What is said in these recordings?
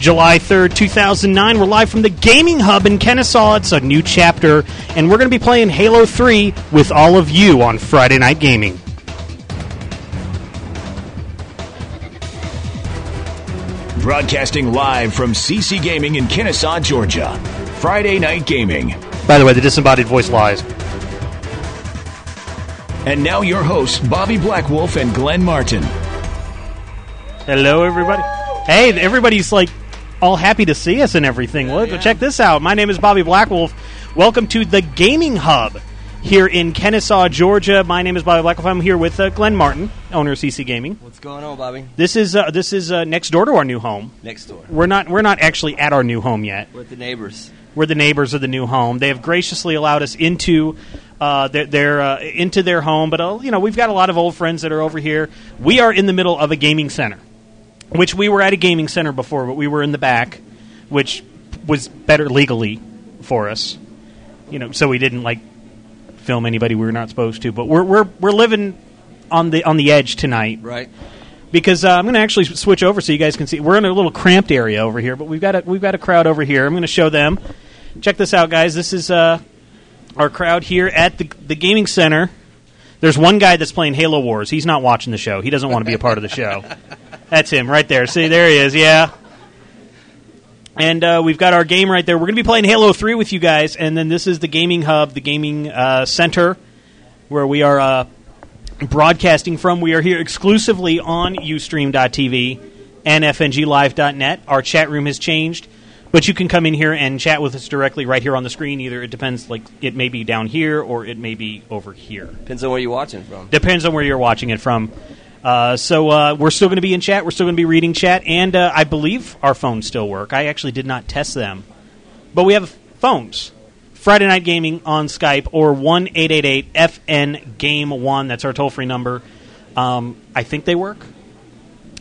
July 3rd, 2009. We're live from the Gaming Hub in Kennesaw. It's a new chapter, and we're going to be playing Halo 3 with all of you on Friday Night Gaming. Broadcasting live from CC Gaming in Kennesaw, Georgia. Friday Night Gaming. By the way, the disembodied voice lies. And now your hosts, Bobby Blackwolf and Glenn Martin. Hello, everybody. Hey, everybody's like all happy to see us and everything. Look, check this out. My name is Bobby Blackwolf. Welcome to the Gaming Hub here in Kennesaw, Georgia. My name is Bobby Blackwolf. I'm here with uh, Glenn Martin, owner of CC Gaming. What's going on, Bobby? This is uh, this is uh, next door to our new home. Next door. We're not we're not actually at our new home yet. We're at the neighbors. We're the neighbors of the new home. They have graciously allowed us into uh, their, their uh, into their home, but uh, you know we've got a lot of old friends that are over here. We are in the middle of a gaming center, which we were at a gaming center before, but we were in the back, which was better legally for us. You know, so we didn't like film anybody we were not supposed to. But we're we're we're living on the on the edge tonight Right. because uh, I'm going to actually s- switch over so you guys can see. We're in a little cramped area over here, but we've got a we've got a crowd over here. I'm going to show them. Check this out, guys. This is uh, our crowd here at the the gaming center. There's one guy that's playing Halo Wars. He's not watching the show. He doesn't want to be a part of the show. That's him right there. See, there he is. Yeah. And uh, we've got our game right there. We're going to be playing Halo 3 with you guys, and then this is the gaming hub, the gaming uh, center, where we are uh, broadcasting from. We are here exclusively on Ustream.tv and FNGLive.net. Our chat room has changed, but you can come in here and chat with us directly right here on the screen. Either it depends, like it may be down here or it may be over here. Depends on where you're watching from. Depends on where you're watching it from. Uh, so uh, we're still going to be in chat. We're still going to be reading chat, and uh, I believe our phones still work. I actually did not test them, but we have phones. Friday Night Gaming on Skype or one eight eight eight FN Game One. That's our toll free number. Um, I think they work.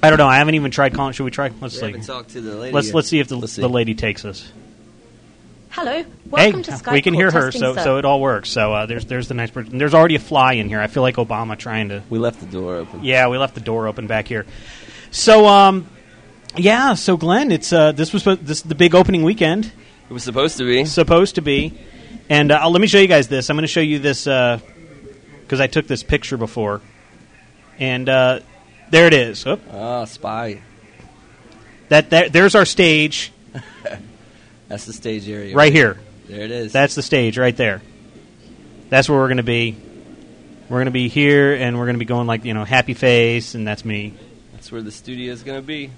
I don't know. I haven't even tried calling. Should we try? Let's We see. haven't talked to the lady. Let's yet. let's see if the, Let's the lady takes us. Hello, welcome hey, to Skype. we can hear Call her, Testing so Sub. so it all works. So uh, there's there's the nice person. There's already a fly in here. I feel like Obama trying to We left the door open. Yeah, we left the door open back here. So, um, yeah. So, Glenn, it's uh, this was supposed- this is the big opening weekend It was supposed to be. supposed to be, and uh, I'll- let me show you guys this. I'm going to show you this because I took this picture before, and uh, there it is. Oop, Ah, spy. that, that there's our stage That's the stage area. right here. There it is. That's the stage right there. That's where we're going to be. We're going to be here, and we're going to be going like you know, happy face, and that's me. That's where the studio is going to be.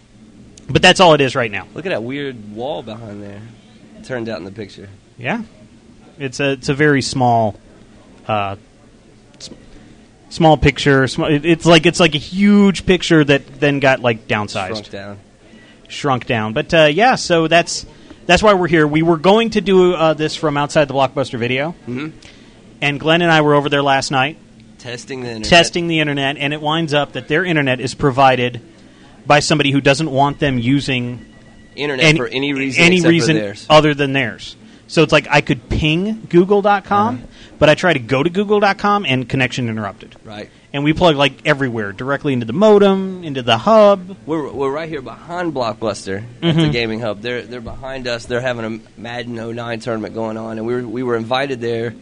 But that's all it is right now. Look at that weird wall behind there. Turned out in the picture. Yeah, it's a it's a very small, uh, s- small picture. Sm- it- it's like it's like a huge picture that then got like downsized, Shrunk down. shrunk down. But uh, yeah, so that's that's why we're here. We were going to do uh, this from outside the blockbuster video, Mhm. and Glenn and I were over there last night Testing the internet. testing the internet, and it winds up that their internet is provided by somebody who doesn't want them using internet for any reason. any except for reason Oh. theirs. other than theirs. So it's like I could ping google.com, Uh-huh. but I try to go to google.com and connection interrupted. Right. And we plug like everywhere, directly into the modem, into the hub. We're, we're right here behind Blockbuster at Mm-hmm. the gaming hub. They're they're behind us. They're having a Madden 09 tournament going on, and we were, we were invited there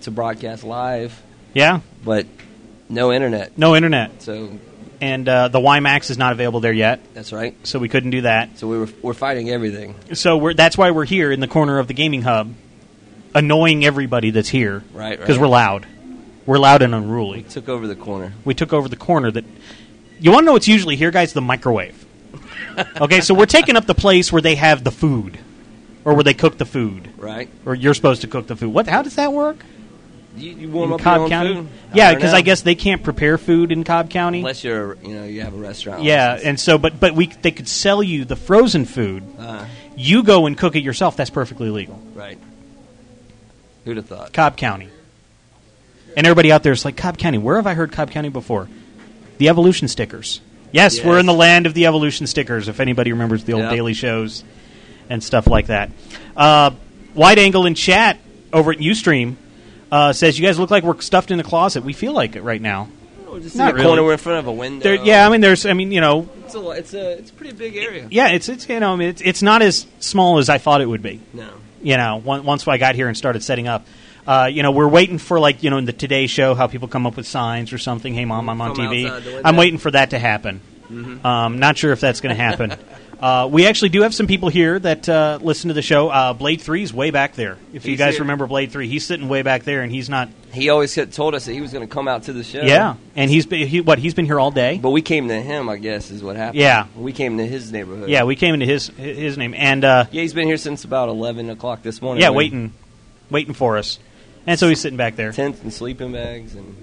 to broadcast live, Yeah, but no internet. no internet. So And uh, the WiMAX is not available there yet, that's right. so we couldn't do that. So we were we're fighting everything. So we're, that's why we're here in the corner of the gaming hub, annoying everybody that's here. Right, right. Because we're loud. We're loud and unruly. Took over the corner. we took over the corner that you want to know what's usually here guys the microwave okay so we're taking up the place where they have the food or where they cook the food Right. or you're supposed to cook the food what how does that work You, you warm in up cobb your own county food? yeah don't because i know. guess they can't prepare food in cobb county unless you're you know you have a restaurant. yeah license. and so but but we they could sell you the frozen food Uh-huh. you go and cook it yourself that's perfectly legal right. Who'd have thought? cobb county and everybody out there is like cobb county where have i heard cobb county before the evolution stickers. Yes, we're Yes. in the land of the evolution stickers. If anybody remembers the old Yeah. daily shows and stuff like that. Uh, Wide angle in chat over at UStream uh, says you guys look like we're stuffed in a closet. We feel like it right now. We're just Not in the corner. really. We're in front of a window. There, yeah, I mean, there's, I mean, you know, it's a lo- it's a it's a pretty big area. yeah, it's it's you know I mean, it's it's not as small as I thought it would be. No. you know, on- once I got here and started setting up. Uh, you know, we're waiting for like you know in the Today Show how people come up with signs or something. Hey, mom, I'm on Come outside the TV. window. Mm-hmm. I'm waiting for that to happen. Um, not sure if that's going to happen. uh, we actually do have some people here that uh, listen to the show. Uh, Blade Three's way back there. If you He's guys here. remember Blade Three, he's sitting way back there, and he's not. He always had told us that he was going to come out to the show. Yeah, and he's been, he, what he's been here all day. But we came to him, I guess, is what happened. Yeah. We came to his neighborhood. Yeah, we came into his his name, and uh, Yeah, he's been here since about 11 o'clock this morning. yeah, We- waiting, waiting for us. And so he's sitting back there. Tents and sleeping bags. and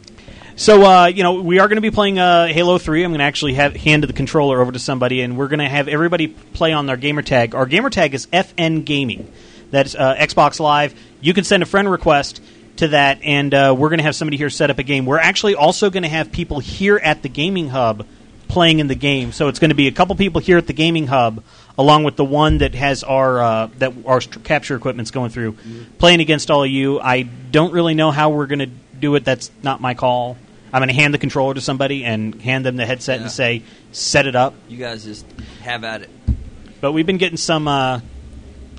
So uh, you know we are going to be playing uh, Halo Three. I'm going to actually have hand the controller over to somebody, and we're going to have everybody play on their gamer tag. Our gamer tag is FN Gaming. That's uh, Xbox Live. You can send a friend request to that, and uh, we're going to have somebody here set up a game. We're actually also going to have people here at the Gaming Hub playing in the game. So it's going to be a couple people here at the Gaming Hub, along with the one that has our uh, that our st- capture equipment's going through, playing against all of you. I don't really know how we're going to do it. That's not my call. I'm going to hand the controller to somebody and hand them the headset Yeah. and say, "Set it up." you guys just have at it. But we've been getting some uh,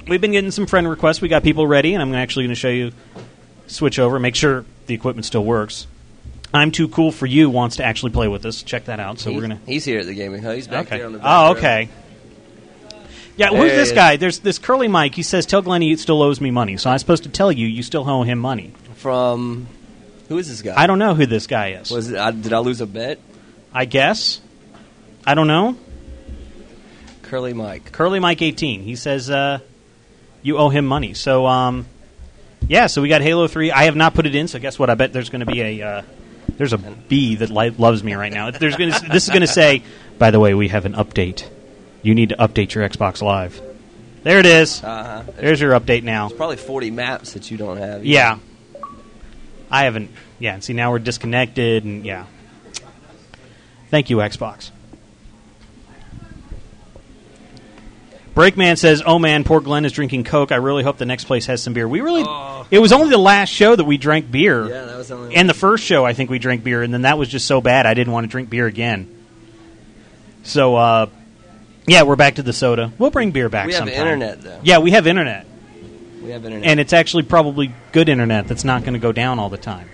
we've been getting some friend requests. We got people ready, and I'm actually going to show you switch over, make sure the equipment still works. I'm too cool for you wants to actually play with us. Check that out. So He- we're gonna. He's here at the gaming hut. He's back there on the back Oh, row. okay. Yeah, There who's he this is. guy? There's this curly Mike. He says, "Tell Glenny he still owes me money." So I'm supposed to tell you, you still owe him money. From. Who is this guy? I don't know who this guy is. Was it, I, did I lose a bet? I guess. I don't know. Curly Mike. Curly Mike 18. He says, uh, "You owe him money." So, um, yeah. So we got Halo 3. I have not put it in. So guess what? I bet there's going to be a uh, there's a bee that li- loves me right now. There's gonna, this is going to say, "By the way, we have an update. You need to update your Xbox Live." There it is. Uh huh. There's your update now. Probably 40 maps that you don't have. Yeah. I haven't. Yeah, and see, now we're disconnected, and yeah. Thank you, Xbox. Breakman says, "Oh man, poor Glenn is drinking Coke. I really hope the next place has some beer. We really. Oh. It was only the last show that we drank beer. Yeah, that was the only And the first show, I think we drank beer, and then that was just so bad I didn't want to drink beer again. So, uh, yeah, we're back to the soda. We'll bring beer back. We have sometime. internet, though. Yeah, we have internet We have internet. and it's actually probably good internet that's not going to go down all the time.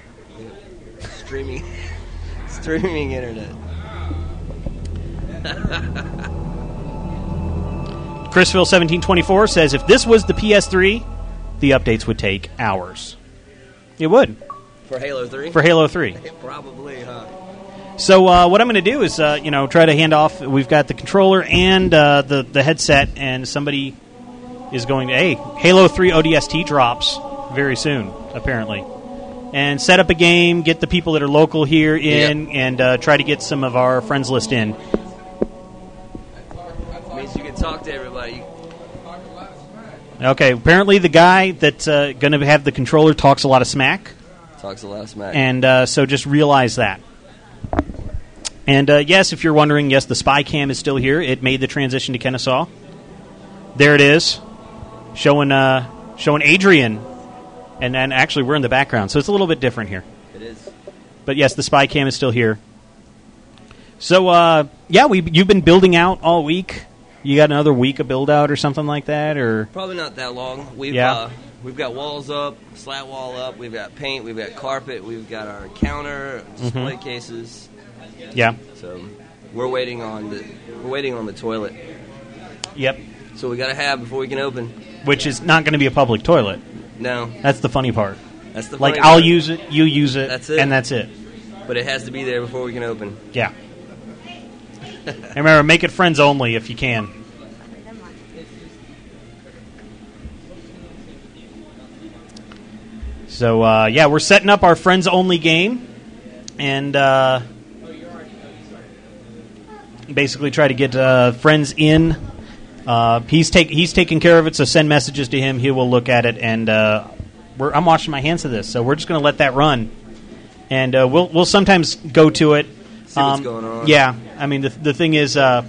streaming. streaming internet. Chrisville1724 says if this was the PS3, the updates would take hours. It would For Halo 3? for Halo 3. Probably, huh? So uh, what I'm going to do is, uh, you know, try to hand off. We've got the controller and uh, the the headset, and somebody is going to. Hey, Halo Three ODST drops very soon, apparently. And set up a game, get the people that are local here in, and uh, try to get some of our friends list in. means you can talk to everybody. Okay, apparently the guy that's uh, going to have the controller talks a lot of smack, Talks a lot of smack. and uh, so just realize that. And uh, yes, if you're wondering, yes, the spy cam is still here. It made the transition to Kennesaw. There it is, showing uh, showing Adrian, and then actually we're in the background, so it's a little bit different here. it is. But yes, the spy cam is still here. So uh, yeah, we you've been building out all week. You got another week of build out or something like that, or Probably not that long. We've Yeah. uh, we've got walls up, slat wall up. We've got paint. We've got carpet. We've got our counter display Mm-hmm. cases. yeah, So we're waiting on the we're waiting on the toilet. yep. So we gotta have before we can open. which is not going to be a public toilet. No, That's the funny part. that's the Like funny I'll part. use it, you use it, That's it. and that's it. but it has to be there before we can open. Yeah. and remember, make it friends only if you can. So uh, yeah, we're setting up our friends only game, and uh, basically try to get uh, friends in. Uh, he's take he's taking care of it, so send messages to him. He will look at it, and uh, we're, I'm washing my hands of this, so we're just going to let that run, and uh, we'll we'll sometimes go to it. Um, See what's going on. Yeah, I mean the the thing is. Uh,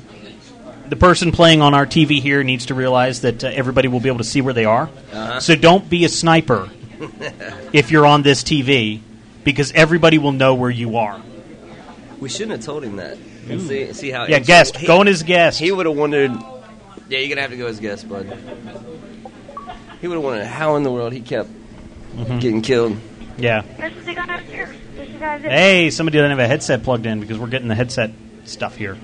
the person playing on our TV here needs to realize that uh, everybody will be able to see where they are. Uh-huh. So don't be a sniper if you're on this TV because everybody will know where you are. We shouldn't have told him that. and see, see how. Yeah, and Uh, so guest. he- Going as guest. He would have wondered. Yeah, you're gonna have to go as guest, bud. He would have wondered how in the world he kept Mm-hmm. getting killed. yeah. This is the guy up here. This is the guy up there. Hey, somebody doesn't have a headset plugged in because we're getting the headset stuff here.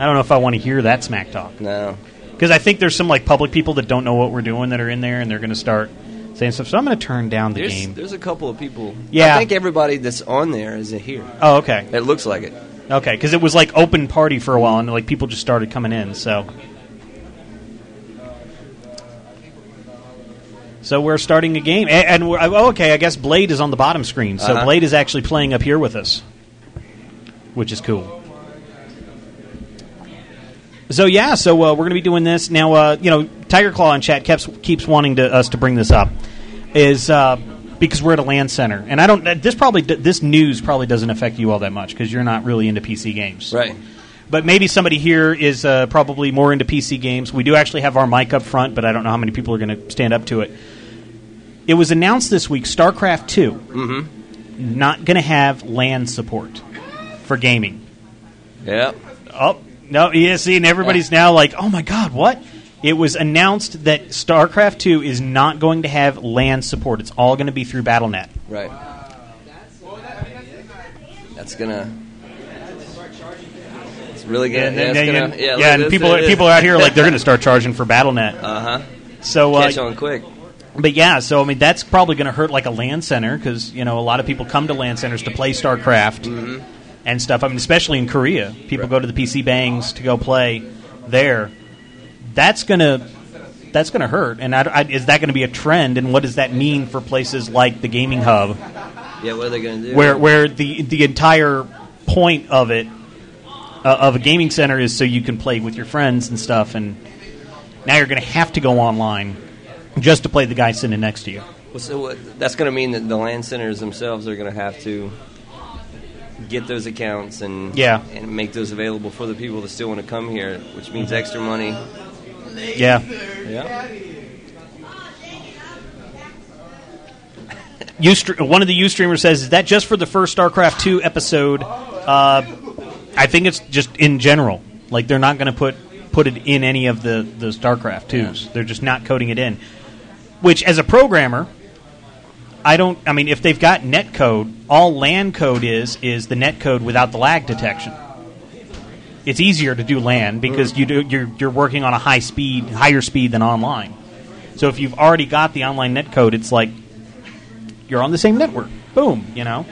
I don't know if I want to hear that smack talk No, because I think there's some like public people that don't know what we're doing that are in there and they're going to start saying stuff. So I'm going to turn down the there's game. there's a couple of people. Yeah. I think everybody that's on there is here. Oh, okay, It looks like it. okay, because it was like open party for a while and like people just started coming in. So, so we're starting a game, A- and we're, oh, okay, I guess Blade is on the bottom screen, so Uh-huh. Blade is actually playing up here with us, which is cool. So yeah, so uh, we're going to be doing this now. Uh, you know, Tiger Claw in chat keeps keeps wanting to, us to bring this up, is uh, because we're at a land center, and I don't. uh, This probably this news probably doesn't affect you all that much because you're not really into PC games, Right. But maybe somebody here is uh, probably more into PC games. We do actually have our mic up front, but I don't know how many people are going to stand up to it. It was announced this week, StarCraft Two, mm-hmm. not going to have land support for gaming. Yeah. Oh no! Yeah, see, and everybody's now like, "Oh my God, what?" It was announced that StarCraft Two is not going to have land support. It's all going to be through BattleNet. Right. That's gonna. It's really gonna. and, yeah, and- it's and- gonna- yeah, yeah, look, and this- people it is. people out here are like they're going to start charging for BattleNet. Uh-huh. So, uh, Catch on quick. but yeah, so I mean that's probably going to hurt like a land center because you know a lot of people come to land centers to play StarCraft and stuff. I mean, especially in Korea, people go to the PC bangs to go play there. That's gonna that's gonna hurt, and I, I- is that going to be a trend? And what does that mean for places like the gaming hub, Yeah, what are they gonna do? where where the the entire point of it uh, of a gaming center is so you can play with your friends and stuff, and now you're going to have to go online just to play the guy sitting next to you. Well, so what, that's going to mean that the land centers themselves are going to have to get those accounts and Yeah. and make those available for the people that still want to come here, which means extra money. Yeah. Yeah. Ustr- one of the Ustreamers says, "Is that just for the first StarCraft two episode?" Uh, I think it's just in general. Like they're not going to put put it in any of the the StarCraft twos. They're just not coding it in. Which, as a programmer, I don't. I mean, if they've got net code, all LAN code is is the net code without the lag detection. It's easier to do LAN because you do you're you're working on a high speed, higher speed than online. So if you've already got the online net code, it's like you're on the same network. Boom, you know.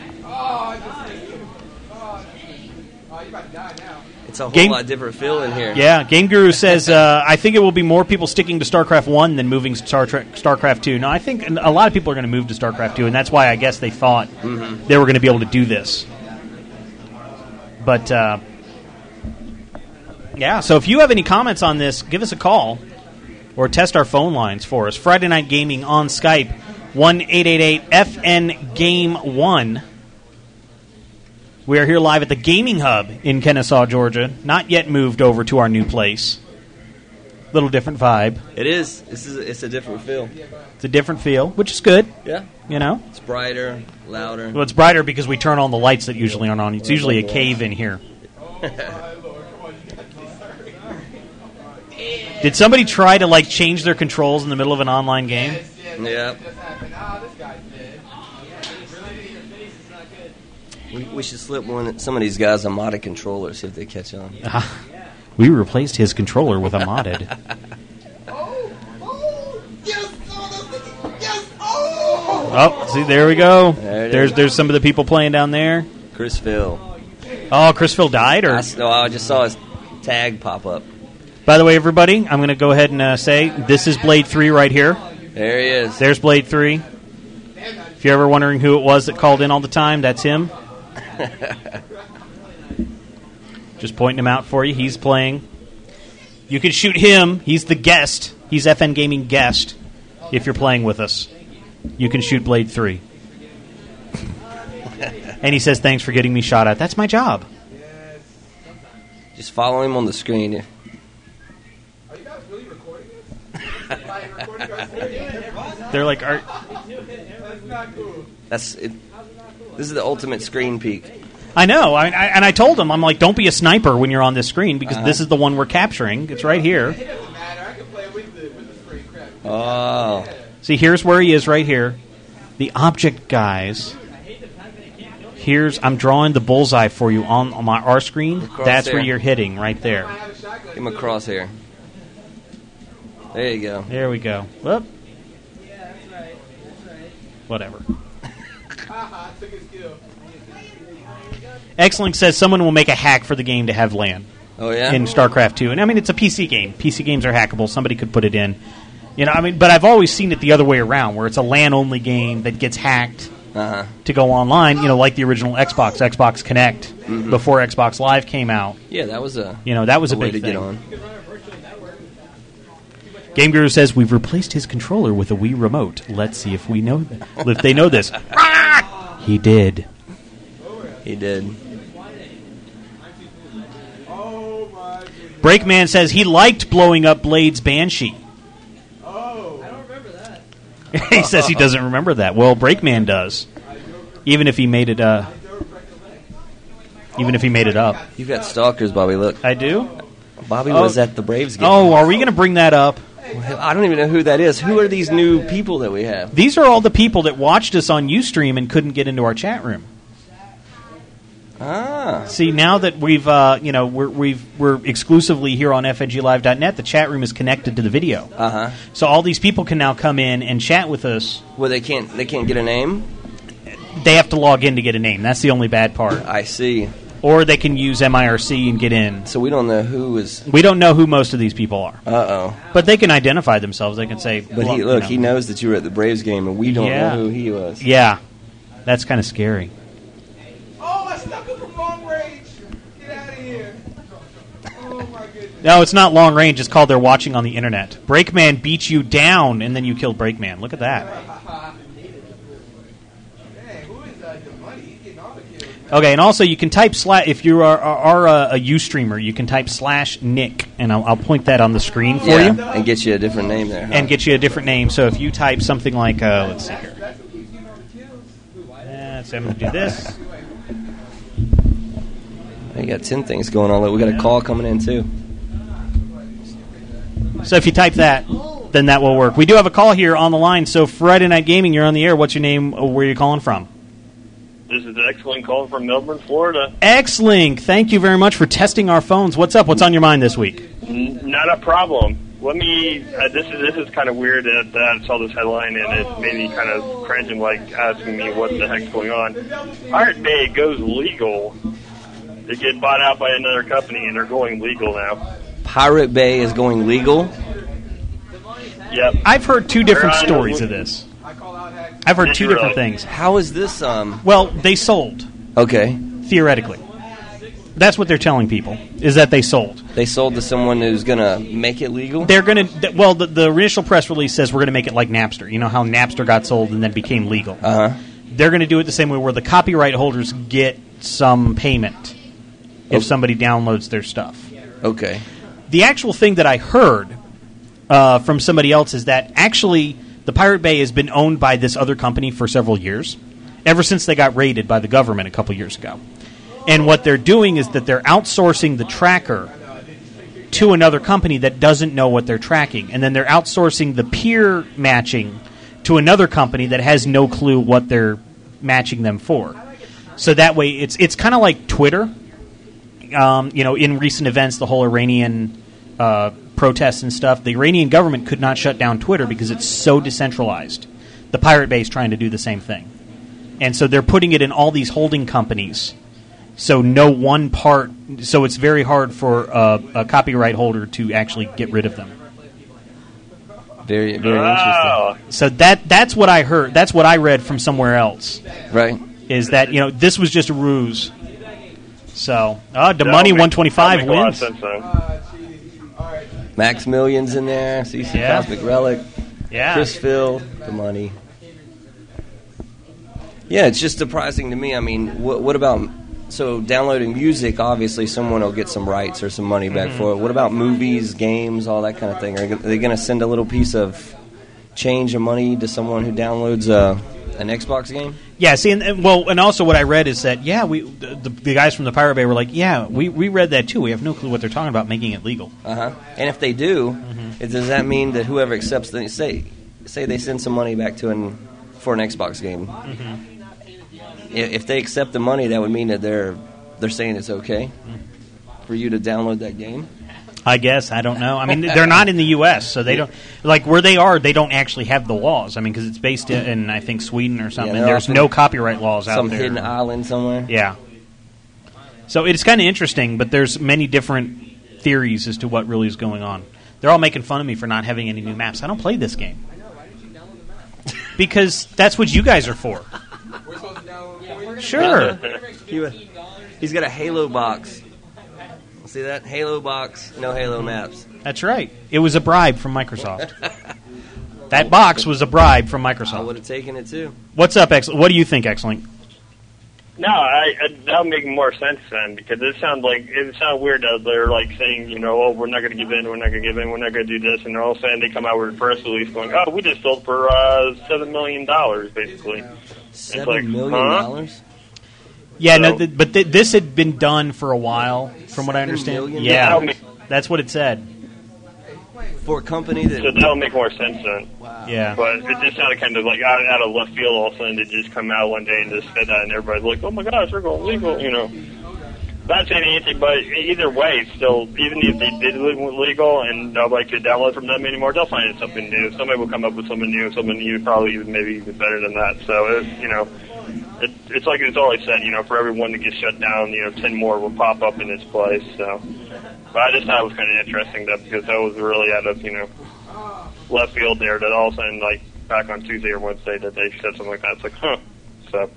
It's a whole Game- lot different feel in here. Yeah, Game Guru says uh, I think it will be more people sticking to StarCraft One than moving to Star Trek, StarCraft Two. Now I think a lot of people are going to move to StarCraft Two, and that's why I guess they thought they were going to be able to do this. But uh, yeah, so if you have any comments on this, give us a call or test our phone lines for us. Friday Night Gaming on Skype, one eight eight eight FN Game One. We are here live at the Gaming Hub in Kennesaw, Georgia. Not yet moved over to our new place. Little different vibe. It is. This is. It's a different feel. It's a different feel, which is good. Yeah. You know, It's brighter, louder. well, it's brighter because we turn on the lights that usually aren't on. It's usually a cave in here. Did somebody try to like change their controls in the middle of an online game? Yeah. We, we should slip one. Some of these guys a modded controller, see if they catch on. We replaced his controller with a modded. Oh, see, there we go. There it is. there's there's some of the people playing down there. Chris Phil. Oh, Chris Phil died, I, or s- no, I just saw his tag pop up. By the way, everybody, I'm going to go ahead and uh, say this is Blade 3 right here. There he is. There's Blade 3. If you're ever wondering who it was that called in all the time, that's him. Just pointing him out for you. He's playing. You can shoot him. He's the guest. He's FN Gaming guest if you're playing with us. You can shoot Blade 3. and he says, Thanks for getting me shot at. That's my job. Just follow him on the screen. They're like, Are, That's it. This is the ultimate screen peek. I know, I, I, and I told him, I'm like, don't be a sniper when you're on this screen because Uh-huh. this is the one we're capturing. It's right here. Oh. See, here's where he is right here. The object guys. Here's I'm drawing the bullseye for you on, on my R screen. Across That's where there. you're hitting right there. Give him a crosshair. There you go. There we go. Whoop. Whatever. Xlink says someone will make a hack for the game to have land Oh yeah. in StarCraft 2. And I mean, it's a PC game. PC games are hackable. Somebody could put it in. You know, I mean, but I've always seen it the other way around, where it's a LAN only game that gets hacked uh huh. to go online. You know, like the original Xbox, Xbox Connect, before Xbox Live came out. Yeah, that was Mm-hmm. a. You know, that was a, way big to thing. get on. Game Guru says we've replaced his controller with a Wii remote. Let's see if we know th- if they know this. he did. He did. Breakman says he liked blowing up Blade's Banshee. Oh, I don't remember that. he says he doesn't remember that. Well, Breakman does. Even if he made it, uh, even if he made it up, You've got stalkers, Bobby. Look, I do. Bobby Oh. was at the Braves game. Oh, are we going to bring that up? I don't even know who that is. Who are these new people that we have? These are all the people that watched us on UStream and couldn't get into our chat room. Ah, See, now that we've uh, you know we're, we've we're exclusively here on fnglive.net, the chat room is connected to the video, uh huh. so all these people can now come in and chat with us. Well, they can't. They can't get a name. They have to log in to get a name. That's the only bad part. I see. Or they can use MIRC and get in. So we don't know who is. We don't know who most of these people are, Uh oh. but they can identify themselves. They can say, But well, he you look. know. He knows that you were at the Braves game, and we don't Yeah. know who he was. Yeah, that's kind of scary. Oh, I stuck him from long range. Get out of here. Oh my goodness. No, it's not long range. It's called they're watching on the internet. Breakman beat you down, and then you killed Breakman. Look at that. Man, who is uh, the money? He's getting all the kills. Man. Okay, and also you can type slash if you are, are, are a, a U streamer, you can type slash Nick, and I'll, I'll point that on the screen for Yeah, you and get you a different name there. huh? and get you a different name. So if you type something like, uh, let's see here, That's what keeps getting all the kills. Uh, so I'm gonna do this. We got ten things going on. Look, we got a call coming in too. So if you type that, then that will work. We do have a call here on the line. So Friday Night Gaming, you're on the air. What's your name? Uh, Where are you calling from? This is X-Wing calling from Melbourne, Florida. X-Link, thank you very much for testing our phones. What's up? What's on your mind this week? N- not a problem. Let me. Uh, this is this is kind of weird that, that I saw this headline and it made me kind of cringe and like asking me what the heck's going on. Pirate Bay goes legal. They get bought out by another company and they're going legal now. Pirate Bay is going legal. Yep. I've heard two different Right. stories of this. I call out hacks. I've heard two Right. different things. How is this? Um. Well, they sold Okay, theoretically. That's what they're telling people is that they sold. they sold to someone who's gonna make it legal. They're gonna th- well, the, the initial press release says we're gonna make it like Napster. You know how Napster got sold and then became legal. Uh huh. They're gonna do it the same way where the copyright holders get some payment if Oh. somebody downloads their stuff. Okay. The actual thing that I heard uh, from somebody else is that actually the Pirate Bay has been owned by this other company for several years, ever since they got raided by the government a couple years ago. And what they're doing is that they're outsourcing the tracker to another company that doesn't know what they're tracking, and then they're outsourcing the peer matching to another company that has no clue what they're matching them for. So that way, it's it's kind of like Twitter. Um, you know, in recent events, the whole Iranian uh, protests and stuff, the Iranian government could not shut down Twitter because it's so decentralized. The pirate bay is trying to do the same thing, and so they're putting it in all these holding companies. So no one part. So it's very hard for uh, a copyright holder to actually get rid of them. Very very Wow. So that that's what I heard. That's what I read from somewhere else. interesting. Right. Is that you know this was just a ruse. So uh, the That money would make- one twenty five that would make a lot wins. of sense, though. Ah, cheating. All right. Max Millions in there, CC Yeah. Cosmic Relic, Yeah. Chris Phil, the money. Yeah, it's just surprising to me. I mean, what, what about so downloading music? Obviously, someone will get some rights or some money back for it. What about movies, games, all that kind of thing? Are they- they going to send a little piece of change of money to someone who downloads uh, an Xbox game? Yeah, see, and, and well, and also what I read is that yeah, we the, the- the guys from the Pirate Bay were like, yeah, we, we read that too. We have no clue what they're talking about making it legal. Uh huh. And if they do, it, does that mean that whoever accepts the say say they send some money back to an for an Xbox game? I- If they accept the money, that would mean that they're they're saying it's okay for you to download that game. I guess I don't know. I mean, they're not in the U.S., so they don't like where they are. They don't actually have the laws. I mean, because it's based in, in I think Sweden or something. they're There's off in no copyright laws out Some there. hidden island somewhere. Yeah. So it's kind of interesting, but there's many different theories as to what really is going on. They're all making fun of me for not having any new maps. I don't play this game. Because that's what you guys are for. Sure. He's got a Halo box. See that Halo box? No Halo maps. That's right. It was a bribe from Microsoft. That box was a bribe from I Microsoft. would have taken it too. What's up, X? What do you think, X-Link? No, I, I, that'll make more sense then because it sounds like it sounds weird that they're like saying, you know, oh, we're not going to give in, we're not going to give in, we're not going to do this, and all of a sudden they come out with a press release going, oh, we just sold for uh, seven million dollars, basically. Seven like, million huh? dollars. Yeah, no, So- th- but th- this had been done for a while, from what I understand. million? Yeah, that's what it said. for a company that So that'll make more sense then. Yeah. But it just sounded kind of like out, out of left field. All of a sudden, they just come out one day and just said that, and everybody's like, "Oh my gosh, we're going legal," you know. Not saying anything, but either way, still, even if they did le- legal and nobody could download from them anymore, they'll find something new. Somebody will come up with something new, something new, probably even maybe even better than that. So, it, you know, it, it's like it's always said, you know, for every one that gets shut down, you know, ten more will pop up in its place. So, but I just thought it was kind of interesting that because that was really out of you know left field there that all of a sudden, like back on Tuesday or Wednesday, that they said something like that. It's like, huh. So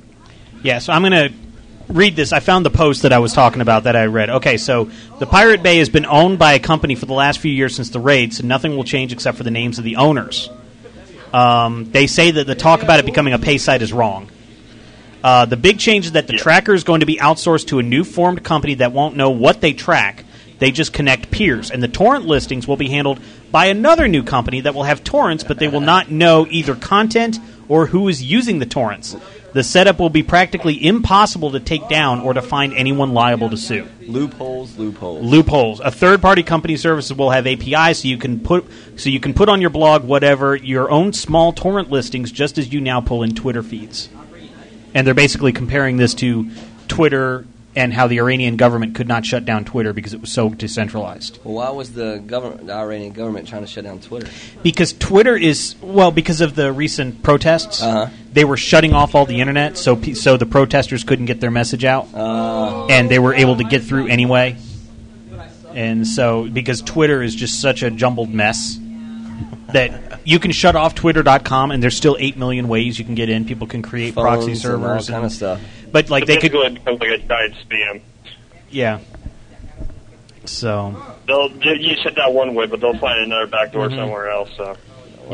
Yeah, so I'm going to read this. I found the post that I was talking about that I read. Okay, so the Pirate Bay has been owned by a company for the last few years since the raid, so nothing will change except for the names of the owners. Um, they say that the talk about it becoming a pay site is wrong. Uh, the big change is that the Yeah. tracker is going to be outsourced to a new formed company that won't know what they track. They just connect peers, and the torrent listings will be handled by another new company that will have torrents, but they will not know either content or who is using the torrents. The setup will be practically impossible to take down or to find anyone liable to sue loopholes, loopholes. loopholes. A third-party company services will have APIs, so you can put so you can put on your blog whatever your own small torrent listings, just as you now pull in Twitter feeds. And they're basically comparing this to Twitter and how the Iranian government could not shut down Twitter because it was so decentralized. Well, why was the government, the Iranian government, trying to shut down Twitter? Because Twitter is well, because of the recent protests, Uh-huh. they were shutting off all the internet, so pe- so the protesters couldn't get their message out, Uh. and they were able to get through anyway. And so, because Twitter is just such a jumbled mess that you can shut off Twitter.com, and there's still eight million ways you can get in. People can create Phones proxy and servers, all kind of stuff. But like so they could, basically, it becomes like a giant spam. yeah. So They'll you you shut that one way, but they'll find another back door Mm-hmm. somewhere else. So Well,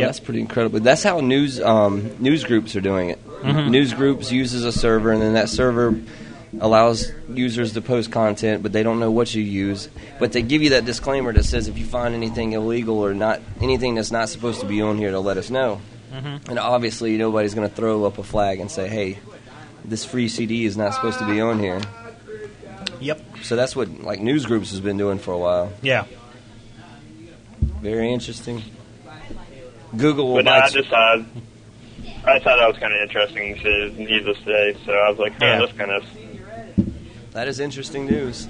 that's pretty incredible. That's how news um, news groups are doing it. Mm-hmm. News groups uses a server, and then that server allows users to post content, but they don't know what you use. But they give you that disclaimer that says if you find anything illegal or not anything that's not supposed to be on here, to let us know. Mm-hmm. And obviously, nobody's going to throw up a flag and say, "Hey, this free CD is not supposed to be on here." yep, So that's what like news groups has been doing for a while. yeah. Very interesting. Google will but I buy just thought I thought that was kind of interesting. To, needless to say, so I was like, huh, Yeah. that's kind of That is interesting news.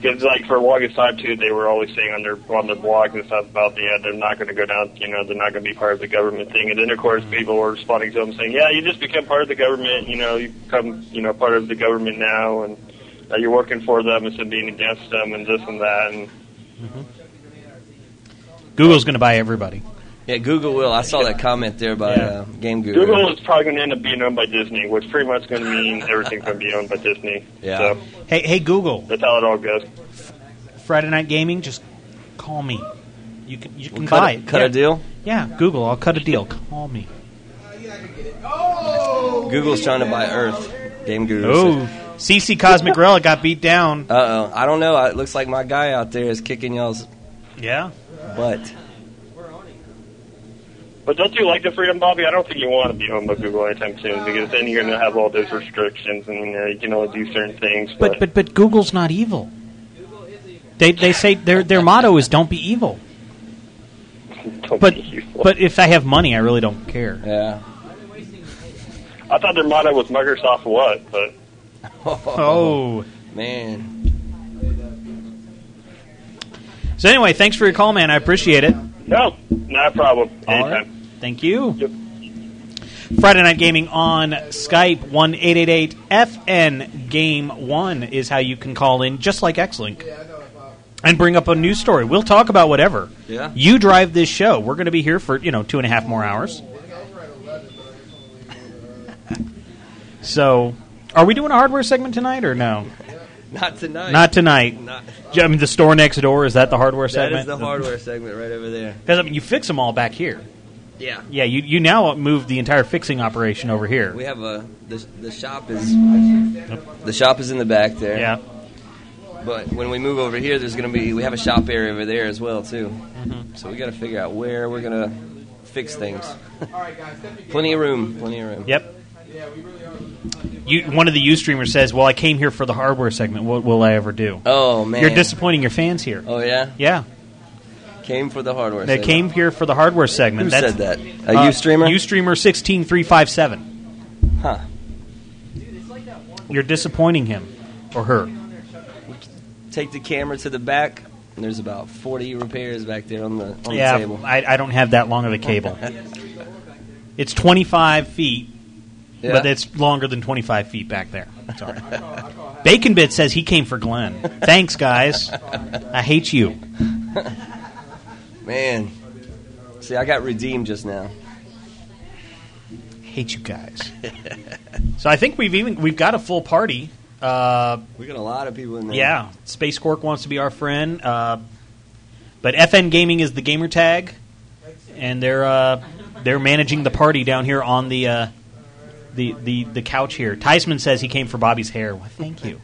Because like for the longest time too, they were always saying on their on their blogs and stuff about yeah they're not going to go down, you know, they're not going to be part of the government thing. And then of course people were responding to them saying, yeah, you just become part of the government, you know, you become you know part of the government now, and uh, you're working for them instead of being against them and this and that. And Google's going to buy everybody. Yeah, Google will. I saw that comment there by Yeah. uh, Game Guru. Google is probably going to end up being owned by Disney, which pretty much going to mean everything's going to be owned by Disney. Yeah. So Hey, hey, Google. that's how it all goes. Friday Night Gaming, just call me. You can you can cut buy a, it. cut yeah. a deal. Yeah, Google, I'll cut a deal. Call me. Google's trying to buy Earth. Game Guru. Oh, CC Cosmic Relic got beat down. Uh oh. I don't know. It looks like my guy out there is kicking y'all's Yeah, butt. But don't you like the freedom, Bobby? I don't think you want to be owned by Google anytime soon because then you're going to have all those restrictions and you, know, you can only do certain things. But but but Google's not evil. They they say their their motto is don't be evil. don't But be evil. but if I have money, I really don't care. Yeah. I thought their motto was Microsoft what, but Oh. man. So anyway, thanks for your call, man. I appreciate it. no, not a problem. Anytime. Thank you. Yep. Friday Night Gaming on Skype, one eight eight eight FN Game 1 is how you can call in, just like Xlink, and bring up a news story. We'll talk about whatever. Yeah. You drive this show. We're going to be here for, you know, two and a half more hours. so, are we doing a hardware segment tonight or no? Not tonight. Not tonight. Not- I mean, the store next door, is that the hardware That segment? is the hardware segment right over there. Because, I mean, you fix them all back here. Yeah. Yeah, you, you now move the entire fixing operation over here. We have a the, the shop is the shop is in the back there. yeah. But when we move over here, there's gonna be we have a shop area over there as well too. Mm-hmm. So we gotta figure out where we're gonna fix things. plenty of room. Plenty of room. Yep. You, one of the Ustreamers says, "Well, I came here for the hardware segment. What will I ever do?" Oh man. You're disappointing your fans here. Oh yeah. Yeah, Came for the hardware. they segment. came here for the hardware segment. Who That's, said that? A uh, U streamer. Ustreamer sixteen three five seven. Huh. You're disappointing him or her. Take the camera to the back. And there's about 40 repairs back there on the on yeah, the table. I, I don't have that long of a cable. it's twenty five feet, Yeah. but it's longer than twenty five feet back there. Sorry. Bacon Bit says he came for Glenn. Thanks, guys. I hate you. Man. See, I got redeemed just now. hate you guys. so I think we've even we've got a full party. Uh, We got a lot of people in there. yeah, Space Cork wants to be our friend, uh, but FN Gaming is the gamer tag, and they're uh, they're managing the party down here on the. Uh, the, the, the couch here. Tysman says he came for Bobby's hair. Well, thank you.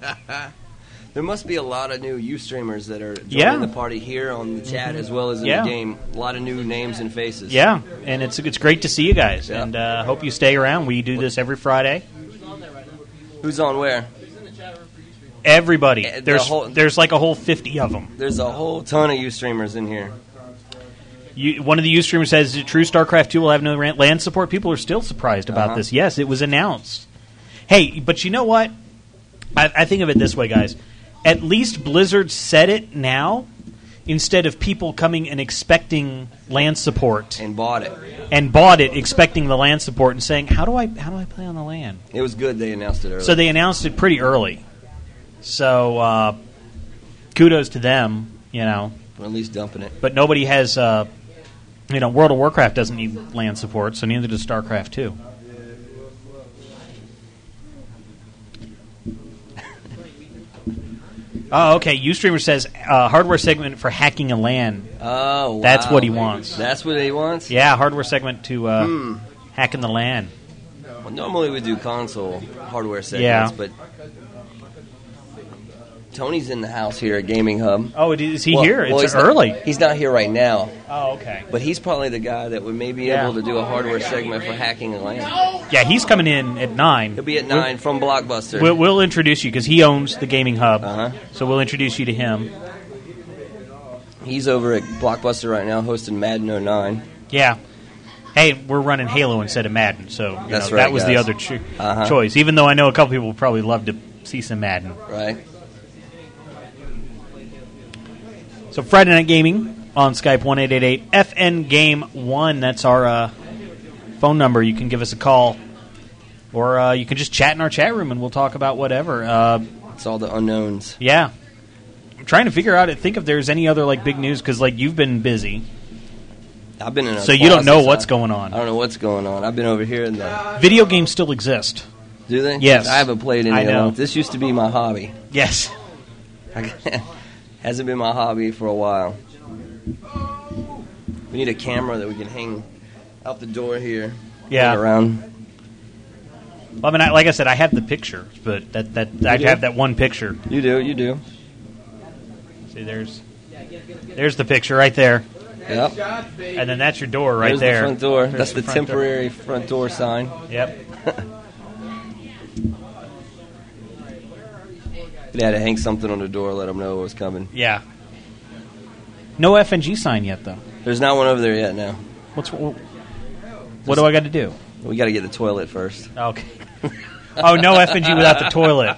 There must be a lot of new U streamers that are joining Yeah. the party here on the chat as well as in Yeah. the game. A lot of new names and faces. Yeah, and it's it's great to see you guys, Yeah. and uh, hope you stay around. We do this every Friday. Who's on where? Everybody, Eh, the there's whole- there's like a whole fifty of them. There's a whole ton of U streamers in here. You, one of the Ustreamers says, "True StarCraft Two will have no ran- land support." People are still surprised about Uh-huh. this. Yes, it was announced. Hey, but you know what? I, I think of it this way, guys. At least Blizzard said it now, instead of people coming and expecting land support And bought it. and bought it expecting the land support and saying, "How do I how do I play on the land?" It was good they announced it early. So they announced it pretty early. So uh, kudos to them. You know, or at least dumping it. but nobody has uh, you know World of Warcraft doesn't need land support, so neither does StarCraft two. oh, okay. Ustreamer says uh, hardware segment for hacking a LAN. Oh, wow. That's what he wants. That's what he wants? Yeah, hardware segment to uh, Hmm. hacking the LAN. Well, normally we do console hardware Yeah. segments, but Tony's in the house here at Gaming Hub. Oh, it- is he Well- here? well, it's he's not- early. he's not here right now, Oh, okay. but he's probably the guy that would maybe Yeah. able to do a hardware segment for hacking a land. Yeah, he's coming in at nine. He'll be at nine from Blockbuster. We'll, we'll introduce you because he owns the gaming hub. Uh-huh. So we'll introduce you to him. He's over at Blockbuster right now hosting Madden 09. Yeah. Hey, we're running Halo instead of Madden, so you That's know, right, that was the guys. other cho- Uh-huh. choice. Even though I know a couple people would probably love to see some Madden. Right? So Friday Night Gaming on Skype one eight eight eight FN Game One. That's our uh, phone number. You can give us a call, or uh, you can just chat in our chat room, and we'll talk about whatever. Uh, It's all the unknowns. yeah, I'm trying to figure out. Think if there's any other like big news because like you've been busy, I've been in. A so you don't closet, know what's I- going I on. don't know what's going on. I've been over here in the. Video games still exist. Do they? Yes. I haven't played any I of them. know. This used to be my hobby. Yes. Hasn't been my hobby for a while. We need a camera that we can hang out the door here. Yeah. Right Around. Well, I mean, I, like I said, I have the picture, but that that I do? have that one picture. You do, you do. See, there's there's the picture right there. Yep. and then that's your door right There's there. The front door. There's That's the, front door. temporary front door sign. Yep. They had to hang something on the door, let them know it was coming. Yeah. No F and G sign yet though. There's not one over there yet. Now What's what, what do I got to do? we got to get the toilet first. Okay. oh, no F and G without the toilet.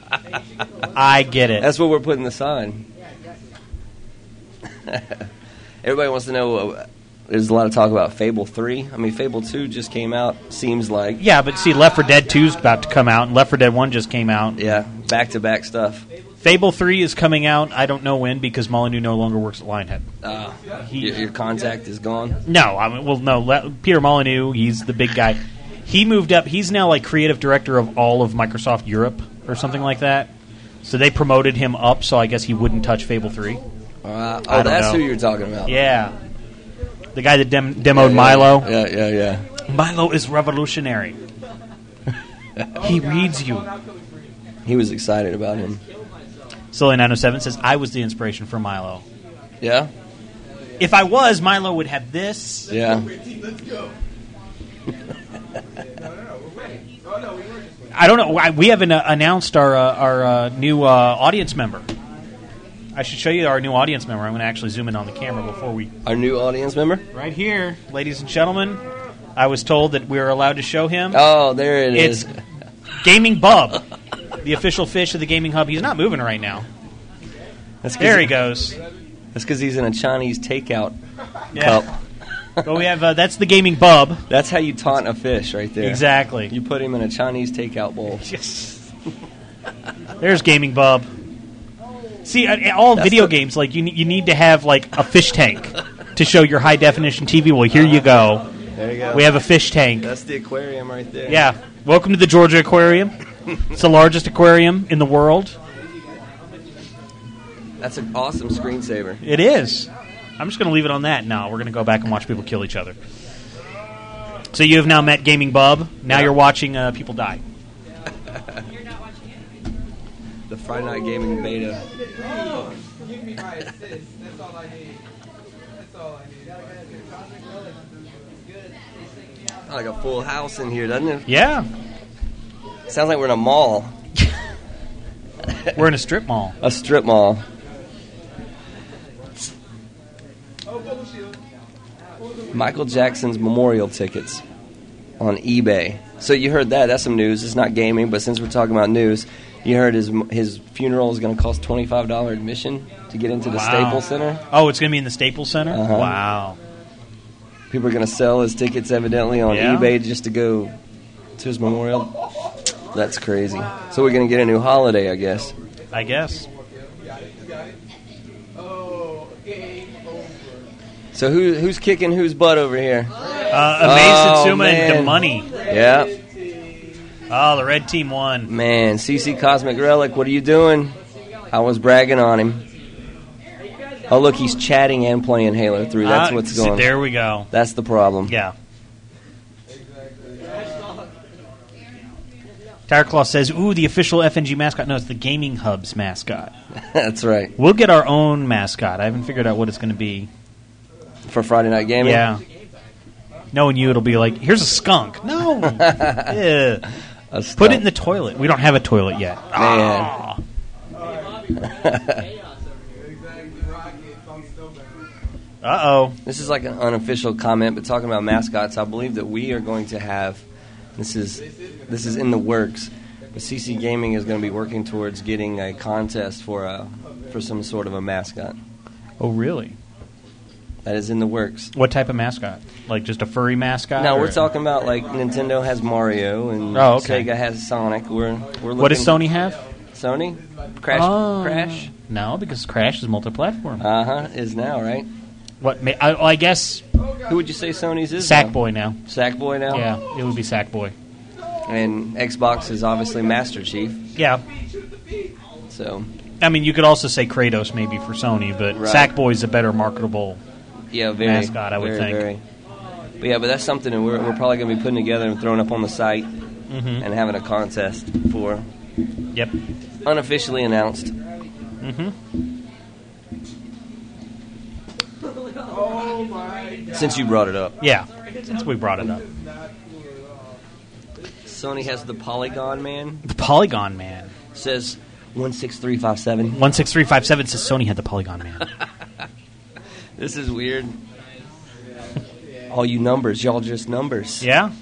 I get it. That's where we're putting the sign. Everybody wants to know. Uh, there's a lot of talk about Fable Three. I mean, Fable Two just came out. Seems like yeah, but see, Left 4 Dead 2 is about to come out, and Left 4 Dead 1 just came out. yeah, back to back stuff. Fable 3 is coming out. I don't know when because Molyneux no longer works at Lionhead. Uh, He- your, your contact is gone. No, I mean, well, no. Le- Peter Molyneux, he's the big guy. He moved up. He's now like creative director of all of Microsoft Europe or something like that. So they promoted him up, so I guess he wouldn't touch Fable 3. I Uh, oh, don't that's know. who you're talking about. Yeah. The guy that dem- demoed Yeah, Milo. Yeah, yeah, yeah. Milo is revolutionary. he reads you. He was excited about him. Silly 907 says, I was the inspiration for Milo. Yeah, If I was, Milo would have this. yeah. I don't know. I- We haven't uh, announced our, uh, our uh, new uh, audience member. I should show you our new audience member. I'm going to actually zoom in on the camera before we. Our new audience member. Right here, ladies and gentlemen. I was told that we are allowed to show him. Oh, there it It's- is. Gaming Bub, the official fish of the Gaming Hub. He's not moving right now. That's 'cause- There he goes. That's because he's in a Chinese takeout Yeah. cup. But we have uh, that's the Gaming Bub. That's how you taunt a fish, right there. Exactly. You put him in a Chinese takeout bowl. Yes. There's gaming bub. See, uh, all That's video the- games like you ne- you need to have like a fish tank to show your high definition TV. Well, here you go. There you go. We have a fish tank. That's the aquarium right there. Yeah. Welcome to the Georgia Aquarium. It's the largest aquarium in the world. That's an awesome screensaver. It is. I'm just going to leave it on that. Now we're going to go back and watch people kill each other. So you have now met Gaming Bub. Now Yeah. you're watching uh, people die. The Friday Night Gaming beta. Give me my assist. That's all I need. That's all I need. Like a full house in here, doesn't it? Yeah, Sounds like we're in a mall, we're in a strip mall. a strip mall. Michael Jackson's memorial tickets on eBay. So you heard that? That's some news. It's not gaming, but since we're talking about news, you heard his his funeral is going to cost twenty five dollar admission to get into the Wow. Staples Center. Oh, it's going to be in the Staples Center. Uh-huh. Wow. People are going to sell his tickets evidently on Yeah. eBay just to go to his memorial. That's crazy. So we're going to get a new holiday, I guess. I guess. So who who's kicking whose butt over here? Uh, Amaze Oh, Satsuma and man. Demoney. Yeah, Oh, the red team won. man. CC Cosmic Relic, what are you doing? I was bragging on him. Oh look, he's chatting and playing Halo 3. That's Ah, what's see, going. on. There we go. That's the problem. Yeah. Tire Claw says, "Ooh, the official FNG mascot. No, it's the Gaming Hub's mascot. That's right. We'll get our own mascot. I haven't figured out what it's going to be. For Friday night gaming. yeah. Knowing you, it'll be like, here's a skunk. No. Ew. A Put stunt. it in the toilet. We don't have a toilet yet. Man. Ah. Uh oh. This is like an unofficial comment, but talking about mascots, I believe that we are going to have this is this is in the works. But CC Gaming is going to be working towards getting a contest for a for some sort of a mascot Oh, really? that is in the works. What type of mascot? Like just a furry mascot? Now or- we're talking about like Nintendo has Mario and Oh, okay. Sega has Sonic. We're we're looking What does Sony have? Sony Crash Oh. Crash No, because Crash is multi-platform. uh huh is now right. what? ma- I, I guess Who would you say Sony's is? now? Sackboy now. Sackboy now. Yeah, it would be Sackboy. And Xbox is obviously Master Chief. Yeah, So I mean you could also say Kratos maybe for Sony, but Right. Sackboy's a better marketable. yeah, very, mascot, I would very, think. Very. But yeah, but that's something that we're, we're probably going to be putting together and throwing up on the site Mm-hmm. and having a contest for Yep. Mm-hmm. unofficially announced. Since you brought it up, Yeah, since we brought it up, Sony has the Polygon Man. the Polygon Man. Says one six three five seven. One six three five seven says Sony had the Polygon Man. This is weird. All you numbers, y'all just numbers. yeah,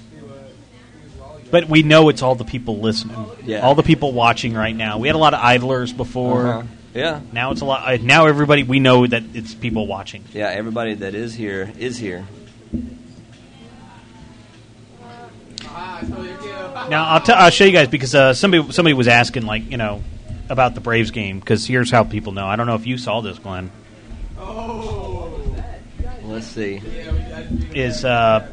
but we know it's all the people listening, Yeah. all the people watching right now. We had a lot of idlers before. Uh-huh. Yeah. Now it's a lot. uh, Now everybody we know that it's people watching. Yeah, everybody that is here is here. Now I'll, t- I'll show you guys because uh, somebody somebody was asking like you know about the Braves game because here's how people know. I don't know if you saw this, Glenn. Let's see. Is uh,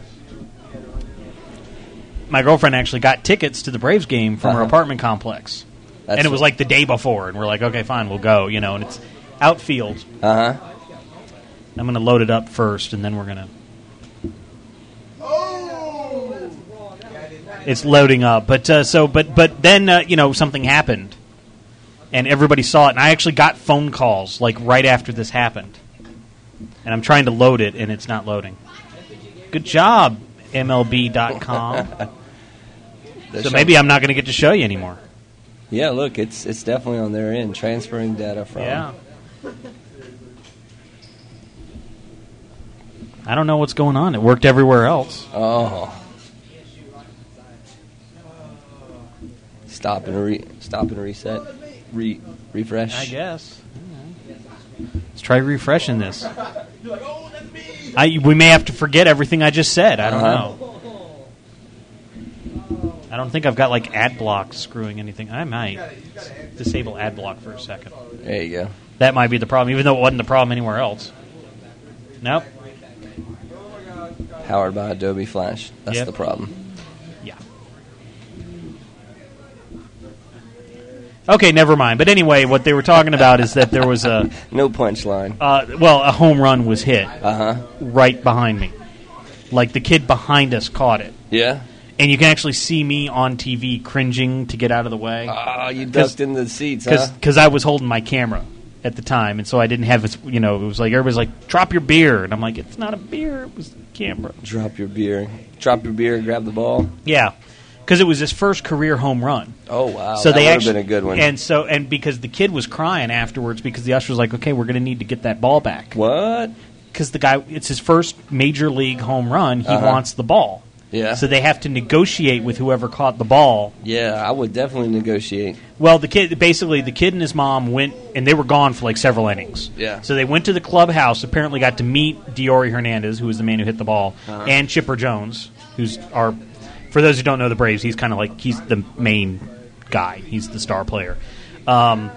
my girlfriend actually got tickets to the Braves game from her Uh-huh. apartment complex, That's and it was like the day before, and we're like, okay, fine, we'll go, you know. And it's outfield. Uh huh. I'm going to load it up first, and then we're going to. It's loading up, but uh, so but but then uh, you know something happened, and everybody saw it, and I actually got phone calls like right after this happened, and I'm trying to load it, and it's not loading. Good job, MLB.com. so maybe I'm not going to get to show you anymore. Yeah, look, it's it's definitely on their end, transferring data from. Yeah. I don't know what's going on. It worked everywhere else. Oh. Stop and re stop and reset, re refresh. I guess. Let's try refreshing this. I, we may have to forget everything I just said. I don't Uh-huh. know. I don't think I've got like ad block screwing anything. I might disable ad block for a second. There you go. That might be the problem, even though it wasn't the problem anywhere else. Nope. Powered by Adobe Flash. That's Yep. the problem. Yeah. Okay, never mind. But anyway, what they were talking about is that there was a No punchline. uh, well, a home run was hit Uh huh. right behind me. Like the kid behind us caught it, Yeah. and you can actually see me on TV cringing to get out of the way Ah, you Cause- ducked in the seats, huh? because I was holding my camera at the time, and so I didn't have this. You know, it was like everybody's like, "Drop your beer," and I'm like, "It's not a beer; it was the camera." Drop your beer. Drop your beer. Grab the ball. Yeah, because it was his first career home run. Oh wow. so that they would actually have been a good one. And so and because the kid was crying afterwards because the usher was like, "Okay, we're going to need to get that ball back." what? Because the guy, it's his first major league home run. He Uh-huh. wants the ball. Yeah. So they have to negotiate with whoever caught the ball. Yeah, I would definitely negotiate. Well, the kid basically the kid and his mom went and they were gone for like several innings. Yeah. So they went to the clubhouse. Apparently, got to meet Diori Hernandez, who was the man who hit the ball, Uh-huh. and Chipper Jones, who's our. For those who don't know the Braves, he's kind of like he's the main guy. He's the star player. Um,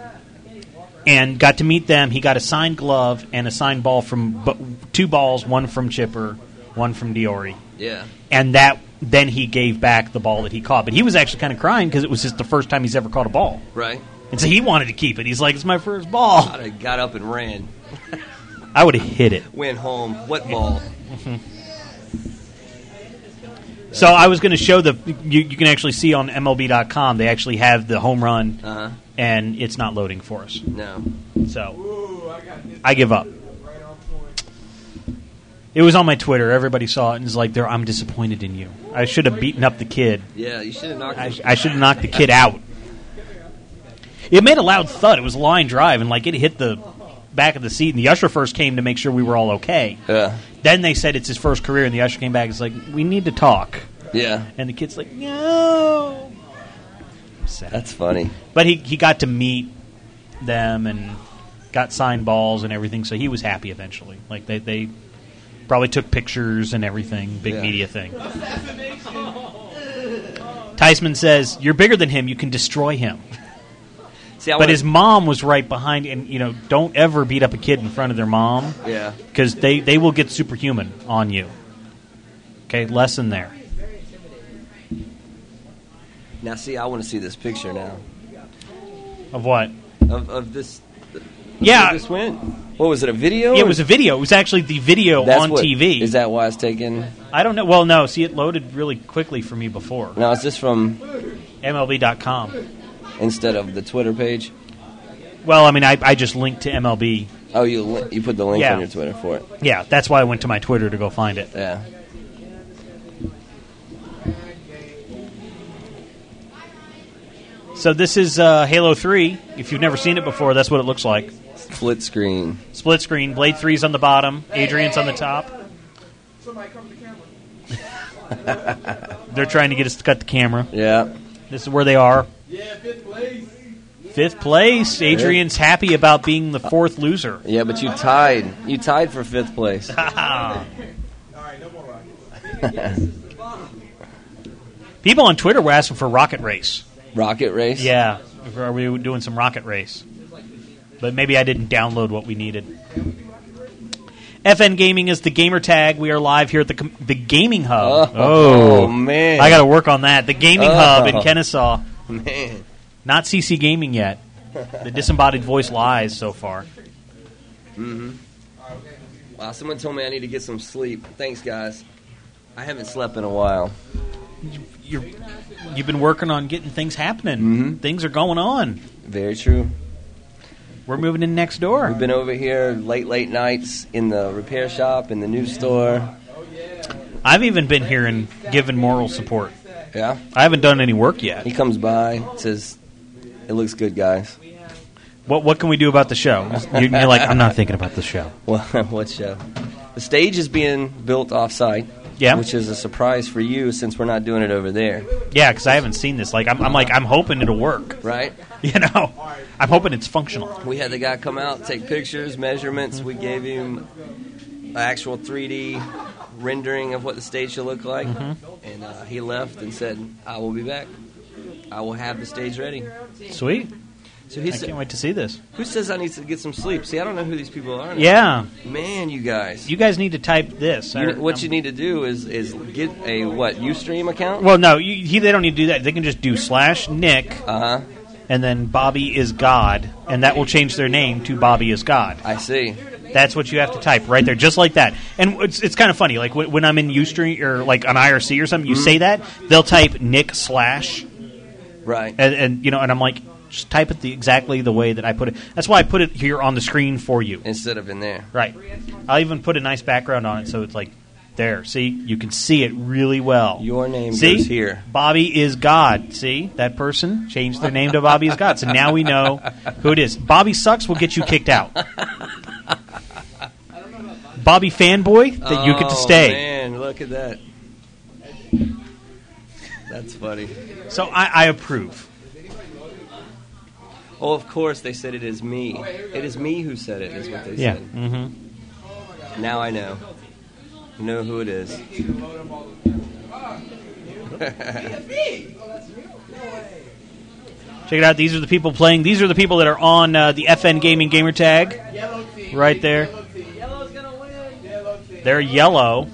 and got to meet them. He got a signed glove and a signed ball from but two balls, one from Chipper, one from Diori Yeah. and that then he gave back the ball that he caught. But he was actually kind of crying because it was just the first time he's ever caught a ball, Right. and so he wanted to keep it. He's like, "It's my first ball." I'd have got up and ran. I would have hit it. Went home. What ball? So I was going to show the. You, you can actually see on MLB.com they actually have the home run, Uh huh. and it's not loading for us. No. So I give up. It was on my Twitter. Everybody saw it and is like, "There, I'm disappointed in you. I should have beaten up the kid. Yeah, you should have knocked. I, it. I should have knocked the kid out. It made a loud thud. It was a line drive, and like it hit the back of the seat. And the usher first came to make sure we were all okay. Yeah. Then they said it's his first career, and the usher came back. It's like we need to talk, Yeah. and the kid's like, no. Sad. That's funny. But he he got to meet them and got signed balls and everything, so he was happy eventually. Like they they probably took pictures and everything, big Yeah. media thing. Tysman says, "You're bigger than him. You can destroy him." See, I But would've- his mom was right behind, and you know, don't ever beat up a kid in front of their mom Yeah. because they they will get superhuman on you. Okay, lesson there. Now, see, I want to see this picture now Of what? of of this. Yeah. where This went. What was it? A video? It was a video. It was actually the video That's on what- TV. Is that why it's taken? I don't know. Well, no. See, it loaded really quickly for me before. Now, is this from MLB.com. instead of the Twitter page? Well, I mean, I, I just linked to MLB. Oh, you li- you put the link Yeah. on your Twitter for it. Yeah, that's why I went to my Twitter to go find it. Yeah. So this is uh, Halo 3. If you've never seen it before, that's what it looks like. Split screen. Split screen. Blade 3's on the bottom. Adrian's on the top. Somebody come to the camera. They're trying to get us to cut the camera. Yeah. This is where they are. Yeah, fifth place. Fifth place. Adrian's happy about being the fourth loser. Yeah, but you tied. You tied for fifth place. All right, no more rockets. People on Twitter were asking for Rocket Race. Rocket race. Yeah, if- are we doing some rocket race? But maybe I didn't download what we needed. FN Gaming is the gamer tag. We are live here at the com- the gaming hub. Oh, man. I got to work on that. The gaming Oh. hub in Kennesaw. man. Not CC Gaming yet. The disembodied voice lies so far. Wow, someone told me I need to get some sleep. Thanks, guys. I haven't slept in a while. You're, you've been working on getting things happening. Mm-hmm. Things are going on. Very true. We're moving in next door. We've been over here late, late nights in the repair shop, in the news store. I've even been here and given moral support. Yeah. I haven't done any work yet. He comes by, says, "It looks good, guys." What what can we do about the show? You're, you're like, I'm not thinking about the show. Well, what show? The stage is being built off-site. Yeah. Which is a surprise for you since we're not doing it over there, Yeah, because I haven't seen this. Like, I'm, I'm like, I'm hoping it'll work. right? You know, I'm hoping it's functional. We had the guy come out, take pictures, measurements. We gave him an actual 3D rendering of what the stage should look like. And uh, he left and said, I will be back. I will have the stage ready. Sweet. So he I said, can't wait to see this. Who says I need to get some sleep? See, I don't know who these people are. now. Yeah, Man, you guys. you guys need to type this. You- what you need to do is is get a what UStream account. um, Well, no, you, he, they don't need to do that. They can just do slash Nick Uh huh. and then Bobby is God, and that will change their name to Bobby is God. I see. That's what you have to type right there, just like that. And it's, it's kind of funny. Like when, when I'm in Ustream or like on IRC or something, you say that they'll type Nick slash Right. and, and you know, and I'm like, just type it the, exactly the way that I put it. That's why I put it here on the screen for you. Instead of in there. Right. I'll even put a nice background on it, so it's like, there. See, you can see it really well. Your name see? goes here. Bobby is God. See that person changed their name to Bobby is God. So now we know who it is. Bobby sucks. will get you kicked out. Bobby fanboy, that you get to Oh, stay. Man, look at that. That's funny. So I, I approve. Oh, of course they said it is me. It is me who said it. Is what they Yeah. said. hmm Now I know. I know who it is. Check it out. These are the people playing. These are the people that are on uh, the FN Gaming gamer tag. Yellow team. Right there. Yellow team. Yellow's gonna win. Yellow team. They're yellow.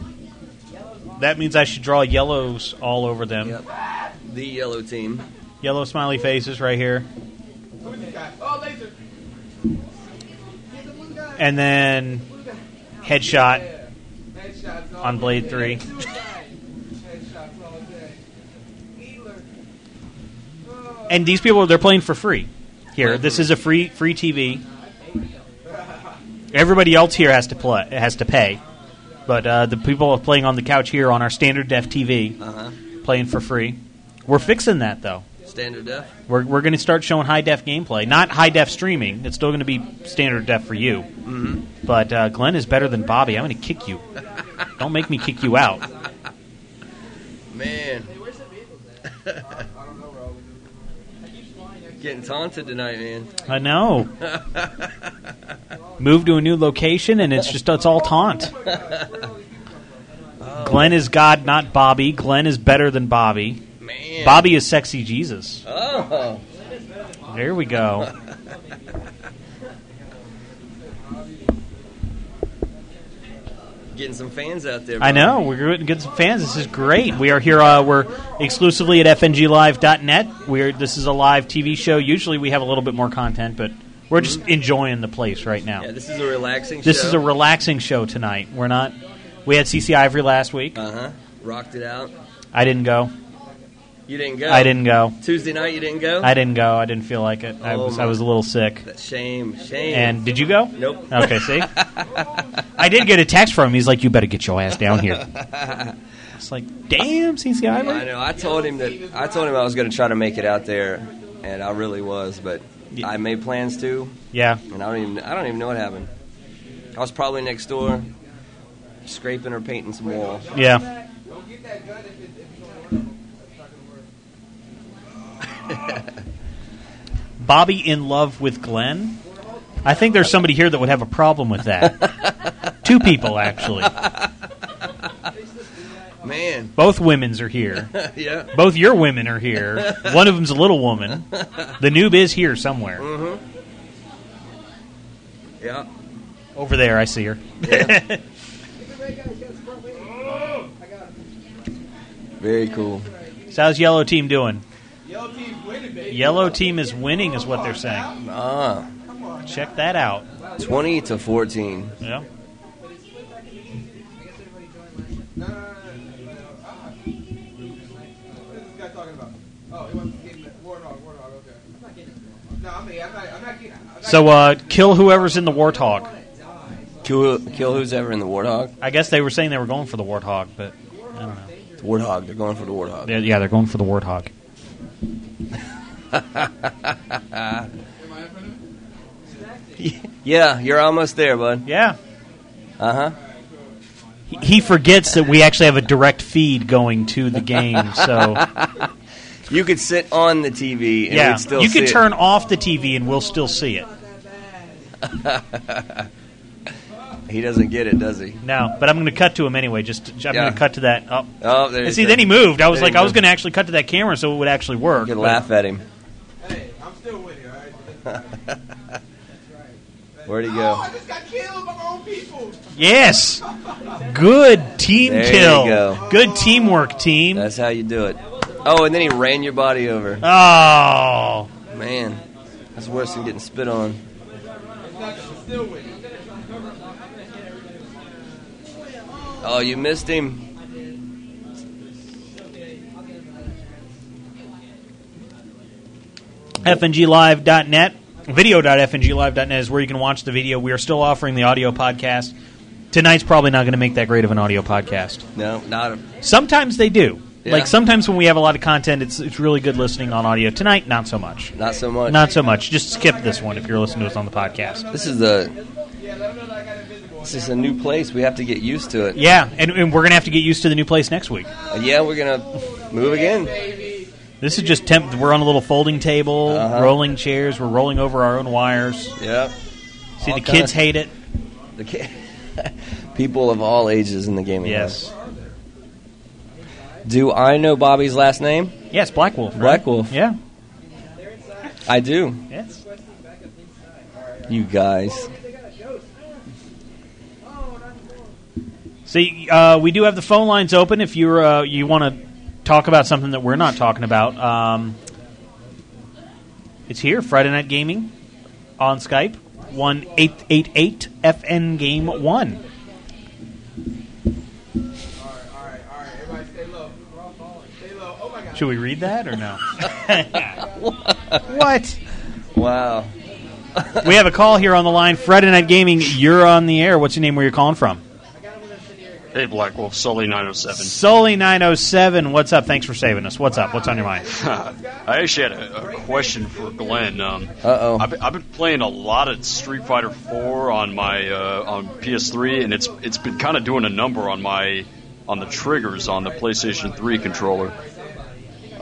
That means I should draw yellows all over them. Yep. The yellow team. Yellow smiley faces right here. Who's this guy? Oh, laser. And then headshot Headshots all on Blade 3. Headshots all day. Wheeler. And these people, they're playing for free here. This is a free free TV. Everybody else here has to play, has to pay. But uh, the people playing on the couch here on our standard def TV, Uh huh. playing for free. We're fixing that though. Standard def. We're, we're going to start showing high def gameplay, not high def streaming. It's still going to be standard def for you. Mm-hmm. But uh, Glenn is better than Bobby. I'm going to kick you. Don't make me kick you out. Man. Getting taunted tonight, man. I know. Move to a new location, and it's just it's all taunt. Glenn is God, not Bobby. Glenn is better than Bobby. Man. Bobby is sexy Jesus. Oh. There we go. Getting some fans out there. I bro. know. We're going to get some fans. This is great. We are here. Uh, we're exclusively at fnglive.net. We're this is a live TV show. Usually we have a little bit more content, but we're just enjoying the place right now. Yeah, this is a relaxing This show. is a relaxing show tonight. We're not. We had CC Ivory last week. Uh huh. Rocked it Uh-huh. out. I didn't go. You didn't go. I didn't go. Tuesday night, you didn't go. I didn't go. I didn't feel like it. I Oh, was my. I was a little sick. That shame, shame. And did you go? nope. Okay, see? I did get a text from him. He's like, you better get your ass down here. It's like, damn, CC I Ivory. know. I told him that. I told him I was going to try to make it out there, and I really was. But Yeah. I made plans to, Yeah. and I don't even. I don't even know what happened. I was probably next door, scraping or painting some wall. Yeah. Bobby in love with Glenn? I think there's somebody here that would have a problem with that. Two people, actually. Man, Both women's are here. yeah. Both your women are here. One of them's a little woman. The noob is here somewhere. Yeah. Over there, I see her. Very cool. So how's yellow team doing? Yellow team's winning, baby. Yellow team is winning, is what they're saying. Ah, Check that out. twenty to fourteen. Yeah. No, no, no, no, no, no. Uh-uh. What is this guy talking about? Oh, he wants to get the war dog, war dog, okay. I'm not getting it. No, I mean, I'm not, I'm not getting I'm not So uh, kill whoever's in the warthog. Kill, kill who's ever in the warthog. I guess they were saying they were going for the warthog, but I don't know. The warthog. They're going for the warthog. They're- yeah, they're going for the warthog. Yeah, you're almost there, bud. Yeah. Uh huh. He- He forgets that we actually have a direct feed going to the game, so You could sit on the TV and yeah, we'd still you see could it. turn off the TV and we'll still see it. He doesn't get it, does he? No, but I'm going to cut to him anyway. Just I'm Yeah. going to cut to that. Oh, Oh, there and see, then he moved. I was There like, he I was moved. going to actually cut to that camera so it would actually work. You could but- laugh at him. Hey, I'm still winning, alright? Where'd he Oh, go? I just got killed by my own people! Yes, good team There you kill. go. Good teamwork, team. That's how you do it. Oh, and then he ran your body over. oh, Man, that's worse than getting spit on. Still winning. Oh, you missed him. fnglive.net, video.fnglive.net is where you can watch the video. We are still offering the audio podcast. Tonight's probably not going to make that great of an audio podcast. No, not a. Sometimes they do. Yeah. Like sometimes when we have a lot of content, it's it's really good listening on audio. Tonight, not so much. Not so much. Not so much. Just skip this one if you're listening to us on the podcast. This is the. This is a new place. We have to get used to it. Yeah, and, and we're gonna have to get used to the new place next week. Uh, Yeah, we're gonna move again. This is just temp. We're on a little folding table, Uh-huh. rolling chairs. We're rolling over our own wires. Yep. See, All the kids kinda- hate it. The ki- people of all ages in the gaming. Yes, world. Do I know Bobby's last name? yes, Black Wolf. Right? Black Wolf. Yeah. I do. Yes. You guys. See, uh, we do have the phone lines open if you're uh, you want to talk about something that we're not talking about. Um, it's here, Friday Night Gaming on Skype, one eight eight eight FN Game One. Alright, alright, alright. Everybody stay low. Stay low. Oh my god. Should we read that or no? what? Wow. We have a call here on the line. Friday Night Gaming, you're on the air. What's your name? Where you're calling from? Hey, Black Wolf, Sully 907. Sully nine oh seven. What's up? Thanks for saving us. What's up? What's on your mind? I actually had a, a question for Glenn. Um, Uh-oh. I've, I've been playing a lot of Street Fighter 4 on my uh, on PS3, and it's it's been kind of doing a number on my on the triggers on the PlayStation 3 controller.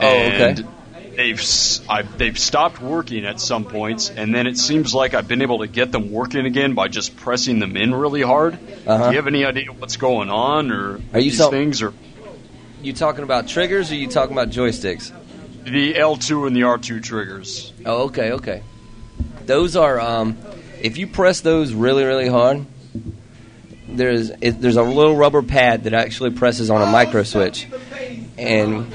Oh, okay. And They've s- I, they've stopped working at some points, and then it seems like I've been able to get them working again by just pressing them in really hard. Uh-huh. Do you have any idea what's going on, or Are you these so- things, or You talking about triggers or you talking about joysticks? the L2 and the R2 triggers? Oh, okay, okay. Those are um, if you press those really, really hard, there's it, there's a little rubber pad that actually presses on a micro switch, and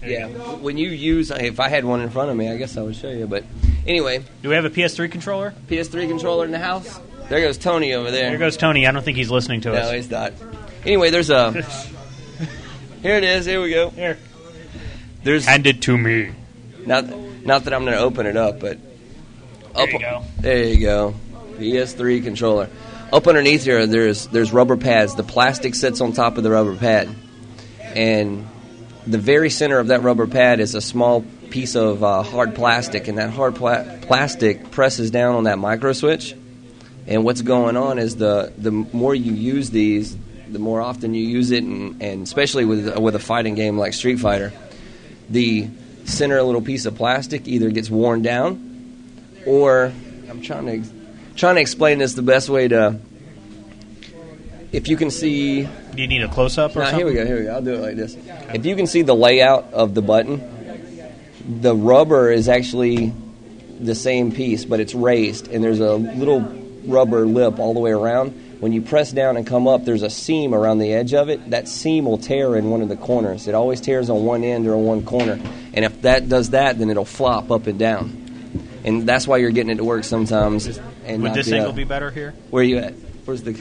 yeah, when you use if I had one in front of me, I guess I would show you. But anyway, Do we have a PS3 controller? PS3 controller in the house. There goes Tony over there. There goes Tony. I don't think he's listening to no, us. he's not. Anyway, there's a. Here it is. Here we go. Here. There's Hand it to me. not not that I'm going to open it up, but There you go. There you go. PS3 controller. Up underneath here, there's there's rubber pads. The plastic sits on top of the rubber pad, and the very center of that rubber pad is a small piece of uh, hard plastic, and that hard pla- plastic presses down on that micro switch. And what's going on is the the more you use these, the more often you use it, and, and especially with with a fighting game like Street Fighter, the center little piece of plastic either gets worn down or I'm trying to ex- trying to explain this the best way to. If you can see, Do you need a close up or nah, something? here we go, here we go. I'll do it like this. If you can see the layout of the button, the rubber is actually the same piece, but it's raised, and there's a little rubber lip all the way around. When you press down and come up, there's a seam around the edge of it. That seam will tear in one of the corners. It always tears on one end or on one corner, and if that does that, then it'll flop up and down. And that's why you're getting it to work sometimes. And Would not this the angle other. be better here? Where you at? Where's the?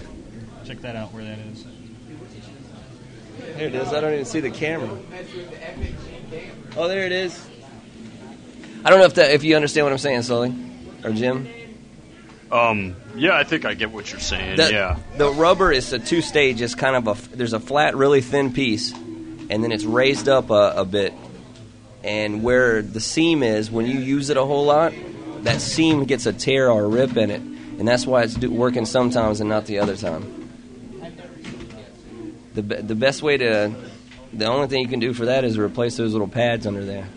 Check that out where that is. There it is. I don't even see the camera. Oh, there it is. I don't know if that, if you understand what I'm saying, Sully or Jim. Um, yeah, I think I get what you're saying. The, yeah. The rubber is a two stage. It's kind of a f- there's a flat, really thin piece, and then it's raised up a, a bit. And where the seam is, when you use it a whole lot, that seam gets a tear or a rip in it, and that's why it's do, working sometimes and not the other time. The be- the best way to the only thing you can do for that is replace those little pads under there.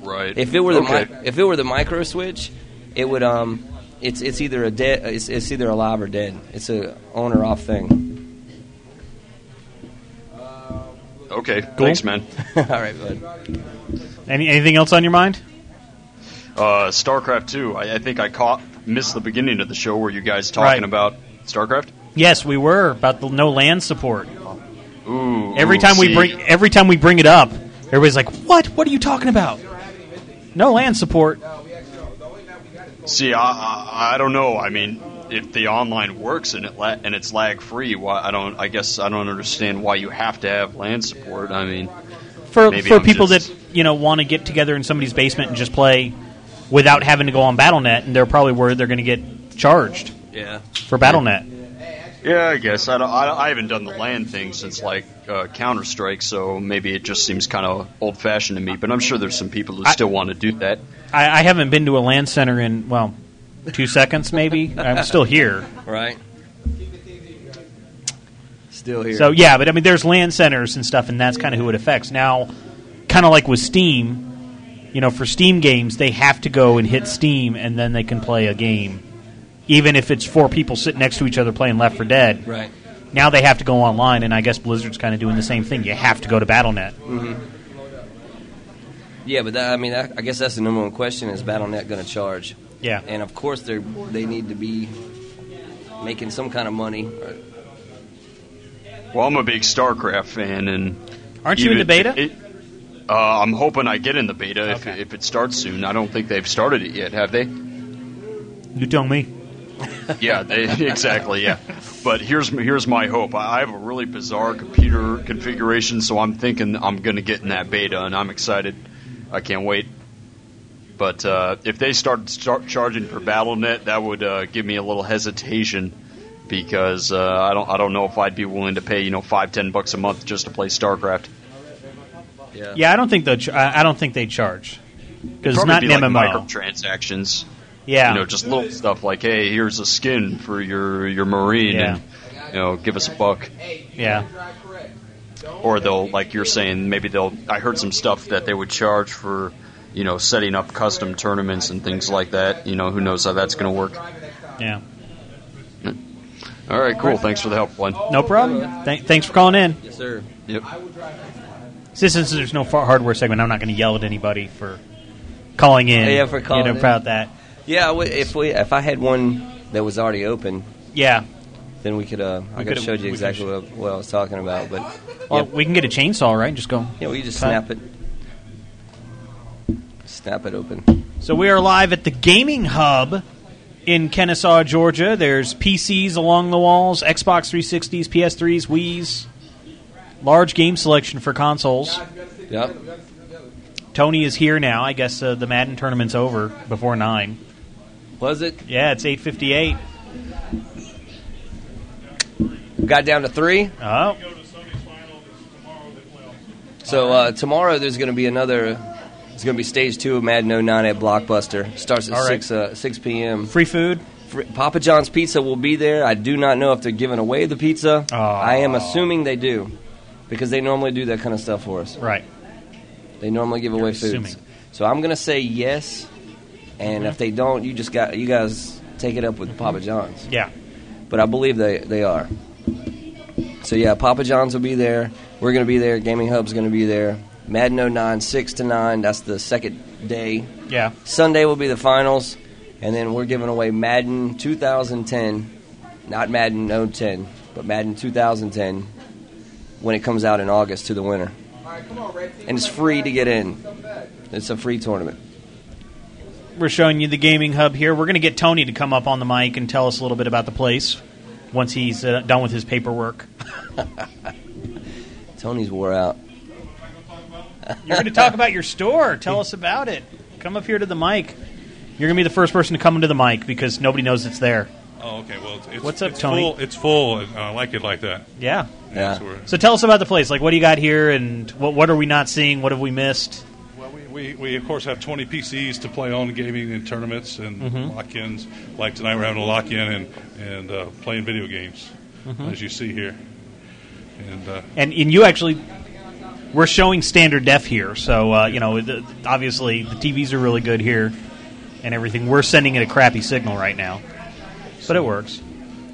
Right. If it were the Okay. mi- if it were the micro switch, it would um, it's it's either a dead it's, it's either alive or dead. It's a on or off thing. okay. Thanks, man. All right, bud. Any, anything else on your mind? Uh, StarCraft Two. I, I think I caught missed the beginning of the show where you guys talking Right. about StarCraft. Yes, we were about the no land support. Ooh. Every ooh, time we see. bring every time we bring it up, everybody's like, "What? What are you talking about?" No land support. See, I, I, I don't know. I mean, if the online works and it la- and it's lag free, why I don't. I guess I don't understand why you have to have land support. I mean, for Maybe for I'm people just- that you know want to get together in somebody's basement and just play without having to go on BattleNet, and they're probably worried they're going to get charged Yeah. for BattleNet. yeah, I guess I don't. I, I haven't done the land thing since like uh, Counter Strike, so maybe it just seems kind of old fashioned to me. But I'm sure there's some people who I- still want to do that. I, I haven't been to a land center in well two seconds, maybe. I'm still here, Right. Still here. so yeah. But I mean, there's land centers and stuff, and that's kind of who it affects. Now, kind of like with Steam, you know, for Steam games, they have to go and hit Steam, and then they can play a game, even if it's four people sitting next to each other playing Left for Dead. right. Now they have to go online, and I guess Blizzard's kind of doing the same thing. You have to go to BattleNet. Yeah, but that, I mean, I, I guess that's the number one question: Is BattleNet going to charge? Yeah. And of course, they they need to be making some kind of money. Well, I'm a big StarCraft fan, and Aren't you in the beta? it- uh, I'm hoping I get in the beta if, Okay. if it starts soon. I don't think they've started it yet, have they? you tell me. yeah, they, exactly. Yeah, but here's m- here's my hope. I I have a really bizarre computer configuration, so I'm thinking I'm going to get in that beta, and I'm excited. I can't wait. But uh, if they start start charging for BattleNet, that would uh, give me a little hesitation because uh, I don't I don't know if I'd be willing to pay you know five ten bucks a month just to play StarCraft. Yeah, I don't think they. Ch- I I don't think they charge because it's Probably not be an like MMO. microtransactions. yeah, you know, just little stuff like, hey, here's a skin for your your marine, and you know, give us a buck. yeah. Or they'll, like you're saying, maybe they'll. I heard some stuff that they would charge for, you know, setting up custom tournaments and things like that. You know, who knows how that's going to work? Yeah. All right, cool. Thanks for the help, Glenn. No problem. Th- thanks for calling in. Yes, sir. Yep. Since since there's no far- hardware segment, I'm not going to yell at anybody for calling in. Yeah, for calling you know, in. about that. Yeah, I would- if we if I had one that was already open, Yeah. then we could uh, I We could could've- have showed you we exactly could've- what, what I was talking about, but Well, we can get a chainsaw, right? And just go. yeah, we just Cut. snap it, snap it open. So we are live at the Gaming Hub in Kennesaw, Georgia. There's PCs along the walls, Xbox 360s, PS3s, Wii's, large game selection for consoles. Yep. Tony is here now. I guess uh, the Madden tournament's over before nine. Was it? Yeah, it's eight fifty-eight. Got down to three. Oh, So uh, tomorrow there's going to be another. It's going to be stage two of Madden 09 at Blockbuster. Starts at All right. six uh, six p.m. free food. Fr- Papa John's Pizza will be there. I do not know if they're giving away the pizza. Oh. I am assuming they do, because they normally do that kind of stuff for us. Right. They normally give away assuming. foods. So I'm going to say yes, and if they don't, you just got you guys take it up with Papa John's. Yeah. but I believe they, they are. So yeah, Papa John's will be there. We're going to be there. Gaming Hub's going to be there. Madden 09, 6 to 9. That's the second day. Yeah. Sunday will be the finals. And then we're giving away Madden 2010. Not Madden 010, but Madden 2010 when it comes out in August to the winner. And it's free to get in. It's a free tournament. We're showing you the gaming hub here. We're going to get Tony to come up on the mic and tell us a little bit about the place once he's uh, done with his paperwork. Tony's wore out. You're going to talk about your store. Tell us about it. Come up here to the mic. You're going to be the first person to come into the mic because nobody knows it's there. Oh, okay. Well, it's, What's up, it's Tony? Full, it's full, and I like it like that. Yeah. Yeah. so we're- So tell us about the place. Like, what do you got here, and what what are we not seeing? What have we missed? Well, we, we, we of course have 20 PCs to play on gaming and tournaments and Mm-hmm. lock-ins. Like tonight, we're having a lock-in and and uh, playing video games, Mm-hmm. as you see here. And uh, And and you actually, we're showing standard def here, so uh, you know, the, obviously the TVs are really good here, and everything. We're sending it a crappy signal right now, but it works.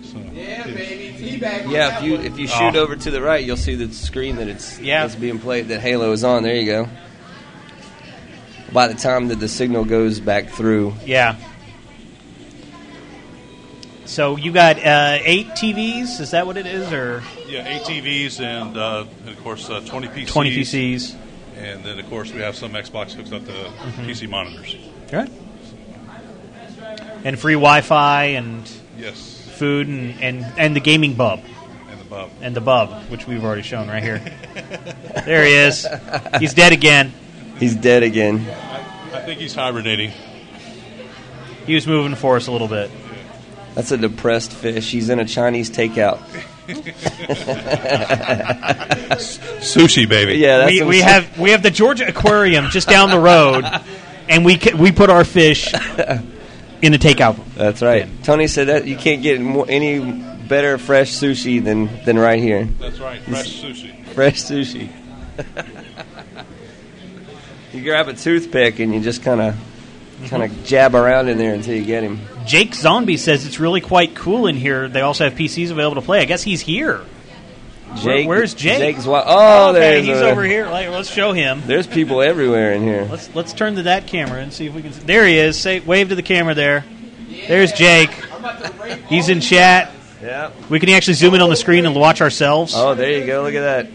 so, Yeah, yes. baby. Teabag on Yeah, that if you one. if you shoot over to the right, you'll see the screen that it's Yeah. that's being played that Halo is on. There you go. By the time that the signal goes back through, Yeah. So you got uh, eight TVs? Is that what it is, or yeah, eight TVs and, uh, and of course uh, 20 PCs. twenty PCs? And then of course we have some Xbox hooked up to Mm-hmm. PC monitors. Right. And free Wi-Fi and Yes, food and, and, and the gaming bub. and above. and the bub, which we've already shown right here. there he is. He's dead again. he's dead again. I think he's hibernating. He was moving for us a little bit. That's a depressed fish. He's in a Chinese takeout. Sushi, baby. Yeah, that's we what we have we have the Georgia Aquarium just down the road, and we ca- we put our fish in the takeout. That's right. Tony said that you can't get more, any better fresh sushi than than right here. That's right, fresh sushi. Fresh sushi. you grab a toothpick and you just kind of kind of jab around in there until you get him. Jake Zombie says it's really quite cool in here. They also have PCs available to play. I guess he's here. Jake, where's Jake? Jake's wa- oh, okay, there's he's a- over here. Like, let's show him. There's people everywhere in here. Let's let's turn to that camera and see if we can. There he is. Say wave to the camera. There. There's Jake. He's in chat. Yeah. We can actually zoom in on the screen and watch ourselves. Oh, there you go. Look at that.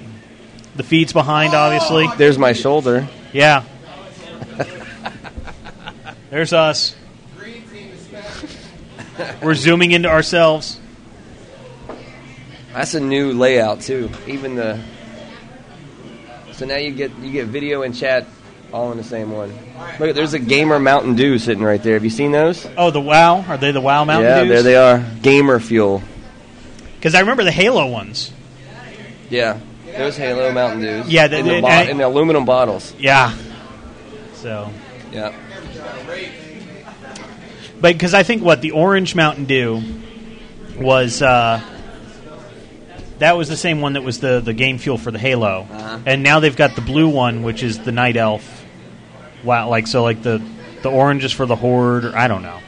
The feed's behind, obviously. There's my shoulder. Yeah. There's us. We're zooming into ourselves. That's a new layout too. Even the. So now you get you get video and chat all in the same one. Look, there's a gamer Mountain Dew sitting right there. Have you seen those? Oh, the WoW. Are they the WoW Mountain yeah, there they are. Gamer fuel. Because I remember the Halo ones. Yeah. Those Halo Mountain Dews. Yeah, the- in the, the- bo- I- in the aluminum bottles. Yeah. So, Yeah. but because I think what the Orange Mountain Dew was, uh, that was the same one that was the the game fuel for the Halo, Uh-huh. and now they've got the blue one, which is the Night Elf. Wow, like so, like the the orange is for the Horde, or I don't know.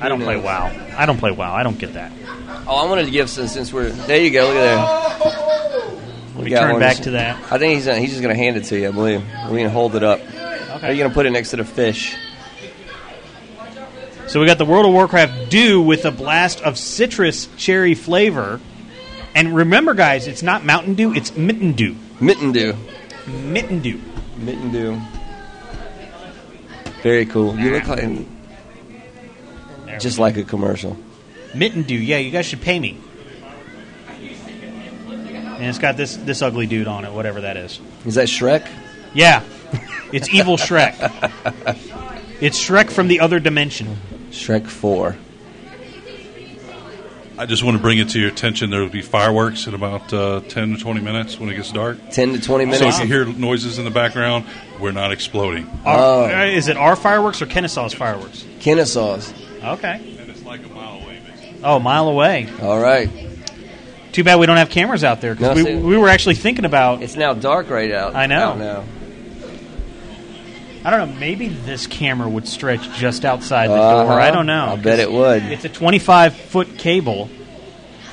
I don't play knows? WoW. I don't play WoW. I don't get that. Oh, I wanted to give some since we're there. You go. Look at there. We got turn one. back to that. I think he's gonna, he's just gonna hand it to you. I believe. We can hold it up. Are you gonna put it next to the fish? So we got the World of Warcraft Dew with a blast of citrus cherry flavor. And remember, guys, it's not Mountain Dew; it's Mitten Dew. Mitten Dew. Mitten Dew. Mitten Dew. Very cool. You look like There just like a commercial. Mitten Dew. Yeah, you guys should pay me. And it's got this this ugly dude on it, whatever that is. Is that Shrek? Yeah. It's evil Shrek. it's Shrek from the other dimension. Shrek 4. I just want to bring it to your attention. There will be fireworks in about uh, 10 to 20 minutes when it gets dark. 10 to 20 minutes. So if you hear noises in the background, we're not exploding. Oh. Our- uh, Is it our fireworks or Kennesaw's fireworks? Kennesaw's. Okay. And it's like a mile away. Oh, a mile away. All right. Too bad we don't have cameras out there because No, we, see- we were actually thinking about. It's now dark right out. I know. Out now. I don't know. Maybe this camera would stretch just outside the Uh-huh. door. I don't know. I bet it would. It's a 25 foot cable.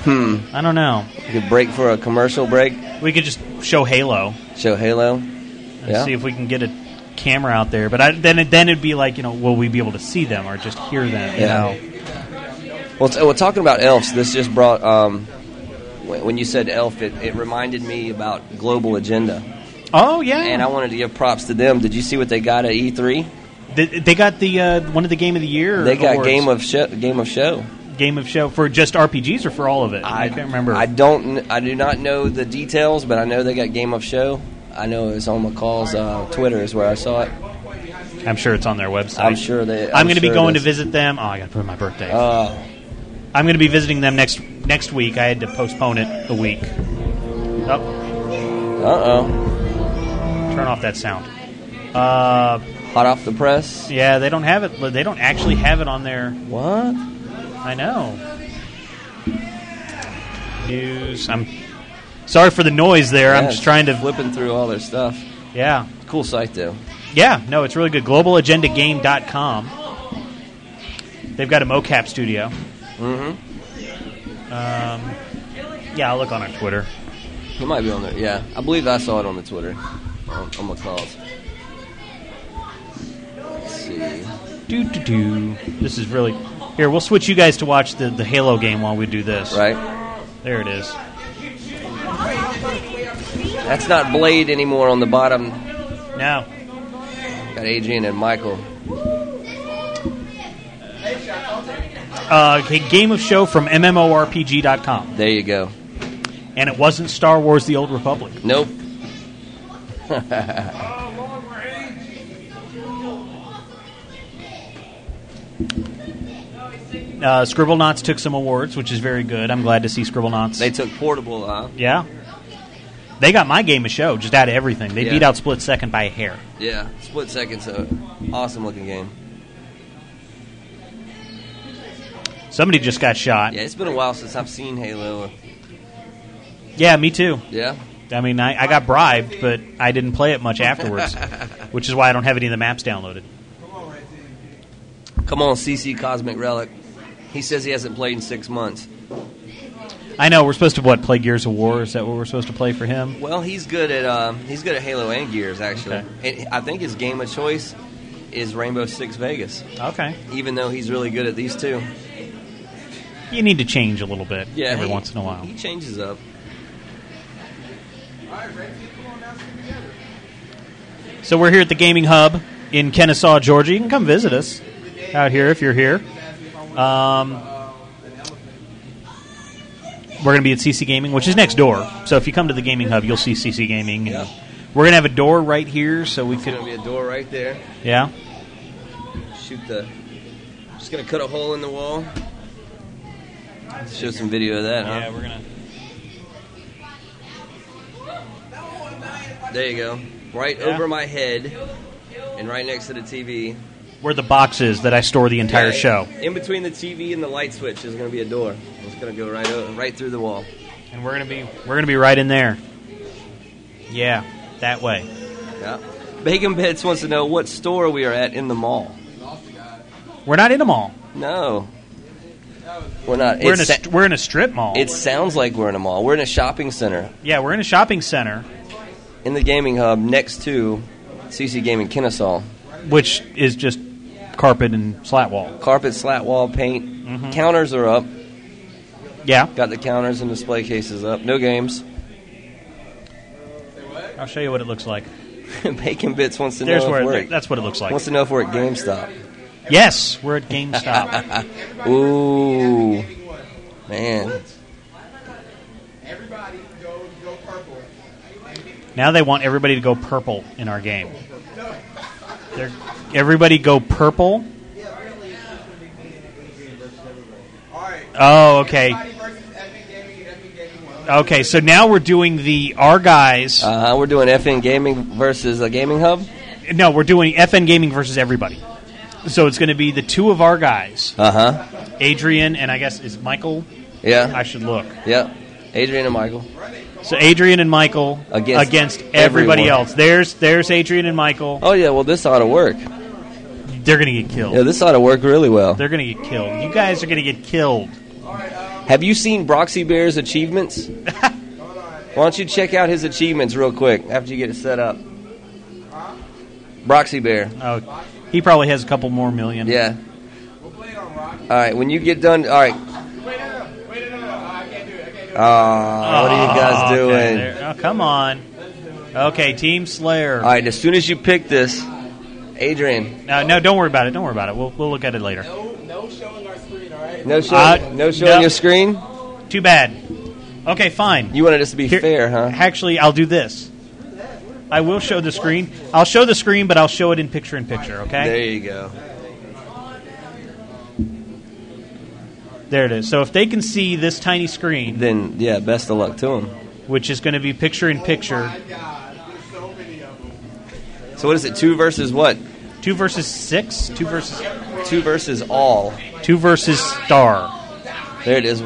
Hmm. I don't know. You could break for a commercial break. We could just show Halo Show Halo. and Yeah. see if we can get a camera out there. But I, then it, then it'd be like you know, will we be able to see them or just hear them? You Yeah. know. Well, t- well, talking about elves, this just brought. Um, when when you said elf, it, it reminded me about Global Agenda, Oh yeah. and I wanted to give props to them. Did you see what they got at E E3? they, they got the uh, one of the game of the year. They got awards. Game of Show. Game of Show. game of show for just RPGs or for all of it. I, can't remember. I don't. kn- I do not know the details, but I know they got Game of Show. I know it was on McCall's uh, Twitter is where I saw it. I'm sure it's on their website. I'm sure they. I'm, going to sure be it going to is. visit them. Oh, I got to put in my birthday. Uh, I'm going to be visiting them next next week. I had to postpone it a week. Oh, uh oh. turn off that sound. Uh, Hot off the press. yeah, they don't have it. They don't actually have it on their. What? I know. News. I'm sorry for the noise there. I'm Yeah, just trying to. flipping through all their stuff. Yeah, Cool site though. yeah. No, it's really good. GlobalAgendaGame.com. They've got a mocap studio. Mm-hmm. Um, Yeah, I'll look on our Twitter. It might be on there. Yeah, I believe I saw it on the Twitter. Um, On, on McCall's. Let's see. Do do do. This is really here. We'll switch you guys to watch the, the Halo game while we do this. Right. there, it is. That's not Blade anymore on the bottom. Now, Got Adrian and Michael. uh, okay, game of show from MMORPG.com, There you go. and it wasn't Star Wars: The Old Republic. Nope. Uh, Scribble Knots took some awards, which is very good. I'm glad to see Scribble Knots. They took portable. uh, Huh? yeah, they got my game of show just out of everything. They Yeah. beat out Split Second by a hair. Yeah. Split second. So awesome looking game. Somebody just got shot. Yeah, it's been a while since I've seen Halo. Yeah, me too. Yeah. I mean, I, I got bribed, but I didn't play it much afterwards, which is why I don't have any of the maps downloaded. Come on, CC Cosmic Relic. He says he hasn't played in six months. I know we're supposed to what play Gears of War? Is that what we're supposed to play for him? Well, he's good at um, he's good at Halo and Gears actually. And I think his game of choice is Rainbow Six Vegas, Okay, even though he's really good at these two. you need to change a little bit Yeah, every he- once in a while. he changes up. So we're here at the Gaming Hub in Kennesaw, Georgia. You can come visit us out here if you're here. Um, we're going to be at CC Gaming, which is next door. So if you come to the Gaming Hub, you'll see CC Gaming. Yeah. We're going to have a door right here, so we There's gonna could. be a door right there. Yeah. Shoot the. Just gonna cut a hole in the wall. Show some video of that, huh? we're gonna. There you go. Right Yeah. over my head, and right next to the TV. Where the box is that I store the entire Yeah, show, In between the TV and the light switch is gonna be a door. It's gonna go right o- right through the wall. and we're gonna be we're gonna be right in there. Yeah, that way. Yeah. Bacon Bits wants to know what store we are at in the mall. We're not in a mall. No. We're not. We're It in a sa- st- we're in a strip mall. it sounds like we're in a mall. We're in a shopping center yeah, we're in a shopping center, in the gaming hub next to CC Gaming Kennesaw. which is just carpet and slat wall. Carpet, slat wall, paint. Mm-hmm. Counters are up. Yeah, Got the counters and display cases up. No games. I'll show you what it looks like. Bacon Bits wants to There's know where if we're it, that's what it looks like. wants to know if we're at GameStop. Yes, we're at GameStop. Ooh, man. Everybody go go purple. now they want everybody to go purple in our game. They're, everybody go purple. Oh, okay. Okay, so now we're doing the our guys. Uh, we're doing FN Gaming versus a gaming hub. No, we're doing FN Gaming versus everybody. So it's going to be the two of our guys, Uh huh. Adrian and I guess is Michael. Yeah. I should look. Yep. Adrian and Michael. So Adrian and Michael Against everybody everyone. else. There's there's Adrian and Michael. Oh yeah. Well, this ought to work. They're going to get killed. Yeah, this ought to work really well. They're going to get killed. You guys are going to get killed. Have you seen Broxy Bear's achievements? Why don't you check out his achievements real quick after you get it set up? Broxy Bear. Oh, he probably has a couple more million. Yeah. All right. When you get done. All right. Ah, what are you guys Oh, okay, doing? there- oh, come on. Okay, Team Slayer. All right. As soon as you pick this, Adrian. No, no, don't worry about it. Don't worry about it. We'll, we'll look at it later. No showing. Uh, no showing no. your screen. Too bad. Okay, fine. You wanted us to be Here- fair, huh? Actually, I'll do this. I will show the screen. I'll show the screen, but I'll show it in picture in picture. There Okay. you go. There it is. So if they can see this tiny screen, Then yeah, best of luck to him. which is going to be picture in picture, So what is it? Two versus what? two versus six, two versus Two versus all. two versus star. There it is.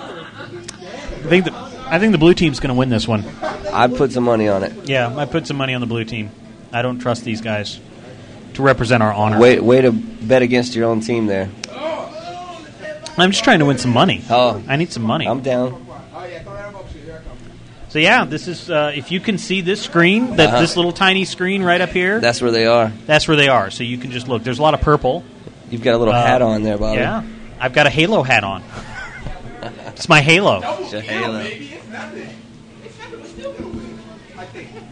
I think the I think the blue team's going to win this one. I put some money on it. Yeah, I put some money on the blue team. I don't trust these guys to represent our honor. Way, way to bet against your own team there. I'm just trying to win some money. Oh. I need some money. I'm down. Oh, so yeah, this is uh, if you can see this screen, that Uh-huh. this little tiny screen right up here, That's where they are. that's where they are. So you can just look. There's a lot of purple. You've got a little Uh, hat on there, Bobby. Yeah, I've got a halo hat on. it's my halo. It's a halo.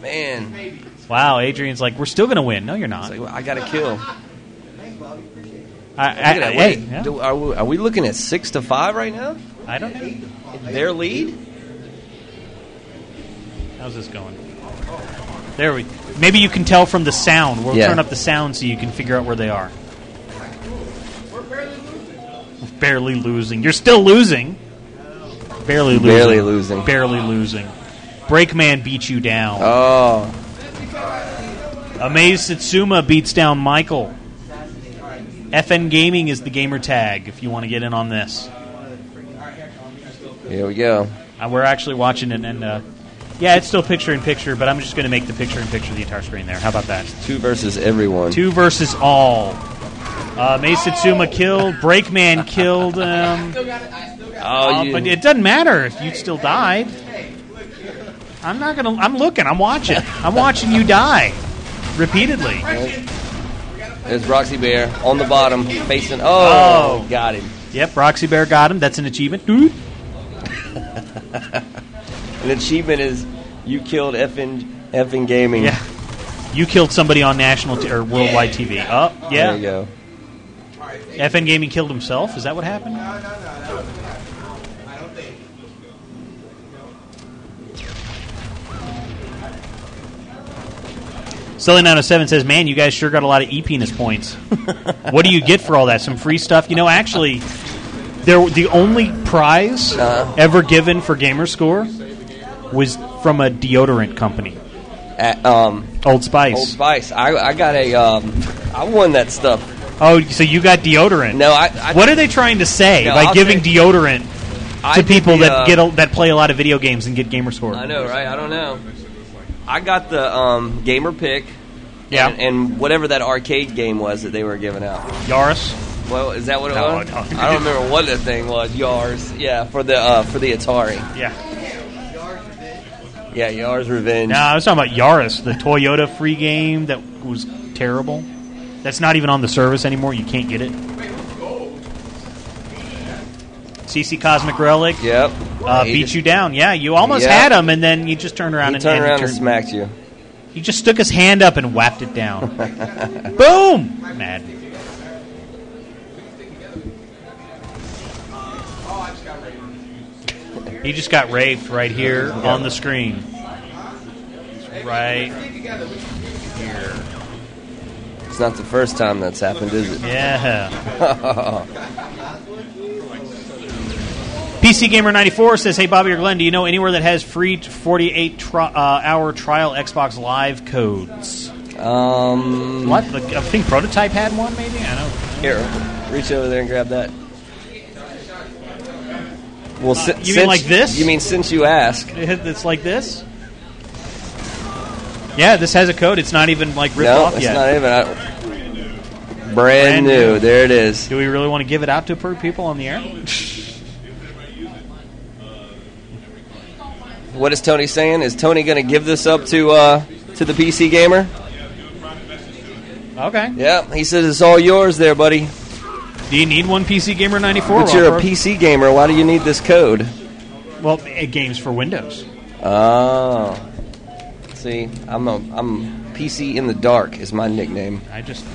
Man, it's Wow, Adrian's like, we're still going to win. No, you're not. like, well, I got to kill. I, I, Look at that. hey, Wait, yeah, do- are, we, are we looking at six to five right now? I don't know. Their lead? How's this going? There we. Maybe you can tell from the sound. We'll Yeah. turn up the sound so you can figure out where they are. We're barely losing. You're still losing. Barely losing. Barely losing. Barely losing. Breakman beat you down. Oh, Amaze Satsuma beats down Michael. FN Gaming is the gamer tag if you want to get in on this. here we go. Uh, we're actually watching it, and uh, yeah, it's still picture in picture, but I'm just going to make the picture in picture the entire screen there. How about that? Two versus everyone. Two versus all. Uh, Mace Satsuma killed. Breakman killed. Um, Oh, uh, you, but it doesn't matter if you still died. I'm not gonna. I'm looking. I'm watching. I'm watching you die repeatedly. there's Roxy Bear on the bottom facing. Oh, Oh. got him. Yep, Roxy Bear got him. That's an achievement. Dude. Mm. An achievement is you killed effing effing gaming. Yeah. You killed somebody on national t- or worldwide TV. Oh, There you yeah. go. FN Gaming killed himself. Is that what happened? Silly 907 says, Man, you guys sure got a lot of e penis points. what do you get for all that? Some free stuff? You know, actually, there, the only prize Uh-huh. ever given for Gamerscore was from a deodorant company, At, um, Old Spice. Old Spice. I, I got a. Um, I won that stuff. Oh, so you got deodorant? No, I. I What are they trying to say No, by I'll giving say- deodorant to I did people the, that uh, get a, that play a lot of video games and get gamer score? I know, right? I don't know. I got the um, gamer pick. Yeah. And, and whatever that arcade game was that they were giving out. Yaris. Well, is that what it No, was? no. I don't remember what the thing was. Yars. Yeah, for the uh, for the Atari. Yeah. Yeah, Yars Revenge. No, I was talking about Yaris, the Toyota free game that was terrible. That's not even on the service anymore. You can't get it. CC Cosmic Relic Yep. uh, He beat just- you down. Yeah, you almost Yeah. had him, and then you just turned around He and turned and around and turned- smacked you. He just stuck his hand up and whapped it down. Boom! Mad. He just got raped right here on the screen. Right here. It's not the first time that's happened, is it? Yeah. PC Gamer 94 says, "Hey Bobby or Glenn, do you know anywhere that has free 48 tri- uh, hour trial Xbox Live codes?" Um, what? The, I think Prototype had one, maybe. I don't. Here, reach over there and grab that. Well, si- you mean since- like this? You mean since you ask? It's like this. Yeah, this has a code. It's not even like ripped no, off it's yet. not even. I, brand, new. There it is. Do we really want to give it out to per- people on the air? What is Tony saying? Is Tony going to give this up to uh, to the PC gamer? Okay. Yeah, he says it's all yours, there, buddy. Do you need one PC Gamer 94? But you're Rob? a PC gamer. Why do you need this code? Well, eh, games for Windows. Oh, see, I'm a I'm PC in the dark is my nickname. I just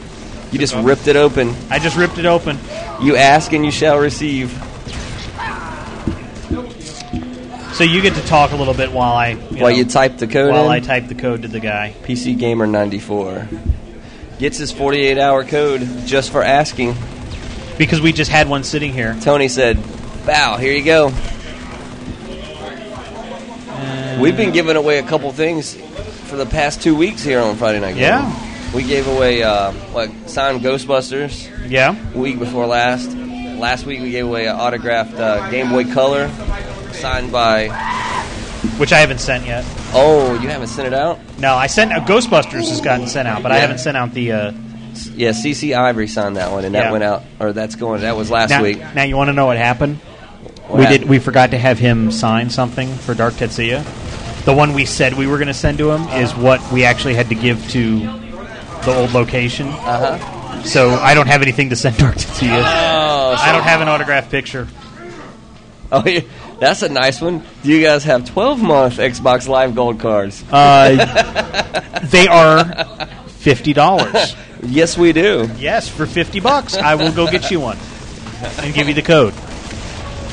You just ripped it open. I just ripped it open. You ask and you shall receive. So you get to talk a little bit while I you While know, you type the code while in? I type the code to the guy. PC Gamer 94 gets his 48 hour code just for asking. Because we just had one sitting here. Tony said, "Bow, here you go." We've been giving away a couple things for the past two weeks here on Friday Night. Game. Yeah. we gave away uh, like signed Ghostbusters. Yeah. week before last. Last week we gave away an autographed uh, Game Boy Color signed by. Which I haven't sent yet. Oh, you haven't sent it out? No, I sent uh, Ghostbusters has gotten sent out, but I Yeah. haven't sent out the. Uh, Yeah, CC Ivory signed that one, and that Yeah. went out, or that's going. That was last now, week. now you want to know what happened? What we happened? did. We forgot to have him sign something for Dark Tetsuya. The one we said we were going to send to Uh-huh. him is what we actually had to give to the old location. Uh huh. So I don't have anything to send Dark Tetsuya. Oh, so- I don't have an autographed picture. Oh, yeah, that's a nice one. Do you guys have 12 month Xbox Live Gold cards? Uh, they are fifty dollars. yes, we do. Yes, for fifty bucks, I will go get you one and give you the code.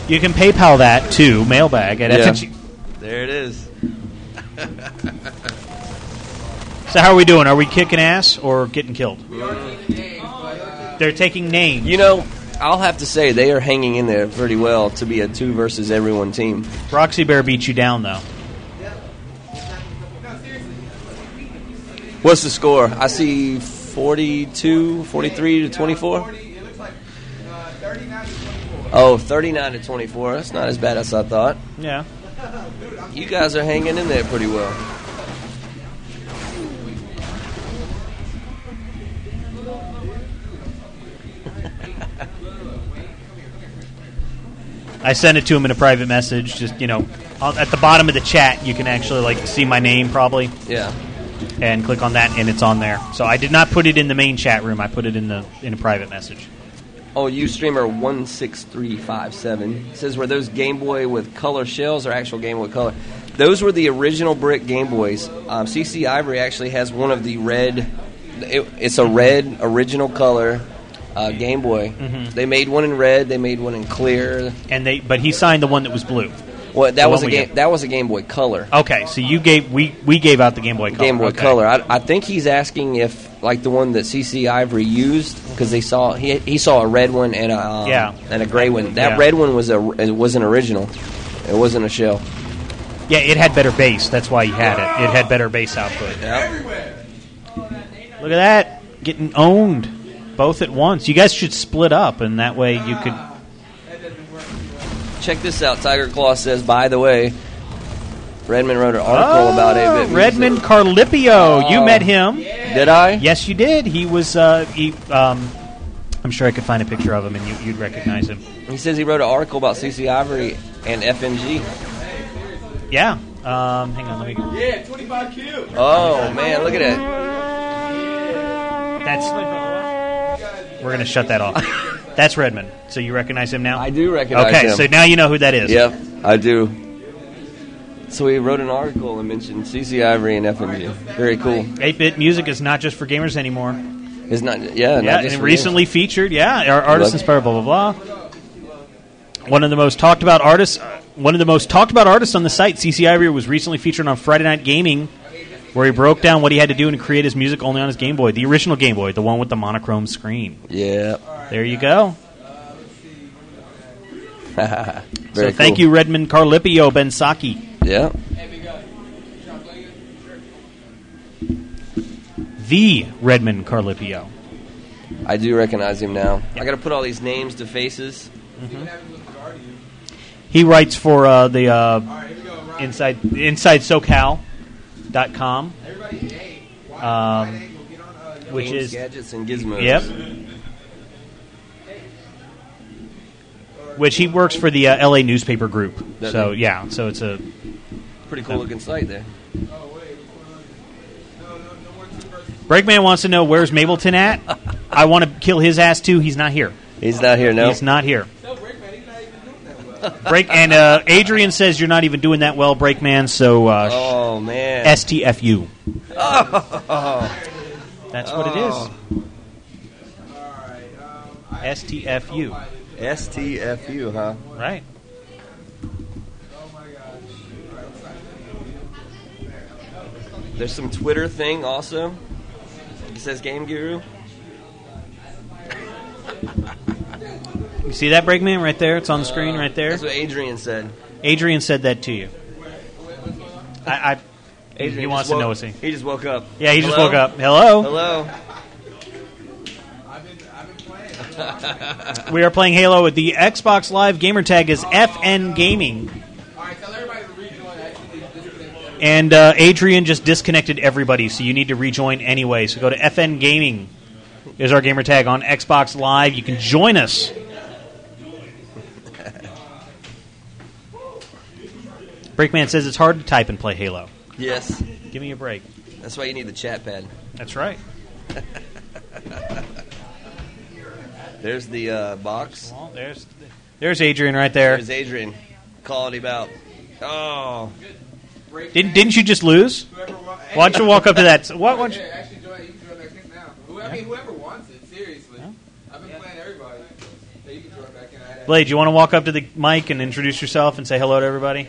You can PayPal that to mailbag at Yeah. FNG. There it is. So how are we doing? Are we kicking ass or getting killed? They're taking names. You know, I'll have to say they are hanging in there pretty well to be a two versus everyone team. Roxy Bear beat you down though. What's the score? I see 42, 43 to 24. Oh, 39 to 24. That's not as bad as I thought. Yeah. You guys are hanging in there pretty well. I sent it to him in a private message. Just you know, I'll- at the bottom of the chat, you can actually like see my name probably Yeah. and click on that, and it's on there. So I did not put it in the main chat room. I put it in the in a private message. Oh, you streamer 16357 says, were those Game Boy with color shells or actual Game Boy color? Those were the original brick Game Boys. Um, CC Ivory actually has one of the red, it, it's a red original color uh, Game Boy. They made one in red, they made one in clear. And they, but he signed the one that was blue. Well, that The was one a we game, get. that was a Game Boy color. Okay, so you gave we we gave out the Game Boy Color. Game Boy Okay. Color. I, I think he's asking if like the one that CC Ivory used because they saw he, he saw a red one and a um, Yeah. and a gray one. That Yeah. red one was a it was an original. It wasn't a shell. Yeah, it had better bass. That's why he had it. It had better bass output. Look at that, getting owned both at once. You guys should split up, and that way you could. Check this out. Tiger Claw says, by the way, Redmond wrote an article about Ah, it. but- Redmond Carlipio. you Oh. met him. Did I? Yes, you did. He was. Uh, he. Um, I'm sure I could find a picture of him, and you, you'd recognize him. He says he wrote an article about CC Ivory and FMG. Yeah. Um, hang on. Let me. Oh man, look at that. That's. We're gonna shut that off. That's Redmond. So you recognize him now? I do recognize Okay, him. so now you know who that is. Yep, I do. So he wrote an article and mentioned CC Ivory and FMG. Very cool. 8-bit music is not just for gamers anymore. It's not, yeah, yeah, not just and for recently featured. Yeah, our artist Look. inspired. Blah blah blah. One of the most talked about artists uh, one of the most talked about artists on the site, CC Ivory, was recently featured on Friday Night Gaming, where he broke down what he had to do to create his music only on his Game Boy, the original Game Boy, the one with the monochrome screen. Yeah. There you go. Very so thank you, Redmond Carlipio Bensaki. Yeah. The Redmond Carlipio. I do recognize him now. I got to put all these names to faces. He writes for uh, the uh, inside inside SoCal.com, um, which Games, is gadgets and gizmos. Yep. Which he works for the uh, LA newspaper group. That- so yeah, so it's a Pretty cool looking site there. Breakman wants to know where's Mableton at. I want to kill his ass too. He's not here. He's not here now. He's not here. Break and uh, Adrian says you're not even doing that well, Breakman. So uh, Oh man. STFU. Oh. That's what it is. STFU. STFU, huh? Right. There's some Twitter thing also. It says Game Guru. You see that Breakman right there? It's on the screen right there. That's what Adrian said. Adrian said that to you. I. I Adrian he just wants to woke- know what's he. He just woke up. Yeah, he just Hello? woke up. Hello. Hello. We are playing Halo with the Xbox Live gamer tag is FN Gaming. And uh, Adrian just disconnected everybody, so you need to rejoin anyway. So go to FN Gaming is our gamer tag on Xbox Live. You can join us. Breakman says it's hard to type and play Halo. Yes. Give me a break. That's why you need the chat pad. That's right. There's the uh, box. Well, there's there's Adrian right there. There's Adrian calling him out. Oh, Didn't didn't you just lose? Why don't you walk up to that? What? Why don't you- Actually, join, you can join back in now. Who- I mean, whoever wants it, seriously. I've been playing everybody. So you can join back in. I had- Blade, you want to walk up to the mic and introduce yourself and say hello to everybody?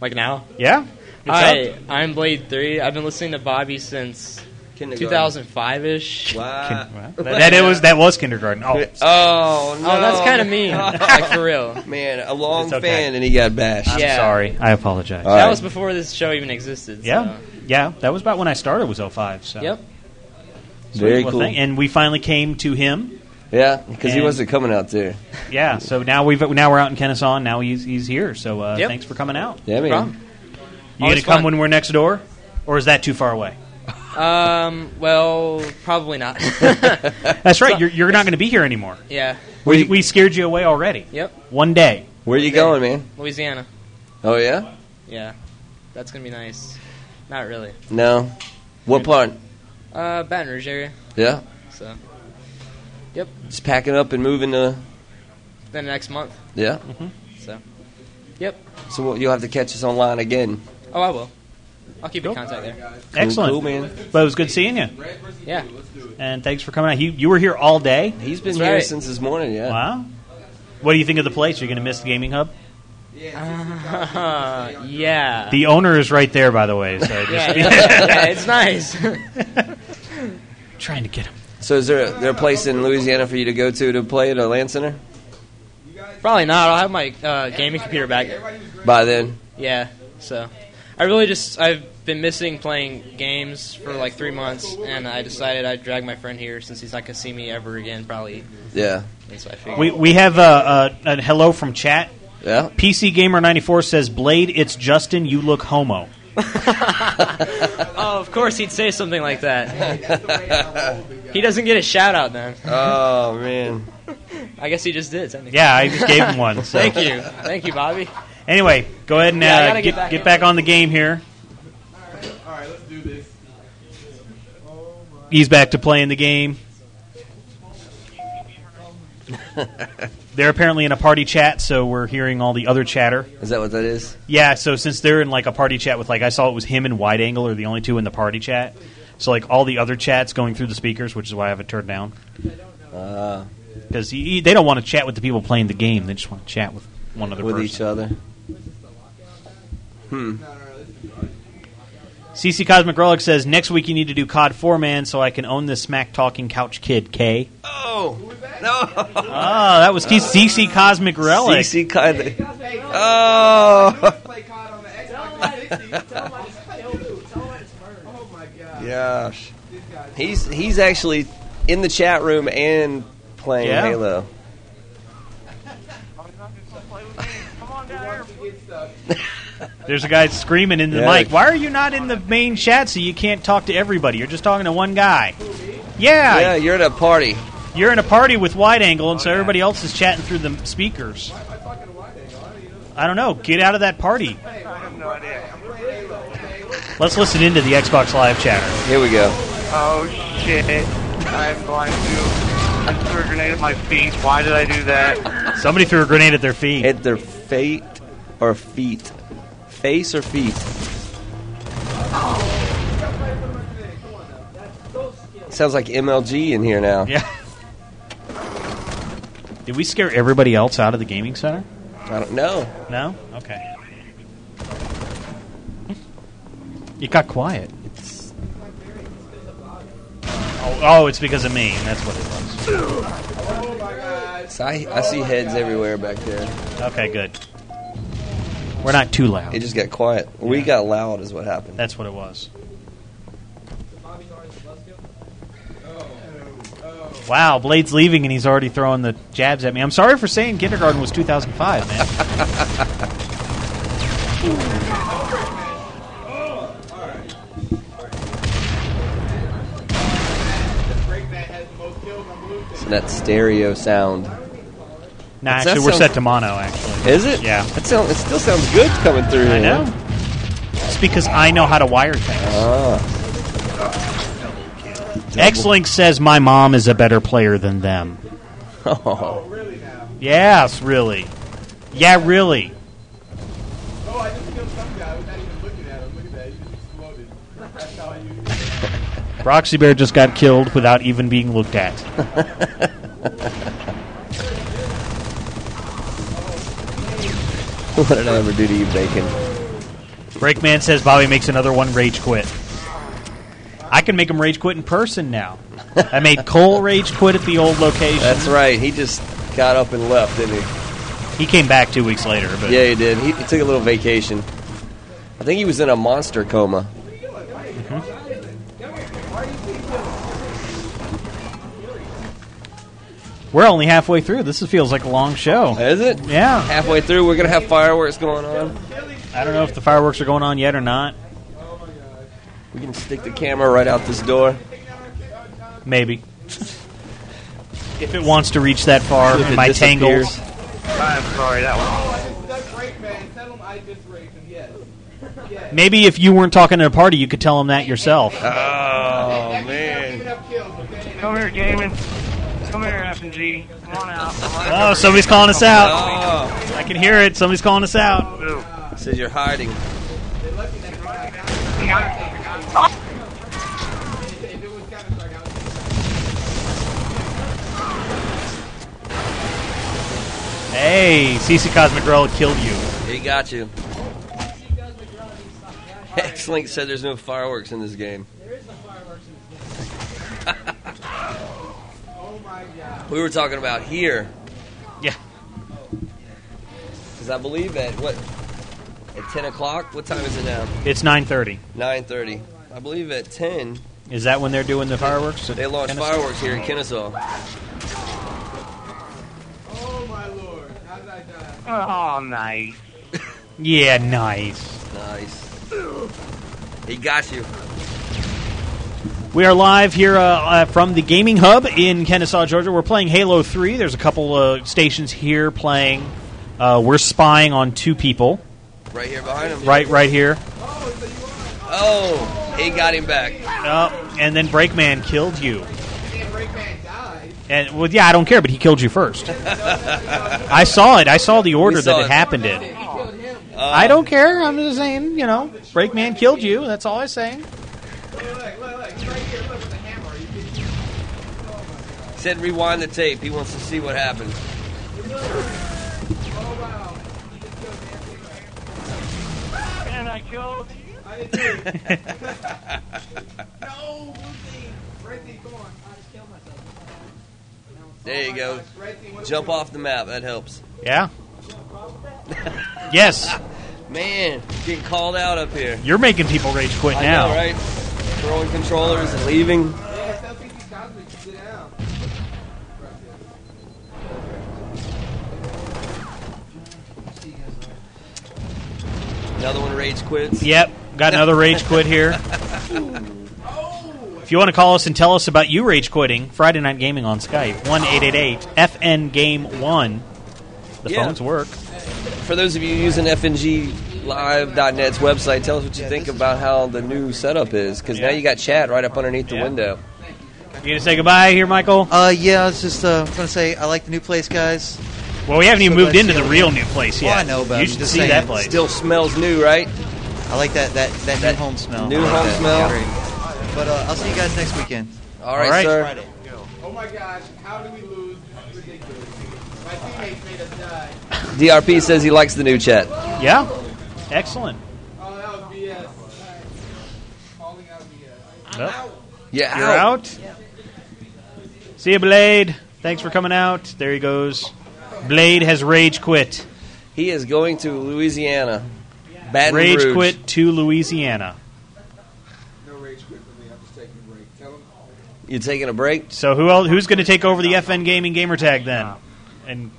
Like now? Yeah. Hi, I'm Blade 3. I've been listening to Bobby since kindergarten. 2005 ish. Wow. That, it was that was kindergarten. Oh, Oh no. Oh, that's kind of mean. like, for real. man. A long It's okay. fan, and he got bashed. Yeah. sorry. I apologize. All That right. was before this show even existed. so- yeah, yeah. That was about when I started. Was 05. So Yep. So Very well, cool. thank- And we finally came to him. Yeah, because he And- wasn't coming out there. Yeah. So now we've now we're out in Kennesaw. And now he's he's here. So uh, Yep. thanks for coming out. Yeah, man. Problem. You Always gonna come fun. when we're next door, or is that too far away? Um, well, probably not. That's right. You're, you're not going to be here anymore. yeah. We, we scared you away already. Yep. One day. Where you going, man? Louisiana. Oh yeah. Yeah. That's going to be nice. Not really. No. What part? Uh, Baton Rouge area. Yeah. So, Just packing up and moving to. then next month. Yeah. So, So what- you'll have to catch us online again. oh, I will. I'll keep in contact there. Cool, Excellent. cool, man. Well, it was good seeing you. Yeah. And thanks for coming out. You you were here all day. He's been That's here right. since this morning. Yeah. Wow. What do you think of the place? Are you going to miss the gaming hub? Uh, yeah. The owner is right there, by the way. So just Yeah, yeah, yeah, it's nice. trying to get him. So is there a, there a place in Louisiana for you to go to to play at a land center? Probably not. I'll have my uh, gaming computer back. By then. Yeah. So, I really just I've been missing playing games for like three months, and I decided I'd drag my friend here since he's not gonna see me ever again, probably. Yeah. And so I figured. We we have a, uh a hello from chat. Yeah. PC Gamer ninety four says, "Blade, it's Justin. You look homo." oh, of course he'd say something like that. he doesn't get a shout out then. Oh man. I guess he just did. technically. Yeah, I just gave him one. So. Thank you. Thank you, Bobby. Anyway, go ahead and uh, Yeah, I gotta get, get get, back, back in. on the game here. All right, let's do this. He's back to playing the game. They're apparently in a party chat, so we're hearing all the other chatter. Is that what that is? Yeah, so since they're in like a party chat with like I saw it was him and Wide Angle are the only two in the party chat. So like all the other chats going through the speakers, which is why I have it turned down. Uh, because they don't want to chat with the people playing the game. They just want to chat with one other With person. each other. Hmm. CC Cosmic Relic says next week you need to do COD four man so I can own this smack talking couch kid K. Ah, Oh no! Oh, that was CC Cosmic Relic. CC Cosmic. Oh. Oh Gosh, he's he's actually in the chat room and playing Yeah. Halo. There's a guy screaming in the Yeah. mic. Why are you not in the main chat so you can't talk to everybody? You're just talking to one guy. Yeah. Yeah, you're at a party. You're in a party with wide angle, and so everybody else is chatting through the speakers. I don't know. Get out of that party. Let's listen into the Xbox Live chatter. Here we go. Oh shit. I'm going to. I threw a grenade at my feet. Why did I do that? Somebody threw a grenade at their feet. At their fate or feet, face or feet. Sounds like MLG in here now. Yeah. Did we scare everybody else out of the gaming center? I don't know. No? Okay. It got quiet. Oh, oh it's because of me. That's what it was. So I, I see heads everywhere back there. Okay, good. We're not too loud. It just got quiet. We got loud, is what happened. That's what it was. Wow, Blade's leaving and he's already throwing the jabs at me. I'm sorry for saying kindergarten was 2005, man. So that stereo sound. nah, That actually, we're sounds- set to mono, actually. Is it? Yeah. That sound, it still sounds good coming through. I here. know. It's because I know how to wire things. Ah. X Link says my mom is a better player than them. Oh. Yes, really. Yeah, really. Oh, Roxy Bear just got killed without even being looked at. what did I ever do to you, Bacon? Breakman says Bobby makes another one rage quit. I can make him rage quit in person now. I made Cole rage quit at the old location. That's right. He just got up and left, didn't he? He came back two weeks later, but Yeah, he did. He, he took a little vacation. I think he was in a monster coma. we're only halfway through. This feels like a long show. Is it? Yeah. Halfway through, we're gonna have fireworks going on. I don't know if the fireworks are going on yet or not. We can stick the camera right out this door. Maybe. If it wants to reach that far If in it my disappears. tangles. I'm sorry, that was. Maybe if you weren't talking at a party, you could tell them that yourself. Oh man. Come here, Gaming. Come here, FNG. Come on out. Oh, somebody's calling us out. I can hear it. Somebody's calling us out. Oh. Says you're hiding. Hey, CC Cosmic Relic killed you. He got you. X Link said there's no fireworks in this game. Oh, We were talking about here. Yeah. Because I believe at what at ten o'clock. What time is it now? It's 9:30. Nine thirty. I believe at ten Is that when they're doing the fireworks? they launch Kennesaw? fireworks here in Kennesaw. Oh, nice. Yeah, nice. Nice. He got you. We are live here uh, uh, from the Gaming Hub in Kennesaw, Georgia. We're playing Halo 3. There's a couple of stations here playing. Uh, we're spying on two people. Right here behind him. Right, right here. Oh, he got him back. Uh, and then Breakman killed you. And well, yeah, I don't care, but he killed you first. I saw it. I saw the order We saw that it, it. happened in. I don't care. I'm just saying, you know, Breakman killed you. That's all I'm saying. Said rewind the tape. He wants to see what happened. And I killed. No, blue team. Red team, come on. I just killed myself. There you go. Jump off the map. That helps. Yeah. yes. Man, getting called out up here. You're making people rage quit I now. know, right? Throwing controllers and leaving. Another one rage quits. Yep. Got another rage quit here. If you want to call us and tell us about you rage quitting, Friday Night Gaming on Skype, 1 FN Game 1. The Yeah. phones work. For those of you using FNGLive.net's website, tell us what you think about how the new setup is, because now you got chat right up underneath the Yeah. window. You gonna say goodbye here, Michael? Uh, yeah, I was just uh, gonna say I like the new place, guys. Well, we haven't even So moved glad into to see the it. real new place yet. Oh, I know, but you I'm should just see saying, that place. Still smells new, right? I like that that, that, new home smell. new I like home that. smell. Great. But uh, I'll see you guys next weekend. All right, All right. sir. Friday. Oh my gosh, how do we lose? Ridiculous. My teammates made us die. DRP says he likes the new chat. Yeah. Excellent. Oh, that was BS. Calling out BS. Well, Yeah, You're out. out. See you, Blade. Thanks for coming out. There he goes. Blade has rage quit. He is going to Louisiana. Baton rage Rouge. quit to Louisiana. No rage quit for me. I'm just taking a break. Tell them. You taking a break? So who else, who's going to take over the FN Gaming gamer tag then? And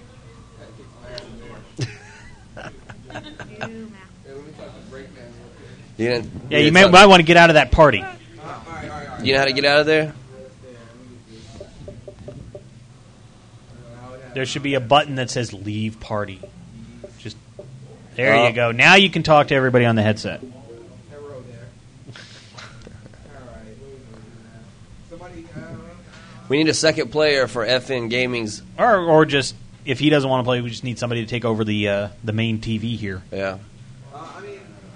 You didn't, yeah, you didn't may, talk- might want to get out of that party. You know how to get out of there? There should be a button that says "Leave Party." Just there Uh, you go. Now you can talk to everybody on the headset. uh, We need a second player for FN Gaming's. Or, or just if he doesn't want to play, we just need somebody to take over the uh, the main TV here. Yeah. uh,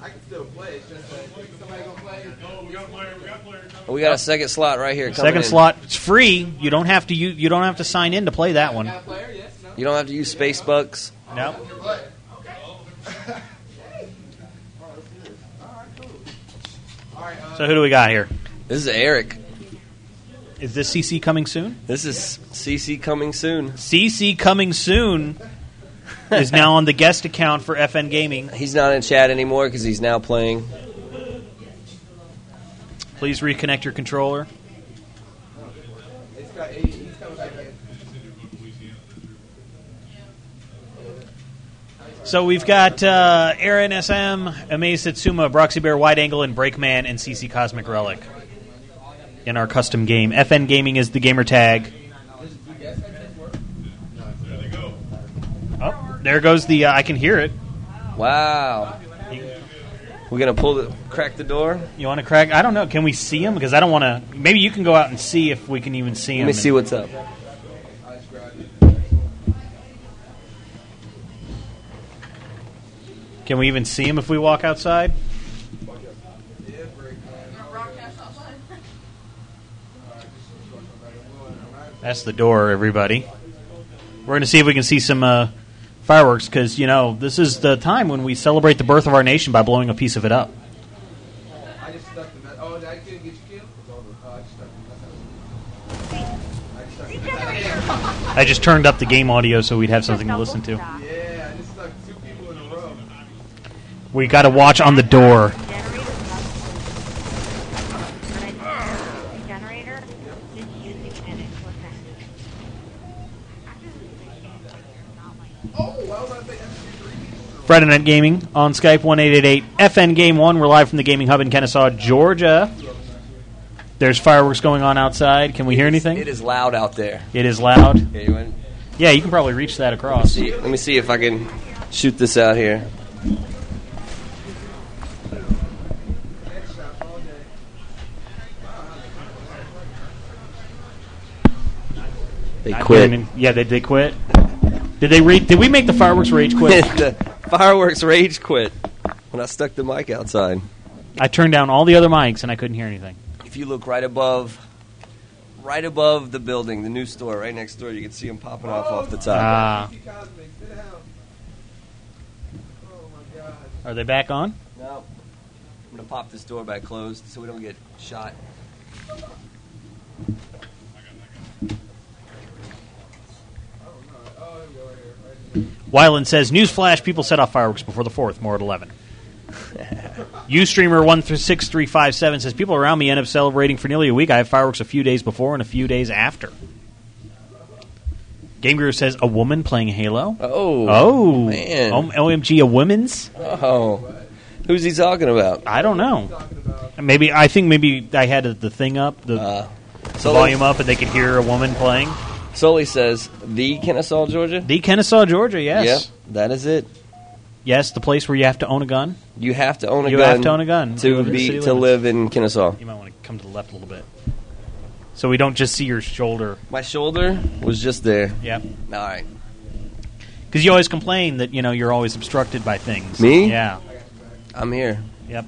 I can still play. It's just that somebody gonna play. we got players. We got players. We got a second slot right here. coming Second in. slot, it's free. You don't have to you, you don't have to sign in to play that one. You don't have to use space bucks. No. So who do we got here? This is Eric. Is this CC coming soon? This is CC coming soon. CC coming soon is now on the guest account for FN Gaming. He's not in chat anymore because he's now playing. Please reconnect your controller. It's got eight. He's coming back in. So we've got uh, Aaron SM, Amaze Satsuma, Broxy Bear, Wide Angle, and Breakman, and CC Cosmic Relic in our custom game. FN Gaming is the gamer tag. Oh, there goes the. Uh, I can hear it. Wow. We're gonna pull the crack the door. You want to crack? I don't know. Can we see him? Because I don't want to. Maybe you can go out and see if we can even see him. Let me see And- what's up. Can we even see him if we walk outside? That's the door, everybody. We're going to see if we can see some uh, fireworks because, you know, this is the time when we celebrate the birth of our nation by blowing a piece of it up. I just stuck the mess. Oh, did I get get you killed? It's over. Oh, I just stuck the mess. I just stuck the mess. I just turned up the game audio so we'd have something to listen to. Yeah, I just stuck two people in a row. We got to watch on the door. generator is using an Oh, Friday Night Gaming on Skype, 1888 FN Game 1. We're live from the Gaming Hub in Kennesaw, Georgia. There's fireworks going on outside. Can we hear anything? It is loud out there. It is loud. Here, you want- Yeah, you can probably reach that across. see- let me see if I can shoot this out here. They I quit. mean, yeah, they, they quit. Did they re- Did we make the fireworks rage quit? the fireworks rage quit when I stuck the mic outside. I turned down all the other mics and I couldn't hear anything. If you look right above, right above the building, the new store right next door. You can see them popping off off the top. Ah. Oh, Are they back on? No. I'm gonna pop this door back closed so we don't get shot. Wyland says, "Newsflash: People set off fireworks before the fourth. More at 11. Ustreamer one through six three five seven says, "People around me end up celebrating for nearly a week. I have fireworks a few days before and a few days after." Game Guru says, "A woman playing Halo." Oh, oh, man. Om- OMG, a woman's. Oh, who's he talking about? I don't know. Maybe I think maybe I had the thing up, the, Uh, the so- volume up, and they could hear a woman playing. Sully says the Kennesaw, Georgia. The Kennesaw, Georgia. Yes. Yep, that is it. Yes, the place where you have to own a gun. You have to own a You gun. have to own a gun to to live in the be city to limits. live in Kennesaw. You might want to come to the left a little bit, so we don't just see your shoulder. My shoulder was just there. Yep. All right. Because you always complain that you know you're always obstructed by things. Me? Yeah. I'm here. Yep.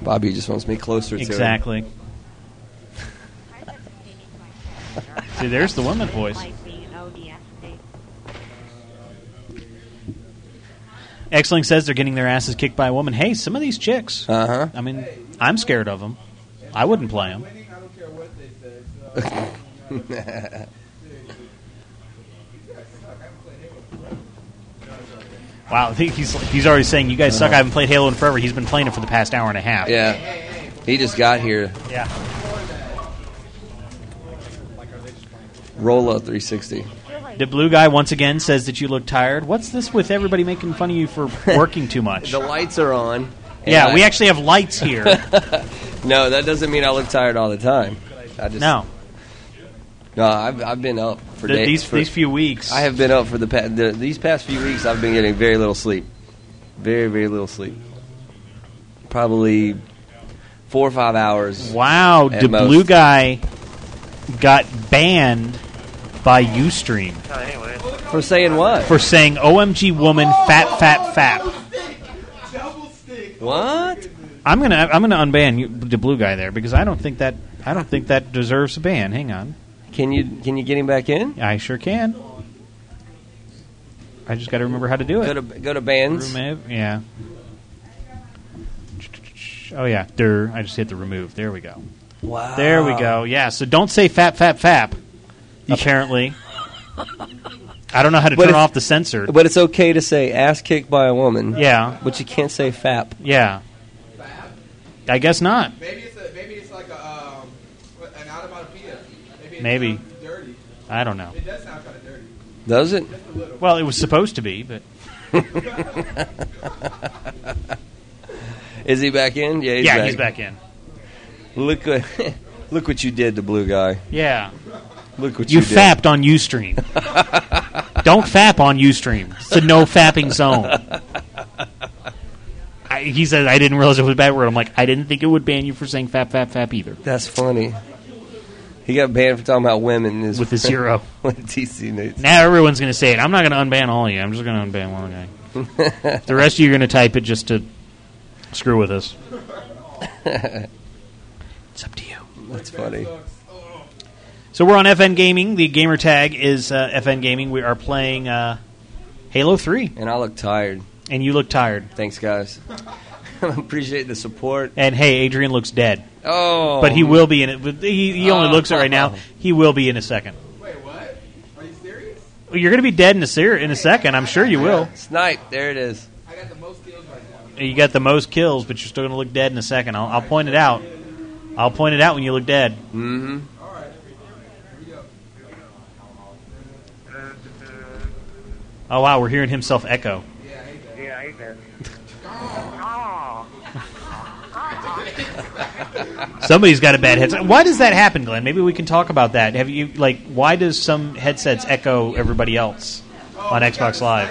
Bobby just wants me closer to him. Exactly. See, there's the woman voice. Xling says they're getting their asses kicked by a woman. Hey, some of these chicks. Uh huh. I mean, I'm scared of them. I wouldn't play them. Wow, I think he's he's already saying you guys suck. I haven't played Halo in forever. He's been playing it for the past hour and a half. Uh-huh. yeah. He just got here. Yeah. Rolla 360. The blue guy once again says that you look tired. What's this with everybody making fun of you for working too much? The lights are on. and yeah, I- we actually have lights here. No, that doesn't mean I look tired all the time. I just No. No, I've, I've been up for Th- days. these- for, these few weeks. I have been up for the, pa- the these past few weeks. I've been getting very little sleep, very very little sleep. Probably four or five hours. Wow, at the most. blue guy got banned by UStream for saying what? for saying "OMG woman, fat, fat, fat." What? I'm gonna I'm gonna unban you, the blue guy there because I don't think that I don't think that deserves a ban. Hang on, Can you can you get him back in? I sure can. I just got to remember how to do it. Go to go to bands. Remove, yeah. Oh yeah, there. I just hit the remove. There we go. Wow. There we Um, go. Yeah. So don't say fap fap fap. Apparently, I don't know how to But turn if- off the censored. But it's okay to say ass kicked by a woman. Yeah. But you can't say fap. Yeah. I guess not. Maybe it's a, maybe it's like a um, what- an onomatopoeia. Maybe. It Maybe. sounds Dirty. I don't know. It does sound kind of dirty. Does it? Well, it was supposed to be, but Is he back in? Yeah, he's yeah, back. he's back in. Look what look what you did to blue guy. Yeah. Look what You you, did. fapped on UStream. don't fap on UStream. It's a no fapping zone. I, he said, I didn't realize it was a bad word. I'm like, I didn't think it would ban you for saying fap, fap, fap either. That's funny. He got banned for talking about women. in His With a zero. with TC News. Now everyone's going to say it. I'm not going to unban all of you. I'm just going to unban one guy. the rest of you are going to type it just to screw with us. it's up to you. That's funny. So we're on FN Gaming. The gamer tag is uh, FN Gaming. We are playing uh, Halo 3, And I look tired. and you look tired. Thanks, guys. I appreciate the support. And hey, Adrian looks dead, Oh, but he will be in it. But He, he only Oh. looks it right now. He will be in a second. Wait, what? Are you serious? Well, You're going to be dead in a ser- in a second. I'm sure you will. Snipe. There it is. I got the most kills right now. You got the most kills, but you're still going to look dead in a second. I'll, I'll point it out. I'll point it out when you look dead. Mm-hmm. All right. Here we go. Oh wow, we're hearing himself echo. Yeah, I guess. Somebody's got a bad headset. Why does that happen, Glenn? Maybe we can talk about that. Have you like why does some headsets echo everybody else on Xbox Live?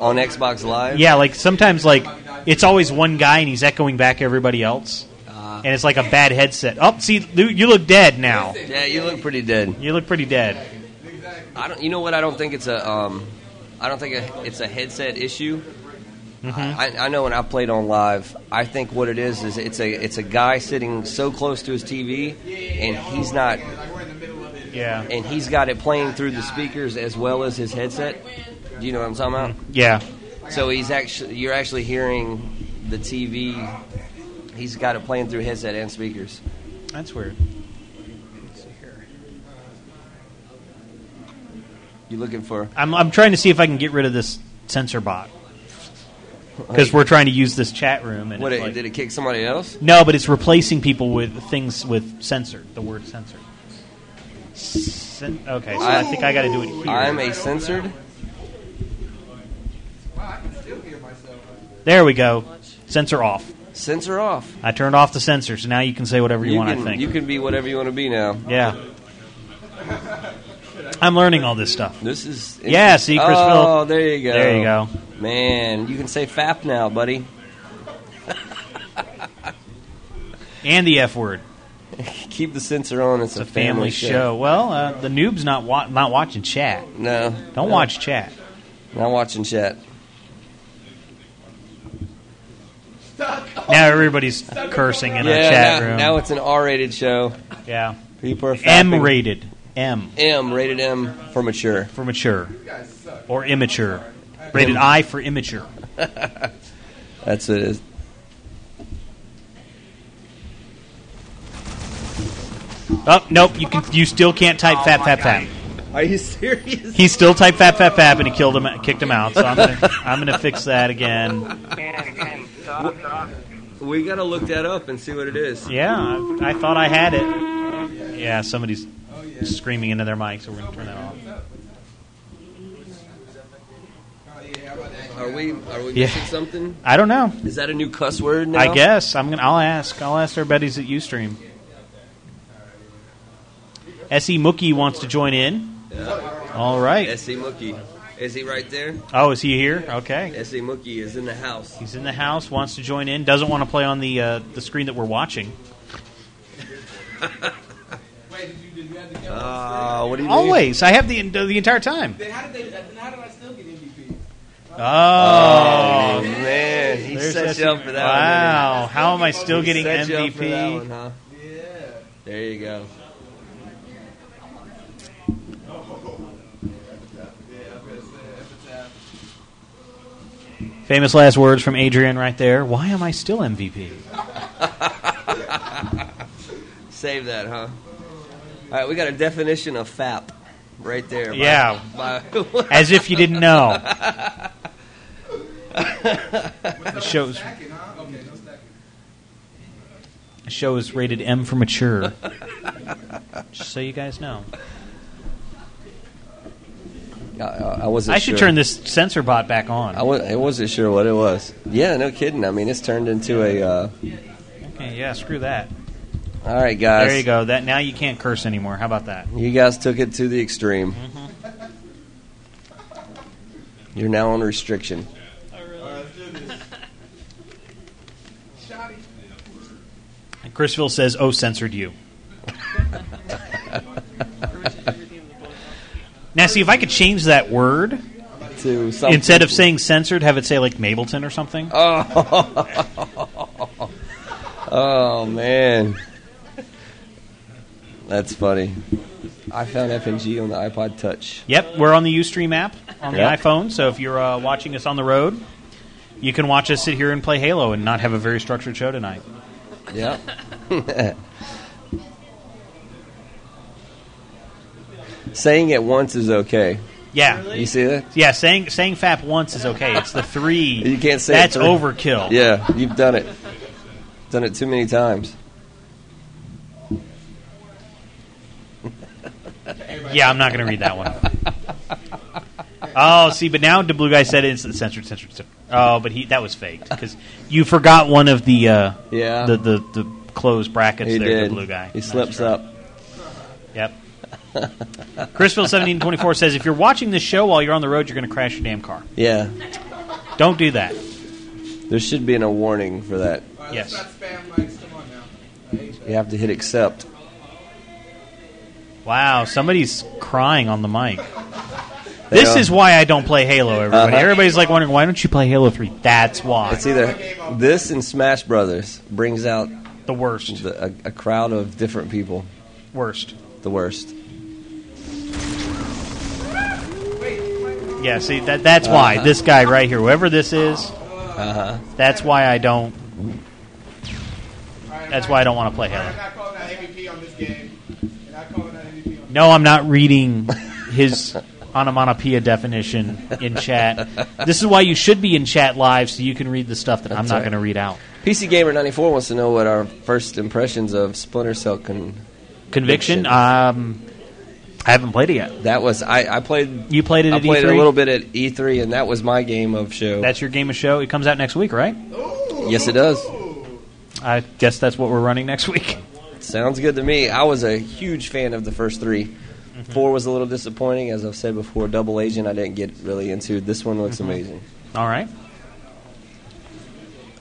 On Xbox Live. Yeah, like sometimes like it's always one guy and he's echoing back everybody else, and it's like a bad headset. Oh, see, Lou, you look dead now. Yeah, you look pretty dead. You look pretty dead. I don't. You know what? I don't think it's a. Um, I don't think a, it's a headset issue. Mm-hmm. I, I know when I played on live, I think what it is is it's a it's a guy sitting so close to his TV, and he's not. Yeah. And he's got it playing through the speakers as well as his headset. Do you know what I'm talking about? Yeah. So he's actually you're actually hearing the TV. He's got it playing through headset and speakers. That's weird. You looking for? I'm, I'm trying to see if I can get rid of this censor bot because we're trying to use this chat room. And What it's it- like- did it kick somebody else? no, but it's replacing people with things with censored. The word censored. Cen- okay, so I, think I got to do it here. I'm a censored. there we go. Censor off. Censor off. I turned off the censor, so now you can say whatever you, want. can, I think. you can be whatever you want to be now. yeah. I'm learning all this stuff. This is yeah. See, Chris Oh, Phil- there you go. There you go. Man, you can say fap now, buddy. And the F word. Keep the censor on. It's, It's a family, show. Well, uh, the noob's not wa- not watching chat. No. Don't No. watch chat. Not watching chat. Now everybody's cursing in yeah, our chat now, room. now it's an R-rated show. Yeah. People are fapping. M-rated. M. M rated M for mature. For mature. Or immature. Rated I for immature. That's what it is. Oh nope, you can you still can't type fat fat fat. Are you serious? He still typed fat fat fat and he killed him kicked him out. So I'm gonna I'm gonna fix that again. We gotta look that up and see what it is. Yeah, I, I thought I had it. Yeah, somebody's screaming into their mic, so we're gonna turn that off. Are we are we Yeah. missing something? I don't know. Is that a new cuss word now? I guess I'm gonna. I'll ask. I'll ask our buddies at UStream. Se E Mookie wants to join in. All right. S.E. E Mookie. Is he right there? Oh, is he here? Okay. S.E. Mookie is in the house. He's in the house. Wants to join in. Doesn't want to play on the uh, the screen that we're watching. Uh, what do you mean? Always. I have the the entire time. Oh, Oh, man. He There's set SE you up for that one. Wow. didn't he? How am I still He getting set you up for that MVP? one, huh? There you go. Famous last words from Adrian right there. Why am I still MVP? Save that, huh? All right, we got a definition of fap right there. by- Yeah. by- As if you didn't know. The show's the show is rated M for mature. Just so you guys know. I, I- I wasn't. I should sure. turn this censor bot back on. I, was, I wasn't sure what it was. Yeah, no kidding. I mean, it's turned into a. Uh, Okay, yeah, screw that. all right, guys. There you go. That now you can't curse anymore. How about that? You guys took it to the extreme. Mm-hmm. You're now on restriction. And Chrisville says, "Oh, censored you." now, see if I could change that word To something. instead of saying censored, have it say like Mableton or something. Oh. oh man, that's funny. I found FNG on the iPod Touch. Yep, we're on the UStream app on the Yep. iPhone. So if you're uh, watching us on the road, you can watch us sit here and play Halo and not have a very structured show tonight. Yep. Saying it once is okay. Yeah, You see that? yeah. Saying saying "fap" once is okay. It's the three. You can't say it that's three- overkill. Yeah, you've done it. Done it too many times. Yeah, I'm not going to read that one. Oh, see, but now the blue guy said it's censored, censored, censored. Oh, but he that was faked because you forgot one of the uh, Yeah. the, the the closed brackets he there. did. The blue guy. He slips up. Yep. Chrisville seventeen twenty four says if you're watching this show while you're on the road, you're going to crash your damn car. Yeah. Don't do that. There should be a warning for that. Yes. You have to hit accept. Wow, somebody's crying on the mic. This is why I don't play Halo. Everybody, Uh-huh. everybody's like wondering why don't you play Halo Three? That's why. It's either this and Smash Brothers brings out the worst. a, a crowd of different people. Worst. The worst. Yeah, see that that's why Uh-huh. this guy right here, whoever this is, uh that's why I don't. That's why I don't want to play Halo. No, I'm not reading his onomatopoeia definition in chat. This is why you should be in chat live so you can read the stuff that I'm That's not right. going to read out. PC Gamer ninety four wants to know what our first impressions of Splinter Cell con- Conviction. Um, I haven't played it yet. That was I, I played. You played it I at played E3? a little bit at E three, and that was my game of show. That's your game of show. It comes out next week, right? yes, it does. I guess that's what we're running next week. Sounds good to me. I was a huge fan of the first 3 Mm-hmm. Four was a little disappointing, as I've said before. Double Agent, I didn't get really into. This one looks Mm-hmm. amazing. All right.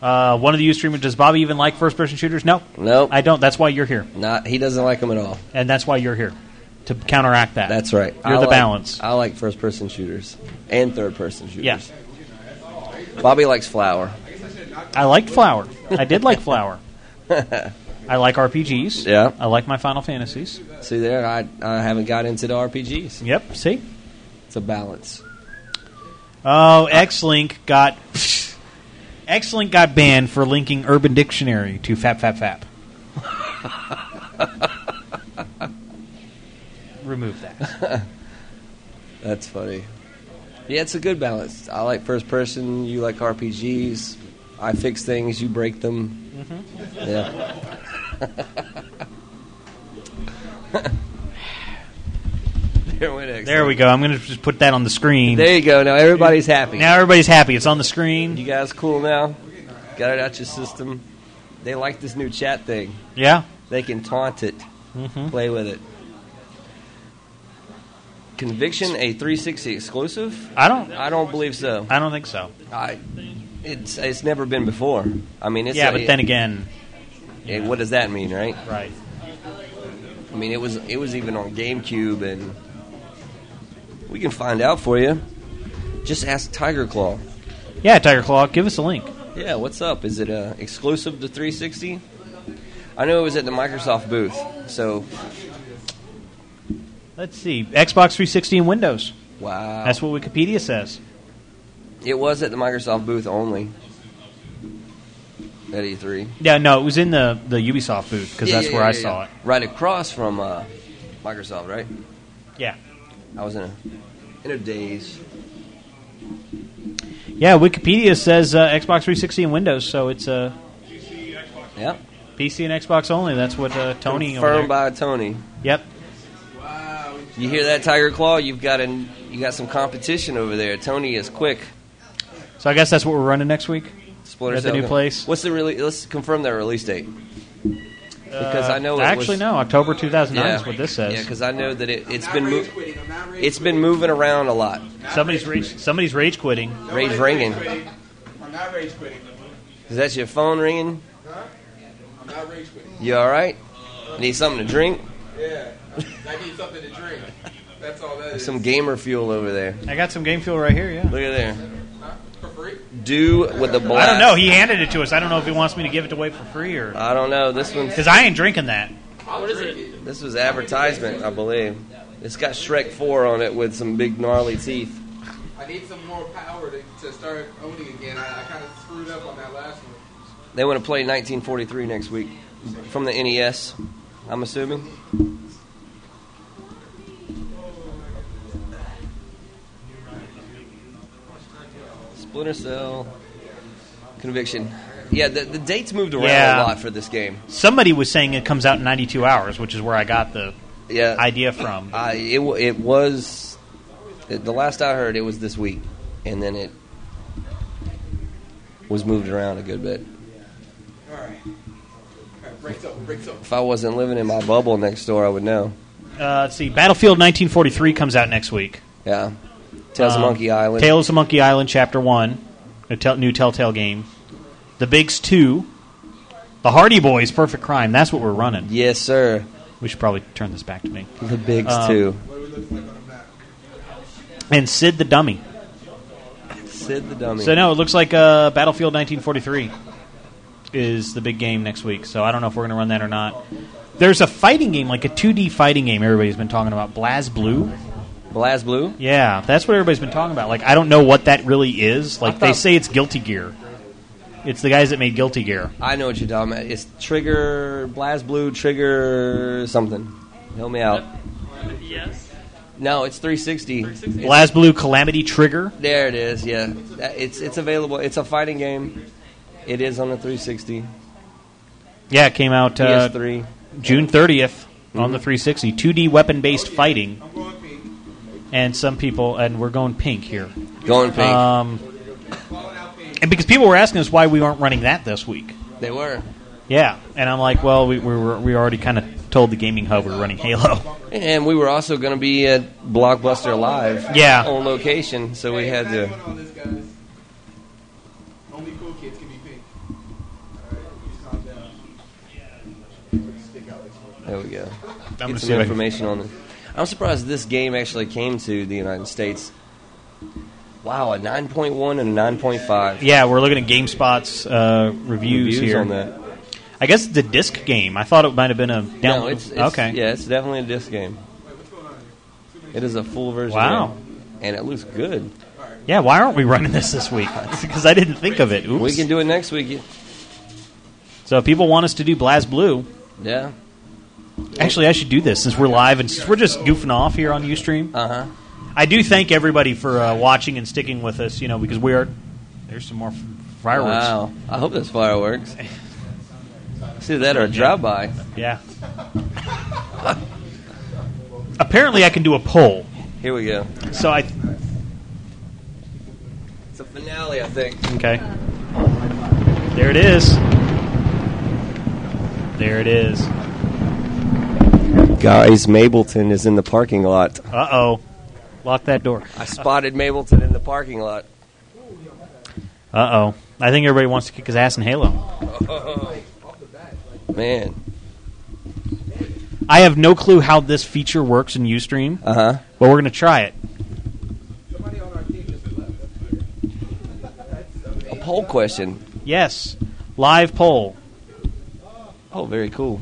Uh, one of the streamers. Does Bobby even like first-person shooters? No. Nope. I don't. That's why you're here. Not he doesn't like them at all. And that's why you're here to counteract that. That's right. You're I the like- balance. I like first person shooters and third person shooters. Yeah. Bobby likes flour. I liked Flower. I did like Flower. I like RPGs. Yeah. I like my Final Fantasies. See there, I, I haven't got into the RPGs. Yep. See, it's a balance. Oh, X-Link got X-Link got banned for linking Urban Dictionary to Fap Fap Fap. Remove that. That's funny. Yeah, it's a good balance. I like first person. You like RPGs. I fix things. You break them. Mhm. Yeah. there went X. There we go. I'm going to just put that on the screen. There you go. Now everybody's happy. Now everybody's happy. It's on the screen. You guys cool now? Got it out your system. They like this new chat thing. Yeah. They can taunt it, Mhm. play with it. Conviction a 360 exclusive? I don't. I don't believe so. I don't think so. I. It's it's never been before. I mean, it's yeah, not- but then again, Yeah, What does that mean, right? Right. I mean, it was it was even on GameCube, and we can find out for you. Just ask Tiger Claw. yeah, Tiger Claw, give us a link. Yeah, what's up? Is it uh, exclusive to 360? I know it was at the Microsoft booth, so Let's see. Xbox 360 and Windows. Wow. That's what Wikipedia says. it was at the Microsoft booth only at E3. Yeah, no, it was in the, the Ubisoft booth because Yeah, that's yeah, where yeah, I yeah. saw it. Right across from uh, Microsoft, right? Yeah. I was in a in a daze. Yeah, Wikipedia says uh, Xbox 360 and Windows, so it's uh, Yep. PC and Xbox only. That's what uh, Tony over Confirmed there. by Tony. Yep. You hear that, Tiger Claw? You've got an, you got some competition over there. Tony is quick. So I guess that's what we're running next week. Splinter At the Cell new com- place. What's the really? Let's confirm that release date. Because Uh, I know it actually was, no, October 2009 is Yeah. what this says. Yeah, because I know that it, it's been mo- it's been moving around a lot. somebody's rage somebody's rage quitting. Rage ringing. I'm not rage quitting. Is that your phone ringing? I'm not rage quitting. You all right? Need something to drink? Yeah. I need something to drink. That's all that is. Some gamer fuel over there. I got some game fuel right here. Yeah. Look at there. Do with the I blast. don't know. He handed it to us. I don't know if he wants me to give it away for free or I don't know. This one. because I ain't drinking that. What is it? This was advertisement, I believe. It's got Shrek 4 on it with some big gnarly teeth. I need some more power to, to start owning again. I, I kind of screwed up on that last one. They want to play 1943 next week from the NES. I'm assuming. Splinter Cell Conviction. Yeah, the, the dates moved around Yeah. a lot for this game. Somebody was saying it comes out in 92 hours, which is where I got the Yeah. idea from. Uh, I it wa- it was the- the last I heard it was this week, and then it was moved around a good bit. All right. All right, breaks up, breaks up. If I wasn't living in my bubble next door, I would know. Uh, let's see. Battlefield 1943 comes out next week. Yeah. Tales Um, of Monkey Island. Tales of Monkey Island Chapter 1, a tel- new Telltale game. The Bigs 2. The Hardy Boys Perfect Crime. That's what we're running. Yes, sir. Um, We should probably turn this back to me. The Bigs Um, 2. and Sid the Dummy. Sid the dummy. So no, it looks like uh, Battlefield 1943 is the big game next week. So I don't know if we're going to run that or not. There's a fighting game, like a 2D fighting game. Everybody's been talking about BlazBlue. BlazBlue. Yeah, that's what everybody's been talking about. Like I don't know what that really is. Like they thought- say it's Guilty Gear. It's the guys that made Guilty Gear. I know what you're talking about. It's Trigger BlazBlue Trigger something. Help me out. Yes. No, it's 360. It's- BlazBlue Calamity Trigger. There it is. Yeah, That- it's it's available. It's a fighting game. It is on the 360. Yeah, it came out uh, PS3. June 30th on the Mm-hmm. 360. 2D weapon based fighting. And some people, and we're going pink here. Going pink. Um, and because people were asking us why we weren't running that this week. They were. Yeah, and I'm like, well, we we, were, we already kind of told the gaming hub we're running Halo. And we were also going to be at Blockbuster Live. Yeah. On location, so we had to. Only cool kids can be pink. There we go. gonna Get some see if I- information on it. I'm surprised this game actually came to the United States. Wow, a 9.1 and a 9.5. Yeah, we're looking at GameSpot's uh, reviews, Reviews here. on that. I guess it's a disc game. I thought it might have been a download. No, it's, it's- okay. Yeah, it's definitely a disc game. It is a full version. Wow. game, and it looks good. Yeah, why aren't we running this this week? Because I didn't think of it. Oops. We can do it next week. So if people want us to do Blaz Blue. Yeah. Actually, I should do this since we're live and since we're just goofing off here on UStream. Uh huh. I do thank everybody for uh, watching and sticking with us. You know, because we are. There's some more f- fireworks. Wow. I hope that's fireworks. See that or a drive by. Yeah. Apparently, I can do a poll. Here we go. So I It's a finale, I think. Okay. There it is. There it is. Guys, Mableton is in the parking lot. Uh oh. Lock that door. I spotted Mableton in the parking lot. Uh oh. I think everybody wants to kick his ass in Halo. Man. I have no clue how this feature works in Ustream. Uh huh. But we're gonna try it. A poll question. Yes. Live poll. Oh, very cool.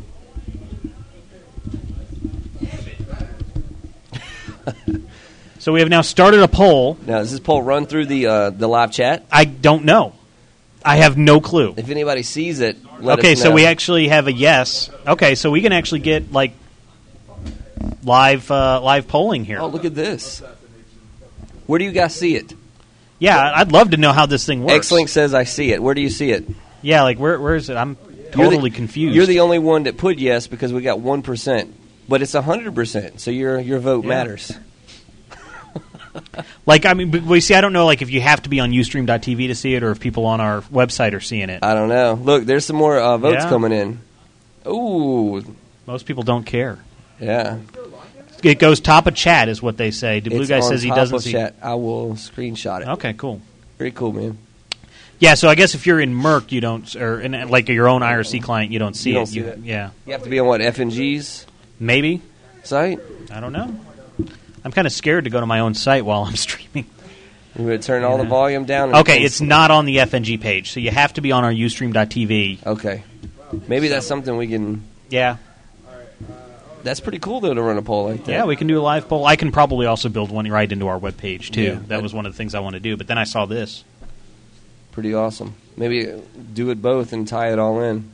So we have now started a poll. Now, does this poll run through the uh, the live chat? I don't know. I have no clue. If anybody sees it, let okay, us know. so we actually have a yes. Okay, so we can actually get like live uh, live polling here. Oh, look at this. Where do you guys see it? Yeah, I- I'd love to know how this thing works. X Link says I see it. Where do you see it? Yeah, like where where is it? I'm You're the- totally confused. You're the only one that put yes because we got one percent, but it's hundred percent. So your your vote Yeah. matters. like I mean, but we see. I don't know like if you have to be on UStream.tv to see it, or if people on our website are seeing it. I don't know. Look, there's some more uh, votes Yeah. coming in. Ooh, Most people don't care. yeah. It goes top of chat is what they say. The blue It's guy on says he top doesn't of see. Oh. Chat. I will screenshot it. Okay, cool. Very cool, man. Yeah, so I guess if you're in Merck, you don't, or in, uh, like your own IRC client, you don't see You it. don't see You- that. Yeah, You have to be on what FNG's maybe. site. I don't know. I'm kind of scared to go to my own site while I'm streaming. You would turn all the Yeah. volume down. and Okay, things- it's not on the FNG page, so you have to be on our UStream.tv. okay. Maybe that's something we can. Yeah, That's pretty cool though to run a poll like that. Yeah, we can do a live poll. I can probably also build one right into our webpage too. Yeah. that was one of the things I want to do. But then I saw this. Pretty awesome. Maybe do it both and tie it all in.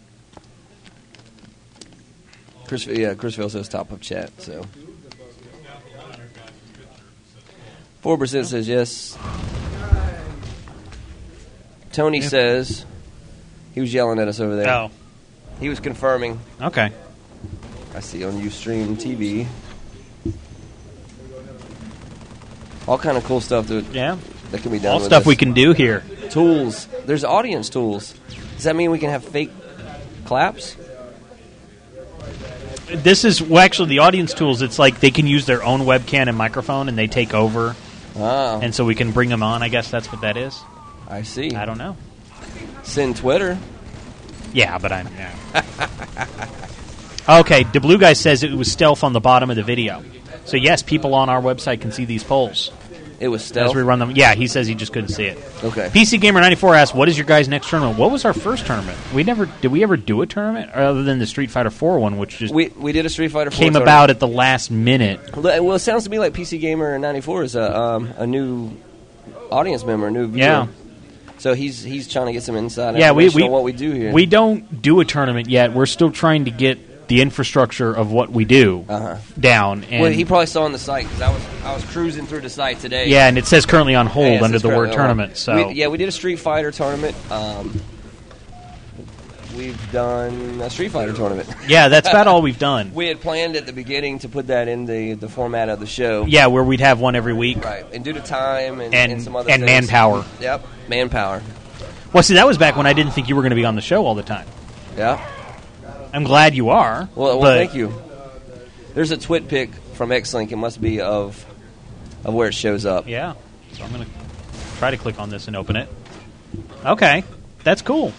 Chris, yeah, Chrisville says top of chat. So four percent says yes. Tony says he was yelling at us over there. Oh. he was confirming. Okay. I see on UStream TV. All kind of cool stuff that yeah that can be done. All with stuff this. we can do here. Tools. There's audience tools. Does that mean we can have fake claps? This is well, actually the audience tools. It's like they can use their own webcam and microphone, and they take over, Oh, and so we can bring them on. I guess that's what that is. I see. I don't know. Send Twitter. Yeah, but I'm. Okay, the blue guy says it was stealth on the bottom of the video. So yes, people on our website can see these polls. It was stealth? As we run them. Yeah, he says he just couldn't see it. Okay. PC Gamer ninety four asks, "What is your guys' next tournament? What was our first tournament? We never did we ever do a tournament other than the Street Fighter four one, which just We we did a Street Fighter 4 came tournament. about at the last minute. Le- Well, it sounds to me like PC Gamer '94 is a um, a new audience member, a new viewer. Yeah. So he's he's trying to get some insight yeah, we information we on what we do here. We don't do a tournament yet. We're still trying to get the infrastructure of what we do down. And Uh-huh. well, he probably saw on the site because I was I was cruising through the site today. yeah, and it says currently on hold Yeah, it under says the word currently on hold. tournament. So We- yeah, we did a Street Fighter tournament. Um, we've done a Street Fighter tournament. Yeah, that's about all we've done. we had planned at the beginning to put that in the the format of the show. yeah, where we'd have one every week. Right, and due to time and, And- and, some other and things. manpower. Yep, manpower. Well, see, that was back when I didn't think you were going to be on the show all the time. Yeah. I'm glad you are. Well, well but thank you. There's a twit pic from Xlink. It must be of of where it shows up. Yeah. So I'm going to try to click on this and open it. Okay, that's cool.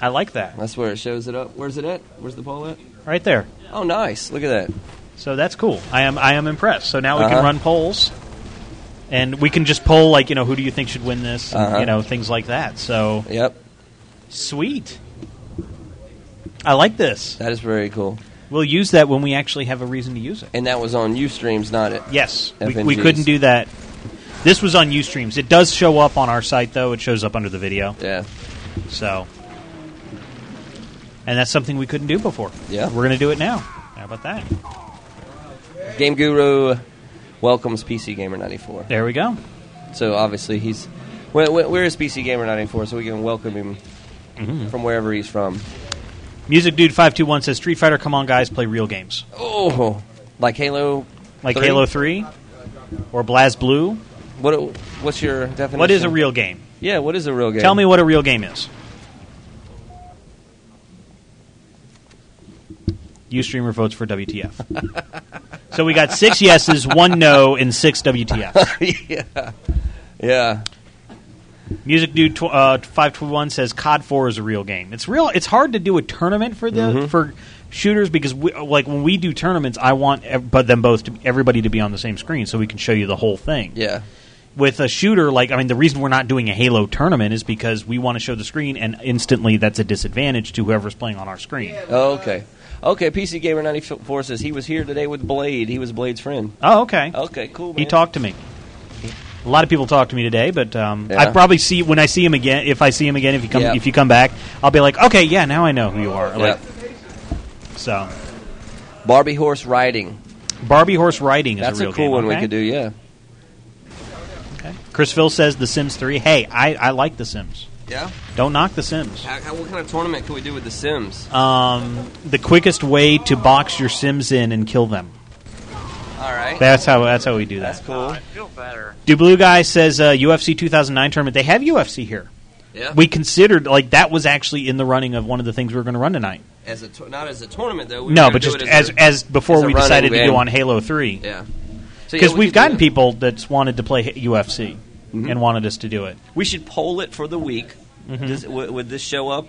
I like that. That's where it shows it up. Where's it at? Where's the poll at? Right there. Oh, nice. Look at that. So that's cool. I am I am impressed. So now we Uh-huh. can run polls, and we can just poll like you know who do you think should win this, and, Uh-huh. you know things like that. So yep, sweet. I like this. That is very cool. We'll use that when we actually have a reason to use it. And that was on Ustreams, not it. Yes, we, we couldn't do that. This was on UStreams. It does show up on our site though. It shows up under the video. Yeah. So, and that's something we couldn't do before. Yeah. we're gonna do it now. How about that? Game Guru welcomes PC Gamer 94. There we go. So obviously he's where, where, where is PC Gamer 94? So we can welcome him Mm-hmm. from wherever he's from. Music Dude five two one says Street Fighter. Come on, guys, play real games. Oh, like Halo, like Halo Three or Blaz Blue. What what's your definition? What is a real game? Yeah, what is a real game? Tell me what a real game is. Ustreamer votes for WTF. so we got six yeses, one no, and six WTF. yeah. Yeah. Music Dude tw- uh, five twenty one says COD four is a real game. It's real. It's hard to do a tournament for the Mhm. for shooters because we, like when we do tournaments, I want ev- but them both to, everybody to be on the same screen so we can show you the whole thing. Yeah. With a shooter, like I mean, the reason we're not doing a Halo tournament is because we want to show the screen, and instantly that's a disadvantage to whoever's playing on our screen. Oh, okay. Okay, PC Gamer 94 says he was here today with Blade. He was Blade's friend. Oh, okay. Okay, cool, man. He talked to me. A lot of people talked to me today, but um, Yeah. I probably see when I see him again. If I see him again, if you come, Yeah. if you come back, I'll be like, okay, yeah, now I know who you are. Like, So, Barbie horse riding. Barbie horse riding is That's a real cool game, one we okay? could do. Yeah. Chris Phil says The Sims 3. Hey, I, I like The Sims. Yeah. Don't knock The Sims. How, how- what kind of tournament could we do with The Sims? Um, the quickest way to box your Sims in and kill them. All right. That's how that's how we do that. That's cool. I feel better. Do Blue Guy says uh, UFC 2009 tournament. They have UFC here. Yeah. We considered like that was actually in the running of one of the things we were going to run tonight. As a tour- not as a tournament though. we no, were but gonna just do it as as, a- before as a we running decided to game. go on Halo Three. Yeah. So, yeah, Because we we've could do Mm-hmm. gotten that. people that's wanted to play h- UFC and wanted us to do it. We should poll it for the week. Mm-hmm. Does, w- would this show up?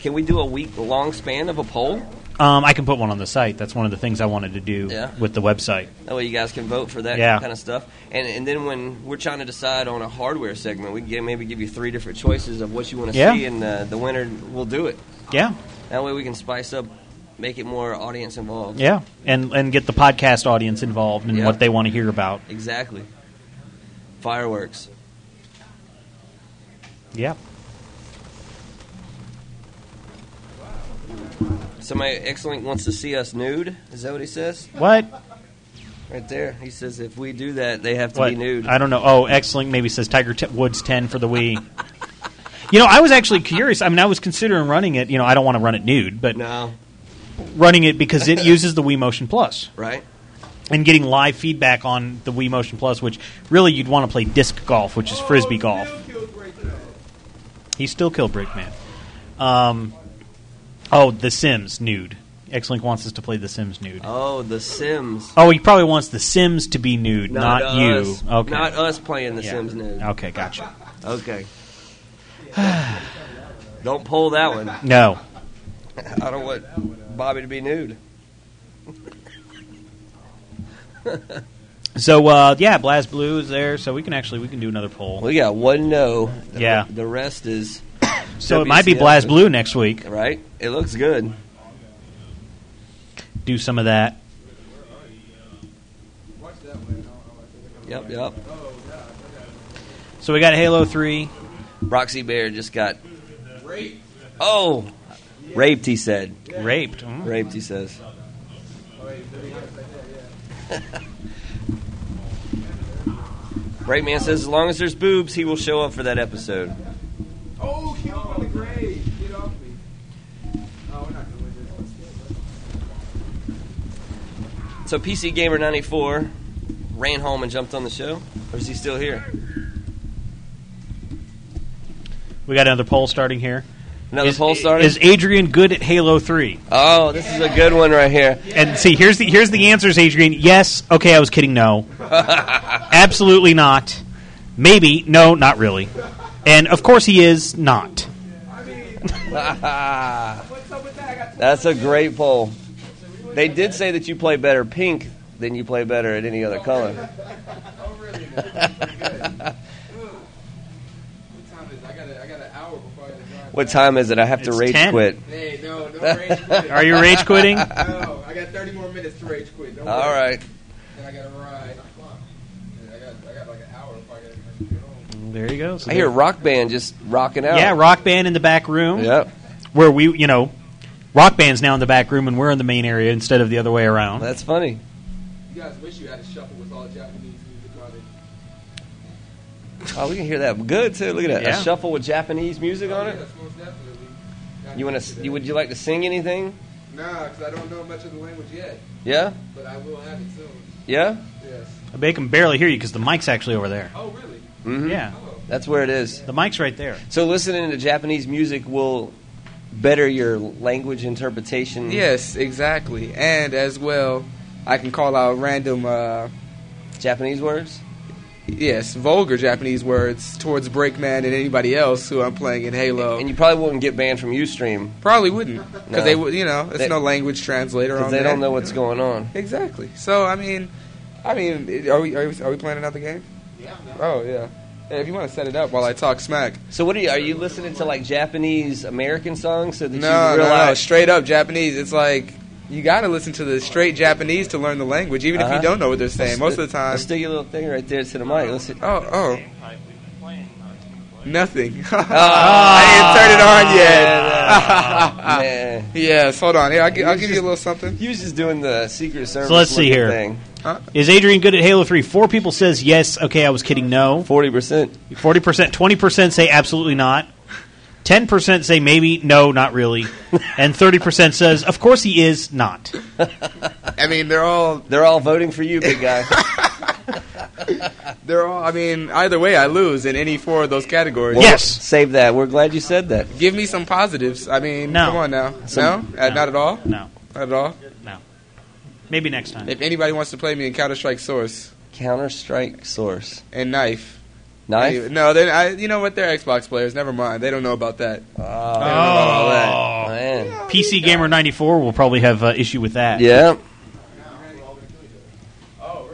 Can we do a week long span of a poll? Um, I can put one on the site. That's one of the things I wanted to do Yeah. with the website. That way you guys can vote for that Yeah. kind of stuff. And and then when we're trying to decide on a hardware segment, we can get- maybe give you three different choices of what you want to Yeah. see, and uh, the winner will do it. Yeah, That way we can spice up, make it more audience involved. yeah, and and get the podcast audience involved in Yeah. what they want to hear about. Exactly. Fireworks. Yeah, Somebody, X-Link wants to see us nude. Is that what he says? what? Right there. He says if we do that, they have to what? be nude. I don't know. Oh, X Link maybe says Tiger T- Woods ten for the Wii. you know, I was actually curious. I mean, I was considering running it. You know, I don't want to run it nude, but no, running it because it uses the Wii Motion Plus. Right. and getting live feedback on the Wii Motion Plus, which really you'd want to play disc golf, which is frisbee golf. He still killed Brickman. Um, oh, The Sims nude. X Link wants us to play The Sims nude. Oh, The Sims. Oh, he probably wants The Sims to be nude, not, you. us. Okay. Not us playing The Yeah. Sims nude. Okay, gotcha. Okay. don't pull that one. No. I don't want Bobby to be nude. So uh, yeah, Blast Blue is there, so we can actually we can do another poll. We got one no. The- Yeah. The rest is. So it might be WCF. Blaz Blue next week. Right? It looks good. Do some of that. Yep, yep. So we got Halo Three. Roxy Bear just got. Oh! Raped, he said. Raped. Raped, he says. Rape Man says, as long as there's boobs, he will show up for that episode. Oh, keep him on the grave. Get off me. Oh, we're not gonna win this. So PC Gamer 94 ran home and jumped on the show? Or is he still here? We got another poll starting here. Another Is- poll starting? Is Adrian good at Halo Three? Oh, this is a good one right here. And see, here's the here's the answers, Adrian. Yes. Okay, I was kidding. No. Absolutely not. Maybe. No. Not really. And of course, he is not. That's a great poll. They did say that you play better pink than you play better at any other color. Oh, I got, a, I got an hour before I get what time is it? I have to It's rage 10. quit. Hey, no, don't rage quit. Are you rage quitting? No, I got 30 more minutes to rage quit. Don't All worry. right. Then I got to ride. And I got, I got like an hour before I get There you go. So I hear there- Rock Band just rocking out. Yeah, rock band in the back room. Yep. Where we, you know, rock band's now in the back room and we're in the main area instead of the other way around. That's funny. You guys wish you had a shuffle with all Japanese music on it. Oh, we can hear that good too. Look at that. Yeah. A shuffle with Japanese music on it. You want to? You, would you like to sing anything? Nah, because I don't know much of the language yet. Yeah. But I will have it soon. Yeah. Yes. They can barely hear you because the mic's actually over there. Oh, really? hmm Yeah. That's where it is. The mic's right there. So listening to Japanese music will better your language interpretation. Yes, exactly. And as well, I can call out random uh, Japanese words. Yes, vulgar Japanese words towards Breakman and anybody else who I'm playing in Halo. And you probably wouldn't get banned from UStream. Probably wouldn't, because No. they would. You know, it's They- no language translator Because on they there. don't know what's going on. Exactly. So I mean, I mean, it- are we are we, are we playing another game? Yeah. Oh yeah. Hey, if you want to set it up while I talk smack. So what are you? Are you listening to like Japanese American songs so that No, you no, no, realize? straight up Japanese. It's like you got to listen to the straight Japanese to learn the language, even if Uh-huh. you don't know what they're saying. Most of the time, Let's do your little thing right there to the mic. Let's Oh, oh. uh, nothing. Ah, I man. didn't turn it on yet. yes, hold on. Here, I'll, gi- I'll give you a little something. He was just doing the Secret Service. So let's see here. looking Is Thing. Adrian good at Halo 3? Four people says yes. Okay, I was kidding. No. 40%. 40%. 20% say absolutely not. 10% say maybe. No, not really. And 30% says, of course he is not. I mean, they're all they're all voting for you, big guy. They're all. I mean, either way, I lose in any four of those categories. Well, Save that. We're glad you said that. Give me some positives. I mean, No. come on now. Some- no? Uh, no. not at all. No, not at all. No. Maybe next time. If anybody wants to play me in Counter Strike Source Counter Strike Source and Knife. Knife? Anyway, no, they. I, you know what? They're Xbox players. Never mind. They don't know about that. Oh, Oh. PC Gamer 94 will probably have uh, issue with that. Yeah. Oh,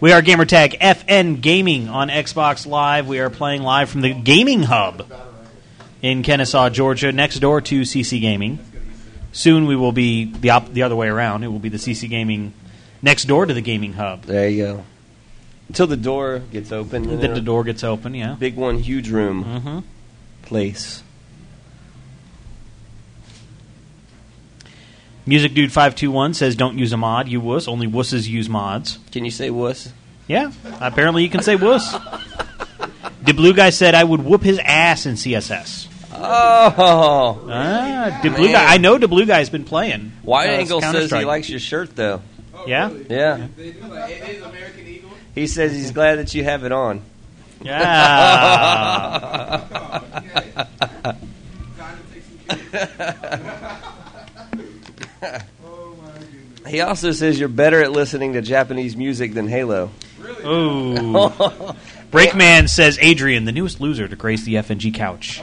We are Gamertag FN Gaming on Xbox Live. We are playing live from the Gaming Hub in Kennesaw, Georgia, next door to CC Gaming. Soon we will be the op- the other way around. It will be the CC Gaming next door to the Gaming Hub. There you go. Until the door gets open. Then the door gets open, yeah. Big one, huge room. Mm-hmm. Mhm. Place. Music Dude 521 says don't use a mod, you wuss. Only wusses use mods. Can you say wuss? Yeah, apparently you can say wuss. the blue guy said I would whoop his ass in CSS. Oh. Ah, the blue guy. I know the blue guy's been playing. Wide uh, Angle says he Counter-Strike. likes your shirt, though. Yeah? Yeah. He says he's glad that you have it on. Ah. Yeah. Oh, he also says you're better at listening to Japanese music than Halo. Ooh. Breakman says Adrian, the newest loser to grace the FNG couch.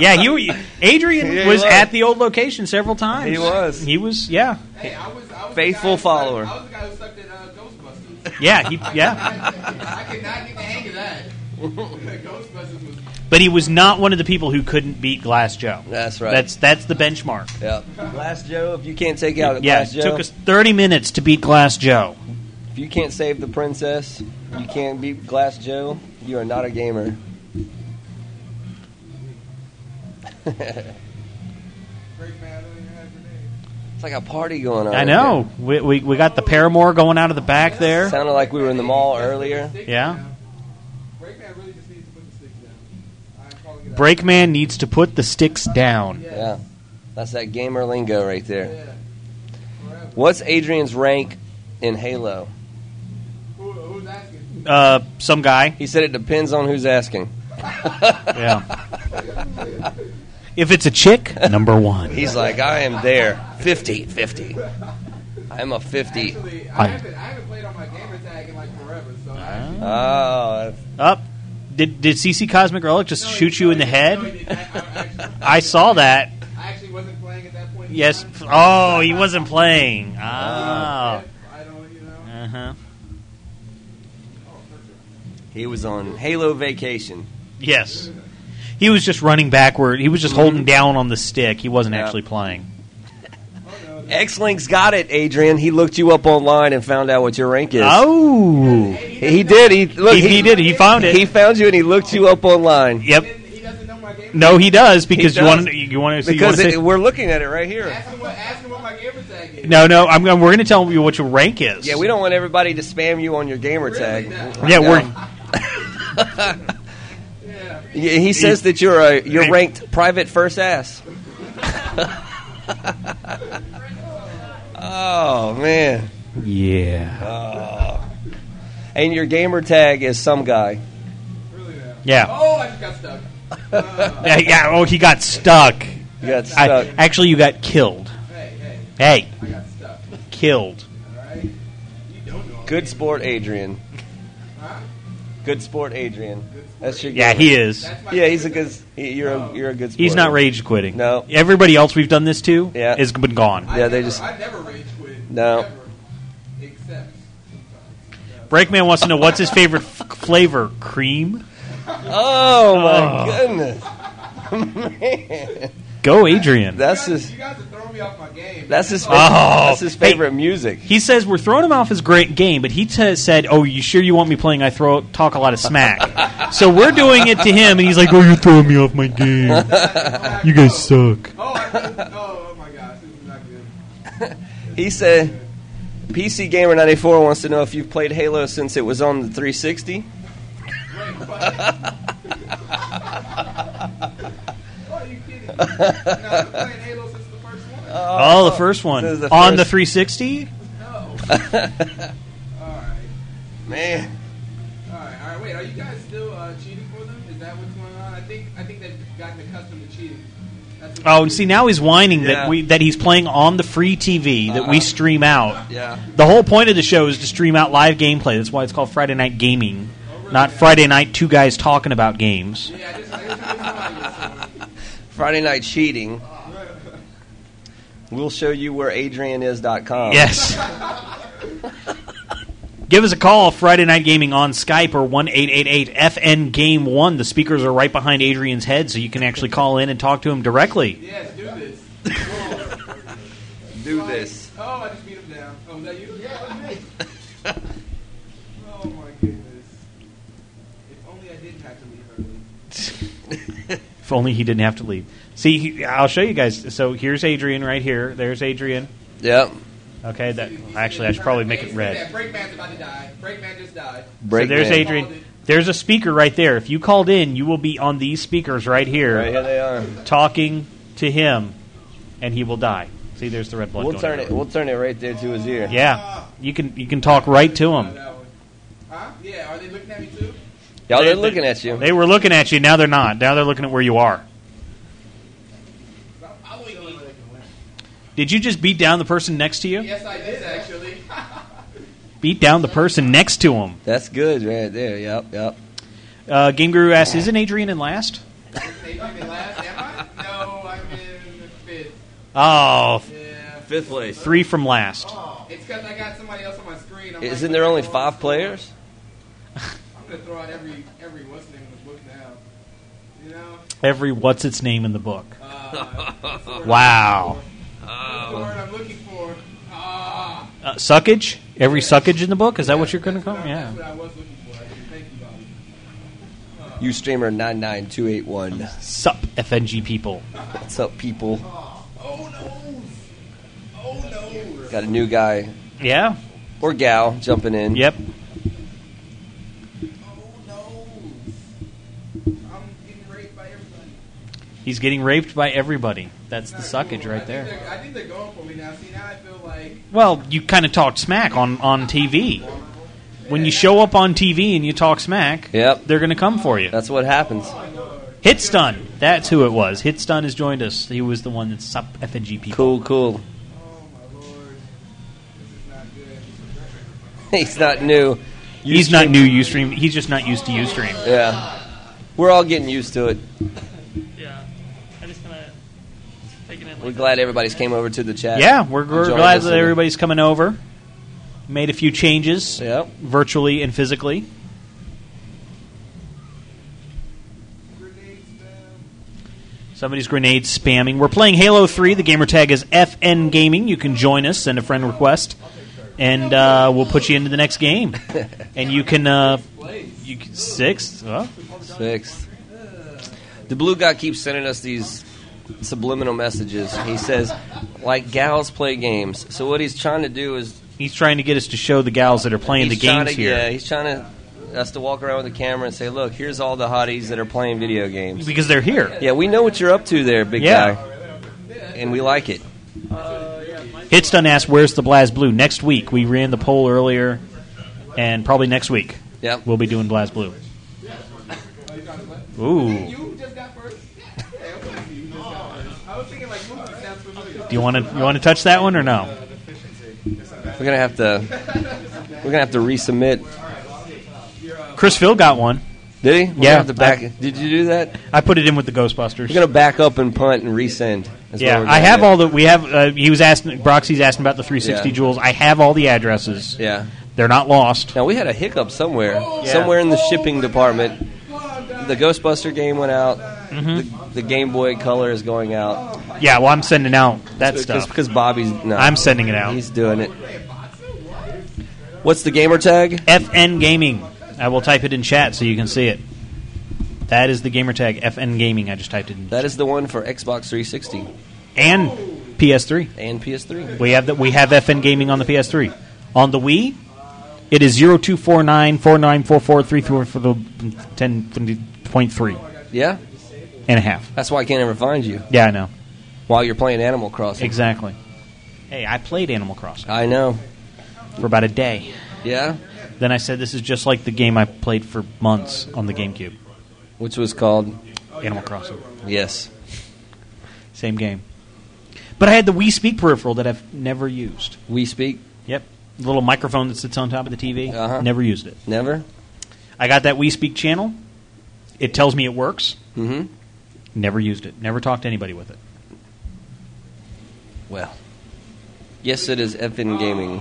yeah, he wa- Adrian Yeah, he was was. at the old location several times. He was. He was. Yeah. Faithful follower. Yeah. He. Yeah. uh, I could not get the hang of that. Ghostbusters was But he was not one of the people who couldn't beat Glass Joe. That's right. That's that's the benchmark. Yeah. Last Joe, if you can't take out yeah. Glass it Joe, took us thirty minutes to beat Glass Joe. if you can't save the princess, you can't beat Glass Joe. You are not a gamer. it's like a party going on. I up know. We, we we got the Paramore going out of the back there. there. Sounded like we were in the mall earlier. Yeah. Brakeman needs to put the sticks down. Yeah. That's that gamer lingo right there. What's Adrian's rank in Halo? Uh, some guy. He said it depends on who's asking. Yeah. If it's a chick, number one. He's like, I am there. 50, 50. I'm a I- 50. I haven't, played on my gamer tag in like forever, so. Up. Did did CC Cosmic Relic just shoot you in the head? I saw that. I actually wasn't playing at that point. Yes. Oh, he wasn't playing. Oh, Ah. Uh huh. he was on Halo Vacation. Yes. He was just running backward. He was Mm-hmm. just holding down on the stick. He wasn't actually playing. X Link's got it, Adrian. He looked you up online and found out what your rank is. Oh. He did. He, look, He- he did. He found it. He found you and he looked you up online. Yep. No, he does because He you does. want to. You want to see. Because you it- wanna we're looking at it right here. see- no, no. I'm. I'm- We're going to tell you what your rank is. Yeah, we don't want everybody to spam you on your gamer tag. Yeah, No. we're- Yeah, he says that you're a you're ranked private first ass. oh man. Yeah. Oh. And your gamer tag is some guy. Yeah. Oh, I just got stuck. yeah, yeah. Oh, he got stuck. You got I- stuck. actually, you got killed. Hey, killed. Good sport, Adrian. Good sport, Adrian. That's your. Yeah, gamer. he is. Yeah, he's a good. he- You're a, you're a good. Sport. He's not rage quitting. No. Everybody else we've done this to Yeah. has been gone. Yeah, they just. I never rage quit. No. Breakman wants to know what's his favorite f- flavor? Cream. Oh my Oh. goodness, man. Go, Adrian. That's his. That's his. Oh. Favorite, that's his Hey. favorite music. He says we're throwing him off his great game, but he t- said, "Oh, you sure you want me playing? I throw talk a lot of smack." so we're doing it to him, and he's like, "Oh, you're throwing me off my game. You guys suck." Oh, He said, "PC Gamer ninety four wants to know if you've played Halo since it was on the 360." Oh, the first one This is on the first- 360. Man. All right, all right. Wait, are you guys still uh, cheating for them? Is that what's going on? I think I think they've gotten accustomed to cheating. That's what Oh, and see now he's whining that Yeah. we that he's playing on the free TV that we Uh-huh. stream out. Yeah. The whole point of the show is to stream out live gameplay. That's why it's called Friday Night Gaming, not Friday Night Two Guys Talking About Games. Friday night cheating. We'll show you where AdrianIs.com. Yes. Give us a call Friday Night Gaming on Skype or one eight eight eight FN Game One. The speakers are right behind Adrian's head, so you can actually call in and talk to him directly. Do this. Oh, I just beat him down. Oh, was that you? Yeah, that was me. oh my goodness. If only I didn't have to leave early. If only he didn't have to leave. See, he- I'll show you guys. So here's Adrian right here. There's Adrian. Yep. Okay, that actually I should probably make it Yeah, red. Breakman's about to die. Breakman just died. So there's man. Adrian. There's a speaker right there. If you called in, you will be on these speakers right here, Right here they are. talking to him, and he will die. See, there's the red blood. We'll going turn it. everywhere. We'll turn it right there to his ear. Yeah, you can you can talk right to them. Huh? Yeah. Are they looking at me too? Y'all, Oh, they're looking at you. They were looking at you. Now they're not. Now they're looking at where you are. Did you just beat down the person next to you? Yes, I did actually. Beat down the person next to him. That's good right there. Yep. Yep. Uh, Game Guru asks, "Isn't Adrian in last?" Oh, Fifth place. three from last. It's because I got somebody else on my screen. I'm Isn't like, there only five players? I'm gonna throw out every every what's name in the book now. You know. Every what's its name in the book. Uh, Wow. That's the word I'm looking for. Ah, Uh, suckage? Every suckage in the book? Is that what you're going to call? it? Yeah. that's what I was looking for. I didn't think about it. You streamer nine nine two eight one. Sup FNG people. What's up, people? Oh no! Oh no! Got a new guy. Yeah. Or gal jumping in. Yep. He's getting raped by everybody. That's the suckage right I there. think, they're, I think they're going for me now. See, now I feel like Well, you kind of talked smack on, on TV. When you show up on TV and you talk smack, Yep. they're going to come for you. That's what happens. Hit Stun. That's who it was. Hit Stun has joined us. He was the one that sup FNG people. Cool, cool. oh, He's not new. He's not new Ustream. He's just not used to Ustream. Yeah. We're all getting used to it. Yeah. I just kind of taking it. We're Like glad everybody's came over to the chat. Yeah, we're, we're Joined glad us that in the- everybody's coming over. Made a few changes, virtually and physically. Somebody's grenade spamming. We're playing Halo 3. The gamer tag is FN Gaming. You can join us, send a friend request, and uh, we'll put you into the next game. and you can, uh, you can sixth. Oh. Sixth. The blue guy keeps sending us these subliminal messages. He says, like gals play games. So what he's trying to do is He's trying to get us to show the gals that are playing he's the trying games to- here. Yeah, he's trying to us to walk around with a camera and say, look, here's all the hotties that are playing video games. Because they're here. Yeah, we know what you're up to there, big Yeah. guy. And we like it. It's done asked, where's the Blaz Blue? Next week. We ran the poll earlier, and probably next week Yep. we'll be doing Blaz Blue. Ooh. Do you want to you want to touch that one or no? We're gonna have to we're gonna have to resubmit. Chris Phil got one. Did he? We're gonna yeah. have to back- I, did you do that? I put it in with the Ghostbusters. We're gonna back up and punt and resend. That's what yeah, we're I gonna have do. all the we have. Uh, he was asking Broxy's asking about the 360 Yeah. jewels. I have all the addresses. Yeah. they're not lost. Now we had a hiccup somewhere, Yeah. somewhere in the shipping department. The Ghostbuster game went out. Mm-hmm. The, the Game Boy Color is going out. Yeah, well, I'm sending out that stuff. because Bobby's. No, I'm sending it out. He's doing it. What's the gamer tag? FN Gaming. I will type it in chat so you can see it. That is the gamer tag FN Gaming. I just typed it in. That is the one for Xbox 360 And PS3. and PS3. We have that. We have FN Gaming on the PS3. On the Wii, it is zero two four nine four nine four four three four for the ten point three Yeah, and a half. that's why I can't ever find you Yeah, I know while you're playing Animal Crossing. exactly. Hey, I played Animal Crossing I know. for about a day. Yeah, Then I said, "This is just like the game I played for months on the GameCube, which was called Animal Crossing, yes. same game." But I had the Wii Speak peripheral that I've never used. We speak Yep, the little microphone that sits on top of the TV. Uh-huh. Never used it. never. I got that We Speak channel. It tells me it works. Mm-hmm. Never used it. Never talked to anybody with it. Well, yes, it is FN Gaming.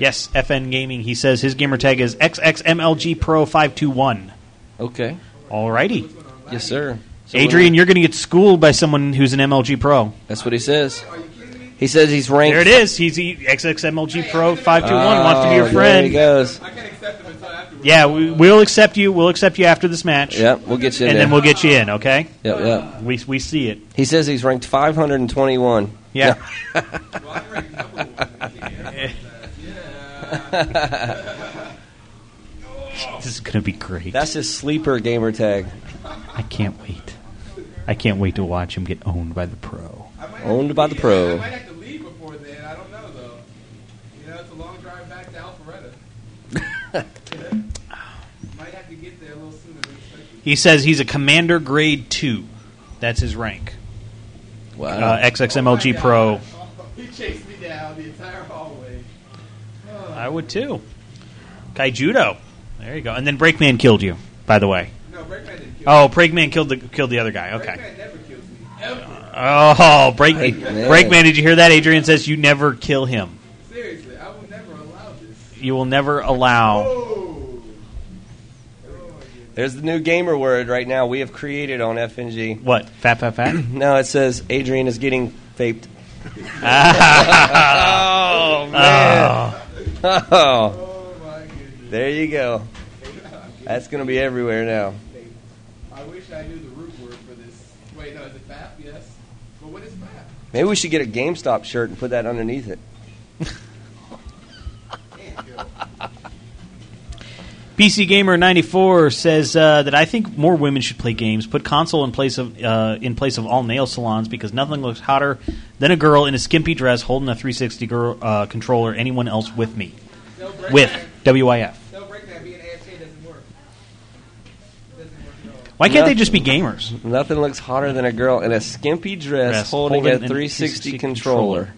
Yes, FN Gaming. He says his gamer tag is XXMLG Pro 521. Okay. Alrighty. Yes, sir. So Adrian, you're going to get schooled by someone who's an MLG Pro. That's what he says. He says he's ranked. There it is. He's he, XXMLG Pro 521. wants to be Oh, your There he friend. goes. Yeah, we, we'll accept you. We'll accept you after this match. Yep, we'll get you in And there. then we'll get you in, okay? Yep, yep. We, we see it. He says he's ranked 521. Yeah. Oh. This is going to be great. That's his sleeper gamer tag. I can't wait. I can't wait to watch him get owned by the pro. Owned by the I pro. might have to leave before then. I don't know though. You know, it's a long drive back to Alpharetta. might have to get there a little sooner than expected. He says he's a commander grade 2. That's his rank. Uh, Wow. XXMLG Pro. He chased me down the entire hallway. I would too. Kaijudo. There you go. And then Breakman killed you, by the way. No, Breakman didn't Oh, Breakman killed the killed the other guy. Okay. Oh, Breakman! Breakman. Breakman, did you hear that? Adrian says you never kill him. Seriously, I will never allow this. You will never allow. Oh. Oh. There's the new gamer word right now we have created on FNG. What? Fat, fat, fat? no, it says Adrian is getting vaped. Oh, man. Oh. There you go. That's going to be everywhere now. I wish I knew the root word for this. Wait, no, is it BAP? Yes. But what is BAP? Maybe we should get a GameStop shirt and put that underneath it. PC Gamer ninety four says uh, that I think more women should play games. Put console in place of uh, in place of all nail salons because nothing looks hotter than a girl in a skimpy dress holding a three sixty girl uh, controller. Anyone else with me? With WIF. No, break that. Being AFK doesn't work. Why can't they just be gamers? Nothing looks hotter than a girl in a skimpy dress Dress, holding, holding a an 360 360 controller.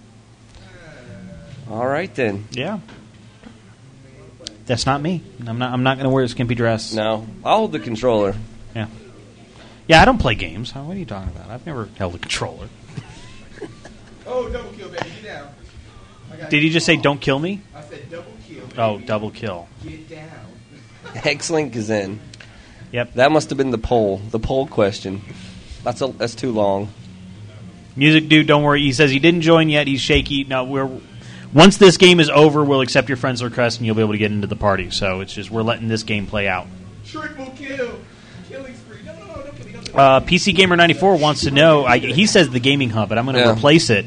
All right then. Yeah. That's not me. I'm not. I'm not going to wear a skimpy dress. No, I'll hold the controller. Yeah. Yeah, I don't play games. Huh, What are you talking about? I've never held a controller. Oh, double kill, baby. Get down. I got Did you just say don't kill me? I said double kill. Oh, double kill. Get down. Hexlink is in. Yep. That must have been the poll. The poll question. That's a, that's too long. Music dude, don't worry. He says he didn't join yet. He's shaky. No, we're once this game is over, we'll accept your friend's request and you'll be able to get into the party. So it's just we're letting this game play out. Triple kill. Killing spree. No, no, no, don't kill me. Don't kill me. Uh, PC Gamer ninety four wants to know. I, he says the gaming hub, but I'm going to Yeah. replace it.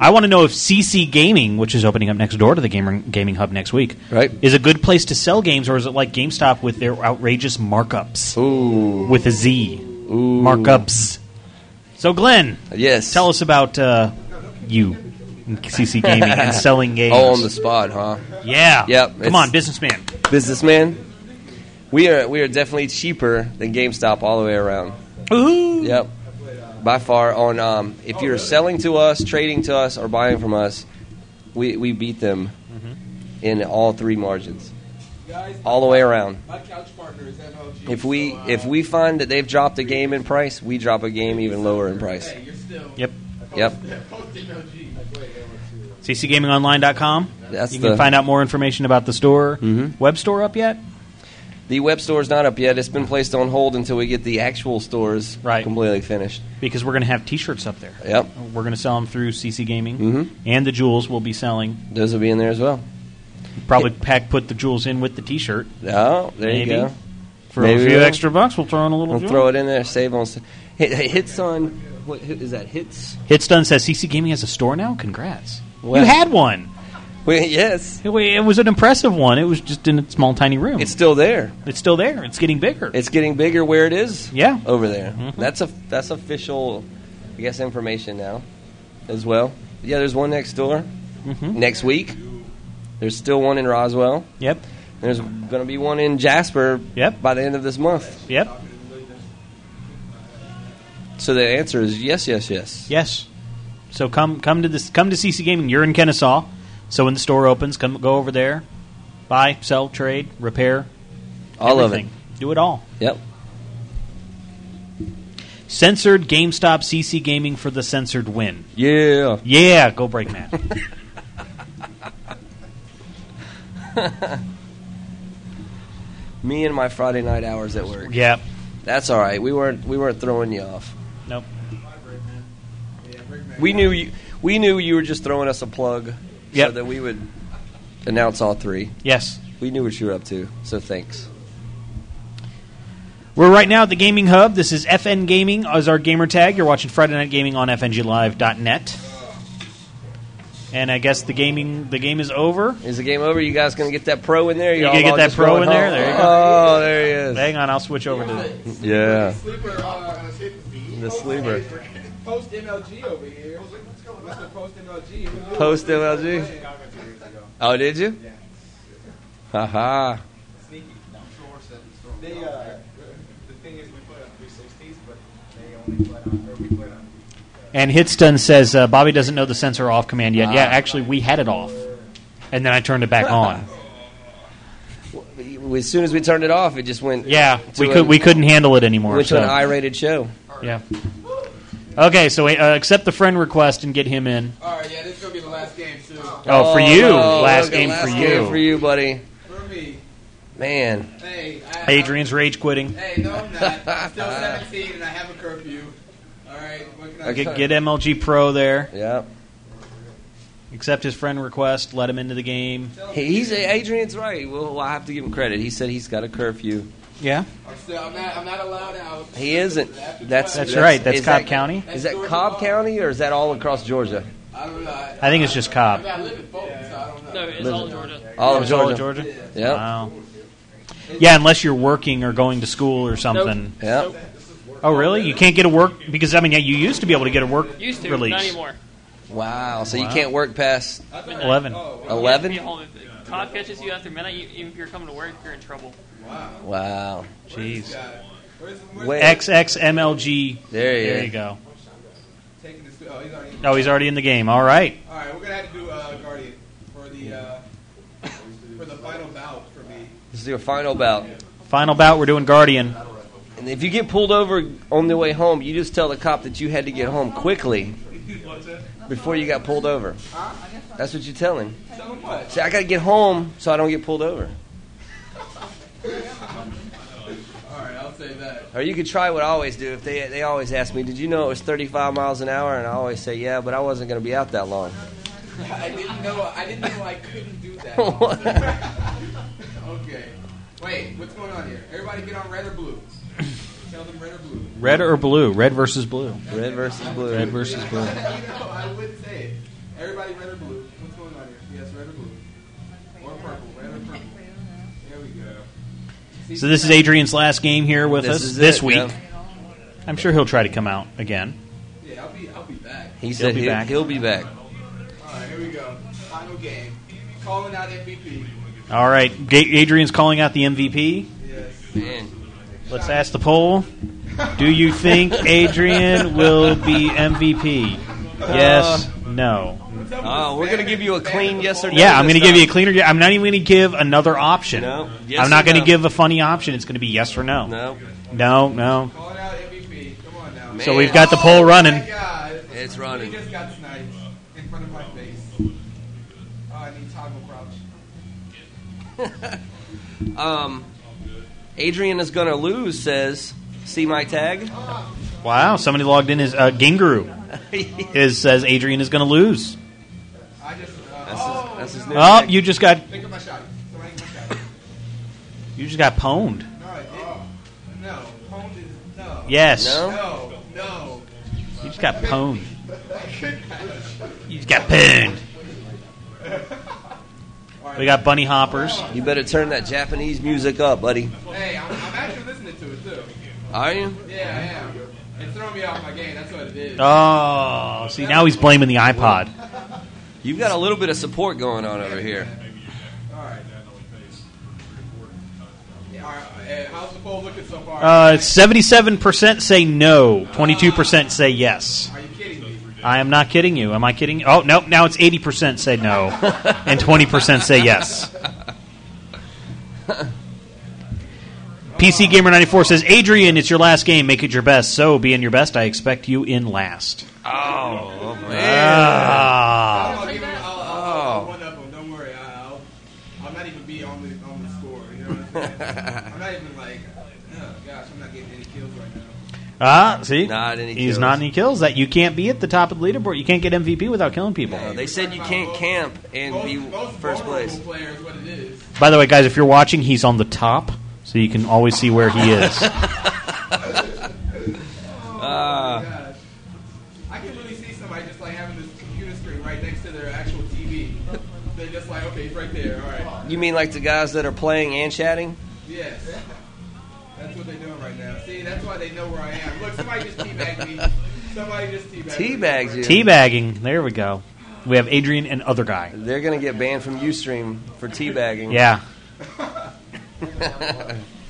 I want to know if CC Gaming, which is opening up next door to the gamer, gaming hub next week, right. is a good place to sell games, or is it like GameStop with their outrageous markups? Ooh. with a Z. Markups. So, Glenn. Yes. Tell us about uh, you, and CC Gaming, and selling games. Oh, on the spot, huh? Yeah. Yep. Come on, businessman. Businessman. We are we are definitely cheaper than GameStop all the way around. Ooh. Yep. By far, on um, if you're selling to us, trading to us, or buying from us, we we beat them Mm-hmm. in all three margins, Guys, all the way around. my couch partner is MLG. If we uh, if we find that they've dropped a game in price, we drop a game even lower in price. Hey, you're still. Yep. Yep. Post MLG. Like, wait, MLG. CCGamingOnline.com. That's you the- Mm-hmm. can find out more information about the store. Web store up yet? The web store's not up yet. It's been placed on hold until we get the actual stores Right. completely finished. Because we're going to have t shirts up there. Yep. We're going to sell them through CC Gaming. Mhm. And the jewels will be selling. Those will be in there as well. Probably pack put the jewels in with the t shirt. Oh, there Maybe. Mm-hmm. you go. For Maybe a few we'll- extra bucks, we'll throw in a little We'll jewel. throw it in there. Save on. Hit, hits on. What who- is that? Hits. Hitstun says CC Gaming has a store now. Congrats! Well- you had one. Wait, yes, It, wa- it was an impressive one. It was just in a small, tiny room. it's still there. It's still there. It's getting bigger. It's getting bigger where it is yeah. Mm-hmm. over there. That's a that's official, I guess, information now, as well. Yeah, there's one next door Mhm. next week. There's still one in Roswell. Yep. There's going to be one in Jasper. Yep. By the end of this month. Yep. So the answer is yes, yes, yes. Yes. So come come to this come to CC Gaming. You're in Kennesaw, so when the store opens, come go over there, buy, sell, trade, repair, All of everything. Do it all. it. Yep. Censored GameStop CC Gaming for the censored win. Yeah. Yeah, go break man. Me and my Friday night hours at work. yep. That's all right. We weren't we weren't throwing you off. Nope. We knew you. We knew you were just throwing us a plug, so Yep. that we would announce all three. Yes. We knew what you were up to, so thanks. We're right now at the Gaming Hub. This is FN Gaming as our gamer tag. You're watching Friday Night Gaming on FNGLive.net. And I guess the gaming the game is over. Is the game over? You guys gonna get that pro in there? You all gonna get all that just pro going in there? home? There you go. Oh, there he is. Hang on, I'll switch over to the Yeah, Sleeper, uh, the sleeper. post MLG over here. Mr. Post MLG. Post MLG. Oh, did you? Haha. They, uh, the thing is, we put on 360s, but they only put on, or we put on. And Hitstun says uh, Bobby doesn't know the sensor off command yet. Yeah, Ah. actually we had it off. And then I turned it back on. We as soon as we turned it off, it just went. Yeah, to we a- could we couldn't handle it anymore. Went to so. an I-rated show. Yeah. Okay, so we, uh, accept the friend request and get him in. All right, yeah, this is gonna be the last game too. Oh, for you, no, last Logan, game last for you. game for you, buddy. For me. Man, Hey, I, Adrian's rage quitting. Hey, no, I'm not. I'm still 17 and I have a curfew. All right, what can I Okay, say? get MLG Pro there. Yep. Accept his friend request. Let him into the game. He- he's Adrian's right. Well, I have to give him credit. He said he's got a curfew. Yeah. I'm, still, I'm not. I'm not allowed out. He isn't. That's That's right. That's is Cobb that- County. Is that Cobb County or is that all across Georgia? I don't know. I, I think it's just Cobb. I live in Fulton, so I don't know. No, it's all Georgia. All of It's all Oh, Georgia. of Georgia? Yeah. Wow. Yeah, unless you're working or going to school or something. Yeah. Oh, really? You can't get a work because I mean, yeah, you used to be able to get a work Used to, release. not anymore. Wow. So you Wow. can't work past Midnight. Eleven. You eleven. have to be at home. If Cobb catches you after midnight, you, even if you're coming to work, you're in trouble. Wow. Jeez. Wait. XXMLG. There he There is. you go. Taking this. Oh, he's already. Oh, he's already in the game. All right. All right, we're gonna have to do uh, Guardian for the uh, for the final bout for me. This is your final bout. Final bout. We're doing Guardian. And if you get pulled over on the way home, you just tell the cop that you had to get home quickly before you got pulled over. That's what you tell him. Tell him what? Say, I got to get home so I don't get pulled over. All right, I'll say that. Or you could try what I always do. If they they always ask me, "Did you know it was 35 miles an hour?" and I always say, "Yeah, but I wasn't going to be out that long." I didn't know. I didn't know I couldn't do that. okay. Wait, what's going on here? Everybody, get on red or blue. Tell them red or blue. Red or blue? Red versus blue. Red versus blue. Red versus blue. you know, I would say it. Everybody, red or blue. What's going on here? Yes, red or blue. Or purple. Red or purple. There we go. So this is Adrian's last game here with This us is this it, week. yeah. I'm sure he'll try to come out again. Yeah, I'll be. I'll be back. He He'll said be he'll, back. he'll be back. All right, here we go. Final game. Calling out MVP. All right, Ga- Adrian's calling out the MVP. Let's ask the poll. Do you think Adrian will be MVP? Yes, Uh, no. Oh, we're going to give you a clean yes or no. Yeah, I'm this going to give you a time. cleaner. I'm not even going to give another option. No. Yes I'm not or going to no. give a funny option. It's going to be yes or no. No. No, no. Calling out MVP. Come on now. Oh So we've got the poll running. My God. It's running. He just got sniped in front of my face. Oh, I need toggle crouch. Um, Adrian is going to lose. Says, see my tag. Wow, somebody logged in as uh, Ginguru. is says Adrian is going to lose. That's his, that's his new Oh, tag. you just got uh, Pick up my shot. Somebody get my shot. you just got pwned. No, I Oh. didn't. No. Pwned is no. Yes. No? No. No. You just got pwned. I couldn't- You just got pwned. We got bunny hoppers. You better turn that Japanese music up, buddy. Hey, I'm, I'm actually listening to it too. Are you? Yeah, I am. It's throwing me off my game. That's what it is. Oh, see now he's blaming the iPod. You've got a little bit of support going on over here. All right, hey, how's the poll looking so far? Uh, Seventy-seven percent say no. Twenty-two percent say yes. Are you kidding me? I am not kidding you. Am I kidding? you? Oh no! Now it's eighty percent say no, and twenty percent say yes. PC Gamer ninety four says, "Adrian, it's your last game. Make it your best. So, being your best, I expect you in last." Oh, Ah. I'll give him. Oh. I'll, I'll, I'll one up him. Don't worry. I- I'll. I'll not even be on the on the score. You know what I'm saying? I'm not even like. Oh gosh, I'm not getting any kills right now. Ah, see, Not any he's kills. not any kills. That you can't be at the top of the leaderboard. You can't get MVP without killing people. No, they said you can't camp and be first place. Player is what it is. By the way, guys, if you're watching, he's on the top, so you can always see where he is. Oh Uh. Gosh, I can really see somebody just like having this computer screen right next to their actual TV. They're just like, okay, he's right there. All right. You mean like the guys that are playing and chatting? Yes. That's what they're doing right now. See, that's why they know where I am. Look, somebody just teabagged me. Somebody just teabagged me. Teabags you. Teabagging. There we go. We have Adrian and other guy. They're gonna get banned from UStream for teabagging. Yeah.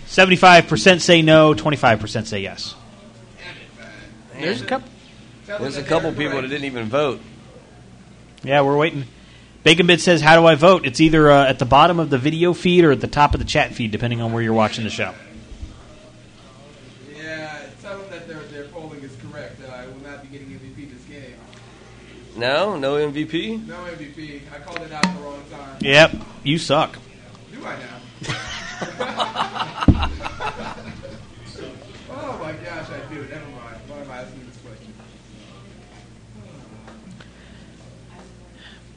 Seventy-five percent say no. Twenty-five percent say yes. There's a couple. There's a couple people that didn't even vote. Yeah, we're waiting. Bacon Bit says, "How do I vote?" It's either uh, at the bottom of the video feed or at the top of the chat feed, depending on where you're watching the show. Yeah, tell them that their, their polling is correct. Uh, I will not be getting MVP this game. No, no MVP. No MVP. I called it out the wrong time. Yep, you suck. Do I now? oh my gosh, I do. Never mind. Why am I asking this question?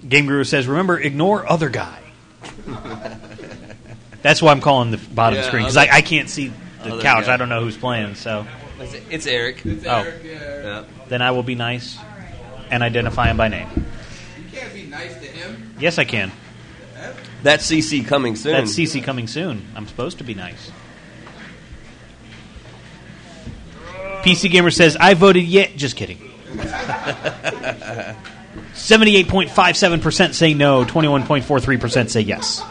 Game Guru says, "Remember, ignore other guy." That's why I'm calling the bottom Yeah, screen because I, other- I can't see the other couch. guy. I don't know who's playing, so It's, it's Eric. It's Oh. Eric, uh, then I will be nice and identify him by name. You can't be nice to him. Yes, I can. That's CC coming soon. That's CC coming soon. I'm supposed to be nice. PC Gamer says, I voted yet. Just kidding. 78.57% say no, 21.43% say yes.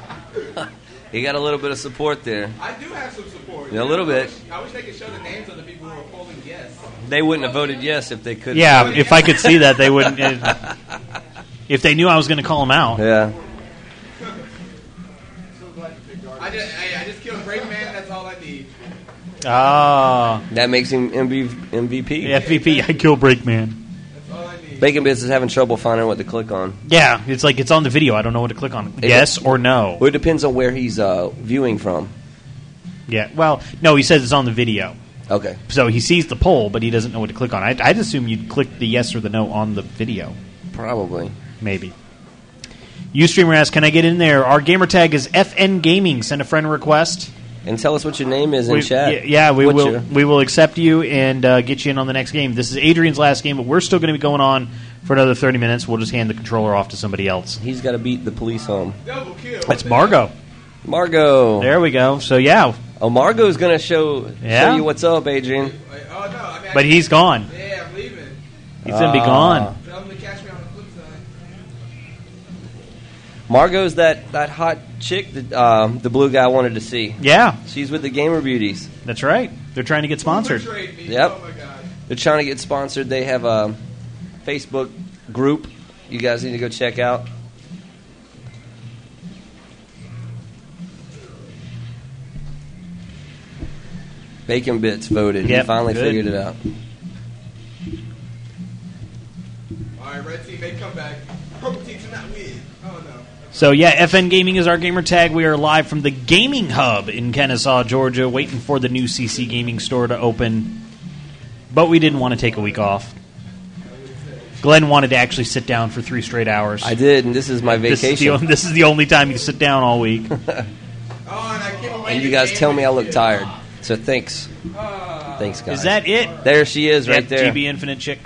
He got a little bit of support there. I do have some support. Yeah, a little bit. I wish they could show the names of the people who are polling yes. They wouldn't have voted yes if they could. Yeah, if I could see that, they wouldn't. eh, if they knew I was going to call them out. Yeah. I just, hey, I just killed Brave Man. That's all I need. Ah. That makes him MV, MVP. MVP, I kill Breakman. Bacon Bits is having trouble finding what to click on. Yeah, it's like it's on the video. I don't know what to click on. It- Yes or no? Well, it depends on where he's uh, viewing from. Yeah. Well, no, he says it's on the video. Okay. So he sees the poll, but he doesn't know what to click on. I'd, I'd assume you'd click the yes or the no on the video. Probably. Maybe. Ustreamer asks, "Can I get in there?" Our gamer tag is FN Gaming. Send a friend request. And tell us what your name is in We- chat. y- Yeah, we What's will. your- We will accept you and uh, get you in on the next game. This is Adrian's last game, but we're still going to be going on for another thirty minutes. We'll just hand the controller off to somebody else. He's got to beat the police home. That's Margot. Margot. There we go. So yeah. Oh, Margot's gonna show Yeah. show you what's up, Adrian. Oh, But he's gone. Yeah, I'm leaving. He's gonna be Ah. gone. Tell them to catch me on the flip side. Margot's that that hot chick that um, the blue guy wanted to see. Yeah. She's with the Gamer Beauties. That's right. They're trying to get sponsored. Yep. Oh They're trying to get sponsored. They have a Facebook group. You guys need to go check out. Bacon Bits voted. Yep, he finally good. figured it out. All right, red team, they come back. Purple team cannot win. Oh no. So yeah, FN Gaming is our gamer tag. We are live from the Gaming Hub in Kennesaw, Georgia, waiting for the new CC Gaming store to open. But we didn't want to take a week off. Glenn wanted to actually sit down for three straight hours. I did, and this is my This is the, vacation. on- this is the only time you sit down all week. Oh, and you guys tell me I look tired. So thanks. Thanks, guys. Is that it? There she is, right Yeah, there. GB Infinite chick.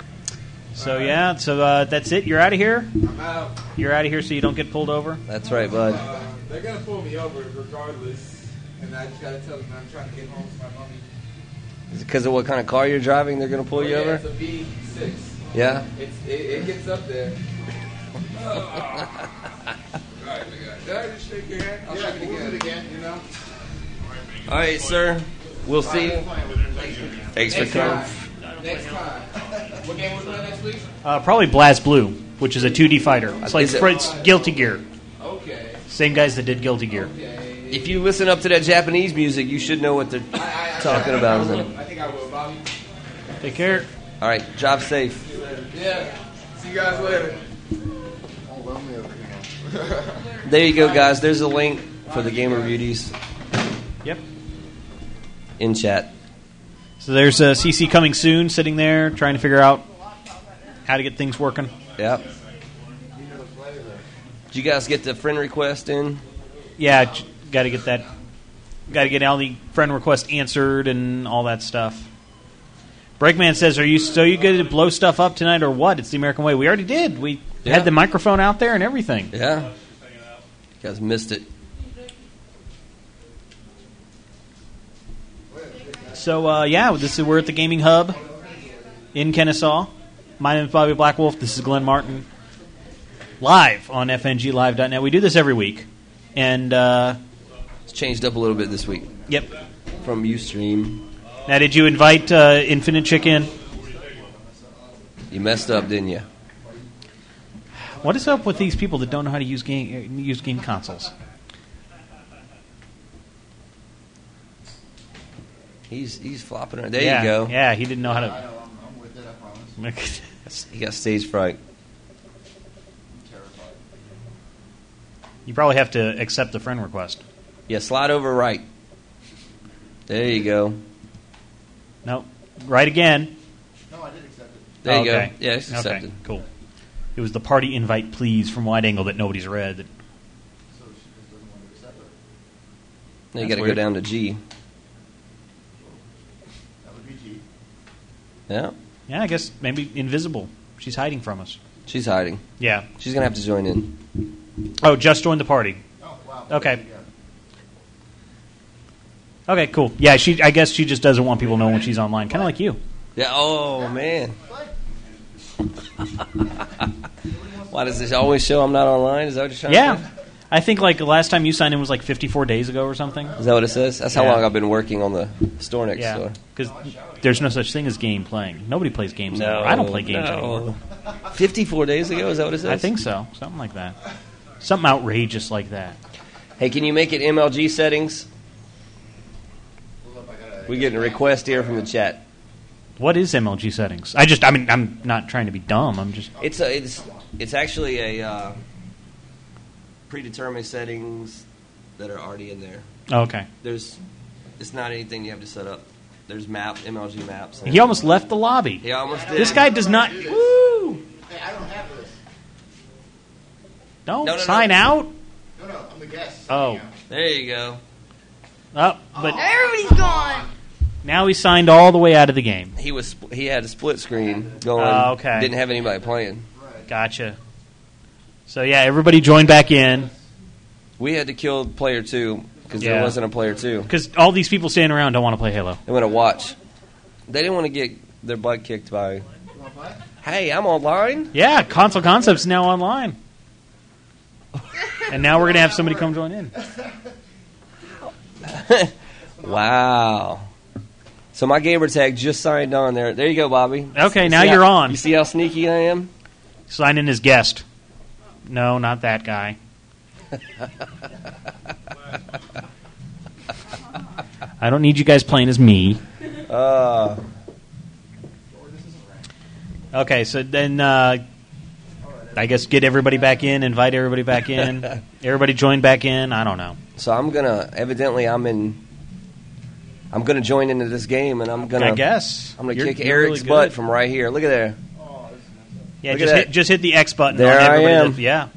So yeah, so uh, that's it. You're out of here. I'm out. You're out of here, so you don't get pulled over. That's right, bud. Uh, they're gonna pull me over regardless, and I just gotta tell them I'm trying to get home to my mommy. Because of what kind of car you're driving, they're gonna pull you yeah, over. It's a V six. Oh, Yeah. It's, it, it gets up there. Oh. All right, we got it. Did I just shake your hand? I'll shake it again. You know. All right, sir. We'll see. you. Thanks for coming. Next time. Next time. What game was playing next week? Uh, probably Blast Blue, which is a 2D fighter. It's like Is it- it's Guilty Gear. Okay. Same guys that did Guilty Gear. If you listen up to that Japanese music, you should know what they're talking about. I think I will, Bobby. Take care. All right, drive safe. Yeah. See you guys later. There you go, guys. There's a link for the Gamer Beauties. Yep. In chat. So there's uh, CC coming soon, sitting there trying to figure out how to get things working. Yep. Did you guys get the friend request in? Yeah, got to get that. Got to get all the friend requests answered and all that stuff. Breakman says, "Are you so you good to blow stuff up tonight or what? It's the American way. We already did. We Yeah. had the microphone out there and everything. Yeah. You guys missed it. So uh, yeah, this is we're at the Gaming Hub in Kennesaw. My name is Bobby Blackwolf. This is Glenn Martin, live on FNGLive.net. We do this every week, and uh, It's changed up a little bit this week. Yep. From Ustream. now did you invite uh, Infinite Chicken? You messed up, didn't you? What is up with these people that don't know how to use game uh, use game consoles? He's he's flopping it. There Yeah, you go. Yeah, he didn't know how to. He got stage fright. you probably have to accept the friend request. Yeah, slide over right. There you go. No, right again. There you Okay. go. Yeah, it's Okay, accepted. cool. It was the party invite please from wide angle that nobody's read. That Now you That's got to go weird. down to G. Yeah, yeah, I guess maybe invisible. She's hiding from us. she's hiding. Yeah. she's gonna have to join in. Oh, just joined the party. Oh wow. Okay. Okay, cool. Yeah, she. I guess she just doesn't want people to know when she's online, kind of like you. Yeah. Oh man. Why does this always show I'm not online? Is that what you're trying to Yeah, do? I think like the last time you signed in was like 54 days ago or something. Is that what it says? That's how Yeah. long I've been working on the store next Yeah, door. because there's no such thing as game playing. Nobody plays games anymore. I don't play games no. anymore. 54 days ago, is that what it says? I think so. Something like that. Something outrageous like that. Hey, can you make it MLG settings? We getting a request here from the chat. What is MLG settings? I just. I mean, I'm not trying to be dumb. I'm just. It's a, it's it's actually a uh, predetermined settings that are already in there. Oh, okay. There's it's not anything you have to set up. There's map MLG maps. He almost left the lobby. He almost did. This guy does not. Woo! Don't No, no, no. sign out. No, no, I'm the guest. Oh, There you go. oh, but Everybody's gone. now he signed all the way out of the game. He was spl- he had a split screen going. Oh, okay. Didn't have anybody playing. Gotcha. So yeah, everybody joined back in We had to kill player two because Yeah. there wasn't a player two. because all these people standing around don't want to play Halo. They want to watch. They didn't want to get their butt kicked by. Hey, I'm online. Yeah, console concepts now online. and now we're gonna have somebody come join in. Wow. So my gamer tag just signed on there. There you go, Bobby. Okay, You now see how- you're on. You see how sneaky I am? Sign in as guest. No, not that guy. I don't need you guys playing as me. Uh, Okay, so then uh, I guess get everybody back in, invite everybody back in. everybody join back in. I don't know. so I'm gonna evidently I'm in. I'm gonna join into this game, and I'm gonna. I guess. I'm gonna You're- kick you're really Eric's good. butt from right here. Look at there. Yeah, Look at just that. hit, just hit the X button on There I everybody. am. that- yeah.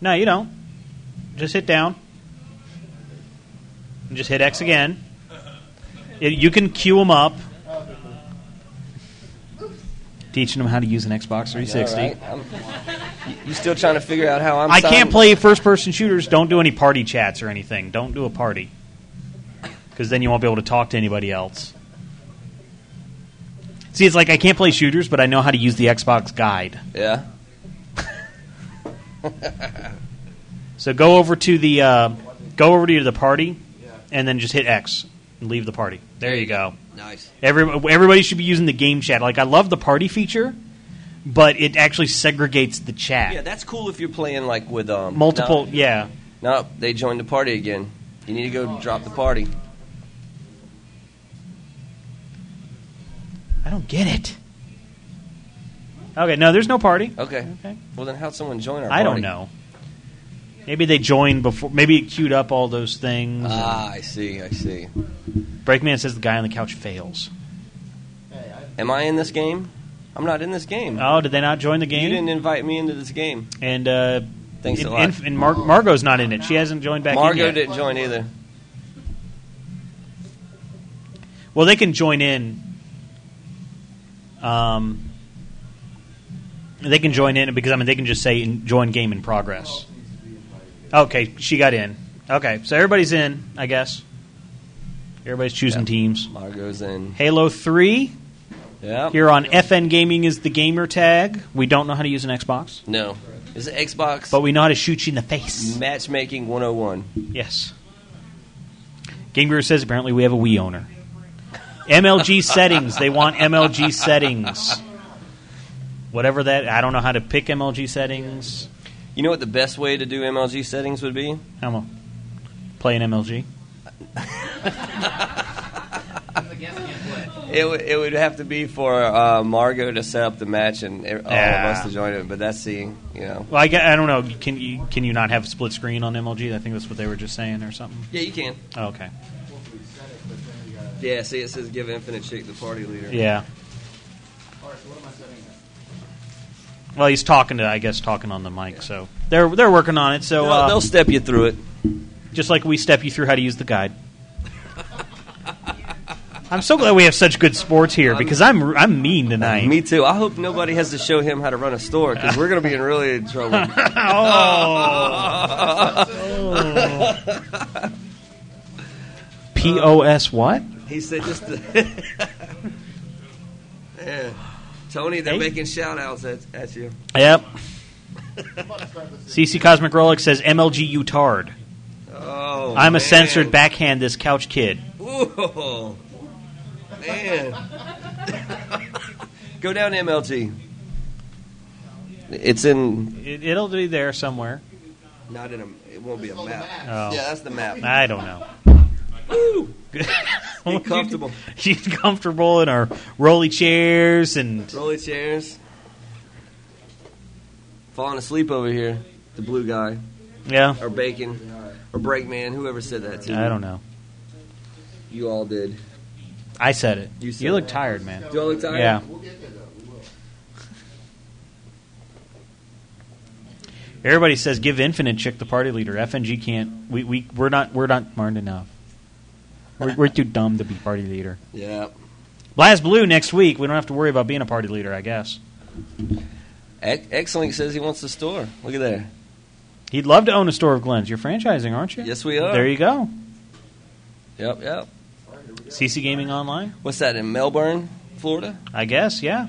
No, you don't. Just hit down. And just hit X again. Y- You can queue them up. Teaching them how to use an Xbox 360. All right, I'm- you- you still trying to figure out how I'm? I can't signed- play first person shooters. Don't do any party chats or anything. Don't do a party. Because then you won't be able to talk to anybody else. See, it's like I can't play shooters, but I know how to use the Xbox guide. Yeah. So go over to the uh, go over to the party, and then just hit X and leave the party. There you go. Nice. Every, everybody should be using the game chat. Like I love the party feature, but it actually segregates the chat. Yeah, that's cool if you're playing like with um Multiple, no. yeah. No, they joined the party again. You need to go drop the party. I don't get it. Okay, no, there's no party. Okay. Okay. Well, then how'd someone join our I don't party? know. Maybe they joined before. Maybe it queued up all those things. Ah, I see. I see. Breakman says the guy on the couch fails. Am I in this game? I'm not in this game. Oh, did they not join the game? You didn't invite me into this game. And uh, Thanks and, a lot. And, and Mar- Margot's not in it. She hasn't joined back in Margo yet. didn't join either. Well, they can join in. Um, they can join in because I mean they can just say in, join game in progress. Okay, she got in. Okay, so everybody's in, I guess. Everybody's choosing teams. Margo's in. Halo Three. Yeah. Here on FN Gaming is the gamer tag. We don't know how to use an Xbox, No. Is it Xbox but we know how to shoot you in the face. Matchmaking 101? Yes. Game Guru says apparently we have a Wii owner. MLG settings. They want MLG settings. Whatever that. I don't know how to pick MLG settings. You know what the best way to do MLG settings would be? How am I play an MLG? It, w- it would have to be for uh, Margo to set up the match and e- all Yeah. of us to join it, but that's the, you know. Well, I, gue- I don't know. Can you can you not have split screen on MLG? I think that's what they were just saying or something. Yeah, you can. Oh, okay. Yeah, see, it says give Infinite Chick the party leader. Yeah. Well, he's talking to I guess talking on the mic, so they're they're working on it. So They'll- uh, they'll step you through it, just like we step you through how to use the guide. I'm so glad we have such good sports here because I'm I'm mean tonight. Me too. I hope nobody has to show him how to run a store because we're going to be in really trouble. Oh. POS what? He said just. yeah. Tony, they're making shout outs at, at you. Yep. CC Cosmic Rolex says MLG utard. Oh, I'm a man. censored backhand this couch kid. Ooh, man. Go down to MLG. It's in. It, it'll be there somewhere. Not in a. It won't be a map. Oh. Yeah, that's the map. I don't know. Be comfortable. She's comfortable in our rolly chairs and Rolly chairs. Falling asleep over here. The blue guy. Yeah. Or bacon. Or brake man. Whoever said that to you. I don't know. You all did. I said it. You, said look it. tired, man. Do I look tired? Yeah. Everybody says give Infinite Chick the party leader. FNG can't. We we we're not we're not smart enough. We're, we're too dumb to be party leader. Yeah. Blast Blue next week. We don't have to worry about being a party leader, I guess. X- X-Link says he wants the store. Look at there. He'd love to own a store of Glenn's. You're franchising, aren't you? Yes, we are. There you go. Yep, yep. CC Gaming Online. What's that in Melbourne, Florida? I guess, yeah.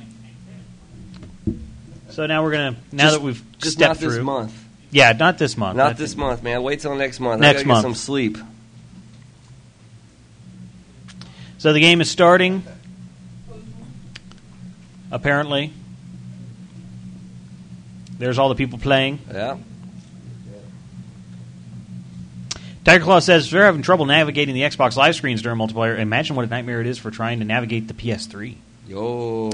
So now we're gonna now Just- that we've just stepped not this through. month. Yeah, not this month. Not I this think- month, man. Wait till next month. I Next gotta month. Get some sleep. So the game is starting. Apparently, there's all the people playing. Yeah. Tiger Claw says if they're having trouble navigating the Xbox live screens during multiplayer. Imagine what a nightmare it is for trying to navigate the PS3. Yo.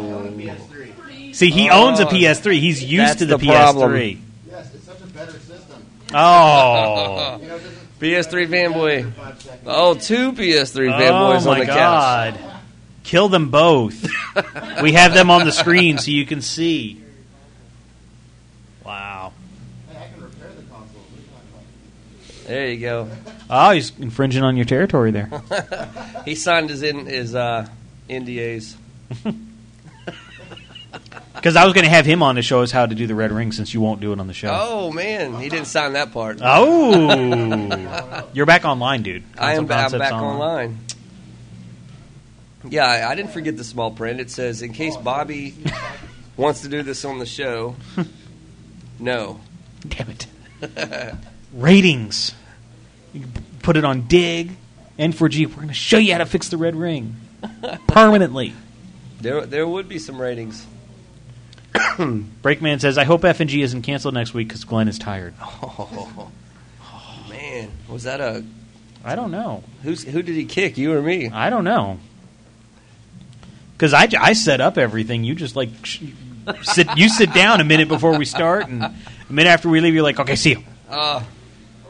See, he owns a PS3. He's used Oh, That's to the, the PS3. problem. Yes, it's such a better system. Oh. PS3 fanboy. Oh, two PS3 fanboys oh my on the god! couch. Kill them both. we have them on the screen so you can see. Wow. There you go. Oh, he's infringing on your territory there. he signed his in his uh, NDAs. Because I was going to have him on to show us how to do the red ring since you won't do it on the show. Oh man, he didn't sign that part. Oh. You're back online, dude. I Console am ba- I'm Concepts back online. Yeah, I, I didn't forget the small print. It says in case Bobby wants to do this on the show. No. Damn it. Ratings. You can p- put it on Dig, N4G. We're going to show you how to fix the red ring permanently. there there would be some ratings. Breakman says, I hope FNG isn't canceled next week because Glenn is tired. Oh, man, was that a? I don't know. Who's who did he kick? You or me? I don't know. Because I, j- I set up everything. You just like sh- sit. You sit down a minute before we start, and a minute after we leave, you're like, "Okay, see you," Uh,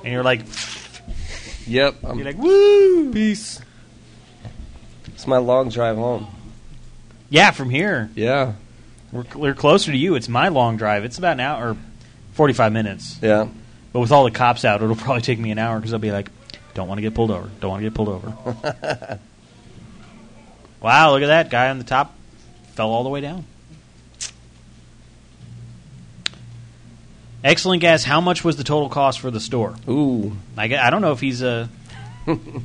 and you're like, yep. I'm, "You're like, woo, peace." Um, It's my long drive home. Yeah, from here, Yeah, we're, cl- we're closer to you. It's my long drive. It's about an hour, forty five minutes. yeah. But with all the cops out, it'll probably take me an hour because I'll be like, "Don't want to get pulled over. Don't want to get pulled over." wow, look at that guy on the top fell all the way down. Excellent guess. How much was the total cost for the store? Ooh, I, gue- I don't know if he's uh, I don't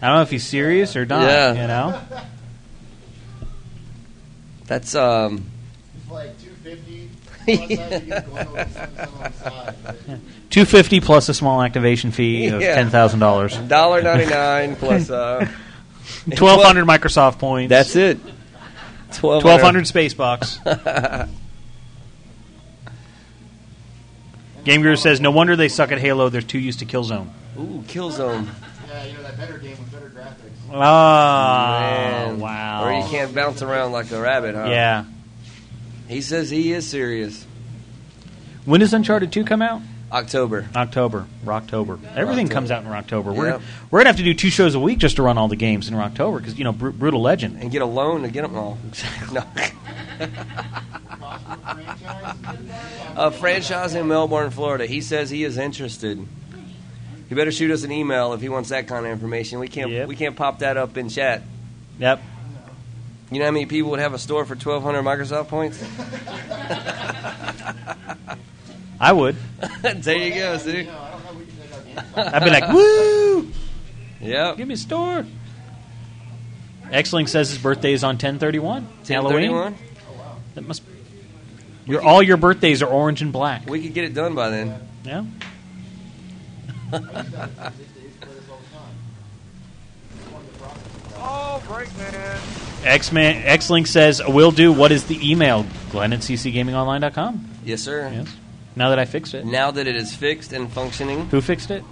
know if he's serious or not. Yeah. You know, That's um. It's like 250. Plus, I think it's going over something on the side. But two fifty plus a small activation fee of Yeah. ten thousand dollars. Dollar ninety nine plus uh Twelve hundred Microsoft points. That's it. Twelve hundred Spacebox. Game Guru says, "No wonder they suck at Halo. They're too used to Killzone." Ooh, Killzone. Yeah, you know that better game with better Oh, graphics. Ah, Man. wow. Or you can't bounce around like a rabbit, huh? Yeah. He says he is serious. When does Uncharted Two come out? October. October, Rocktober. Everything Rocktober. comes out in Rocktober. We're Yep. we're gonna have to do two shows a week just to run all the games in Rocktober because you know Bru- Brutal Legend. And get a loan to get them all. Exactly. No. a franchise in Melbourne, Florida. He says he is interested. He better shoot us an email if he wants that kind of information. We can't. We can't pop that up in chat. Yep. You know how many people would have a store for twelve hundred Microsoft points? I would. there you go, see. I'd be like, woo! Yep. Give me a store. Xling says his birthday is on ten thirty one. Halloween. That must. Your all your birthdays are orange and black. We could get it done by then. Yeah. Oh, break, man. X Man Xlink says will do. What is the email? Glenn at ccgamingonline.com. Yes, sir. Yes. Now that I fixed it, Now that it is fixed and functioning, who fixed it?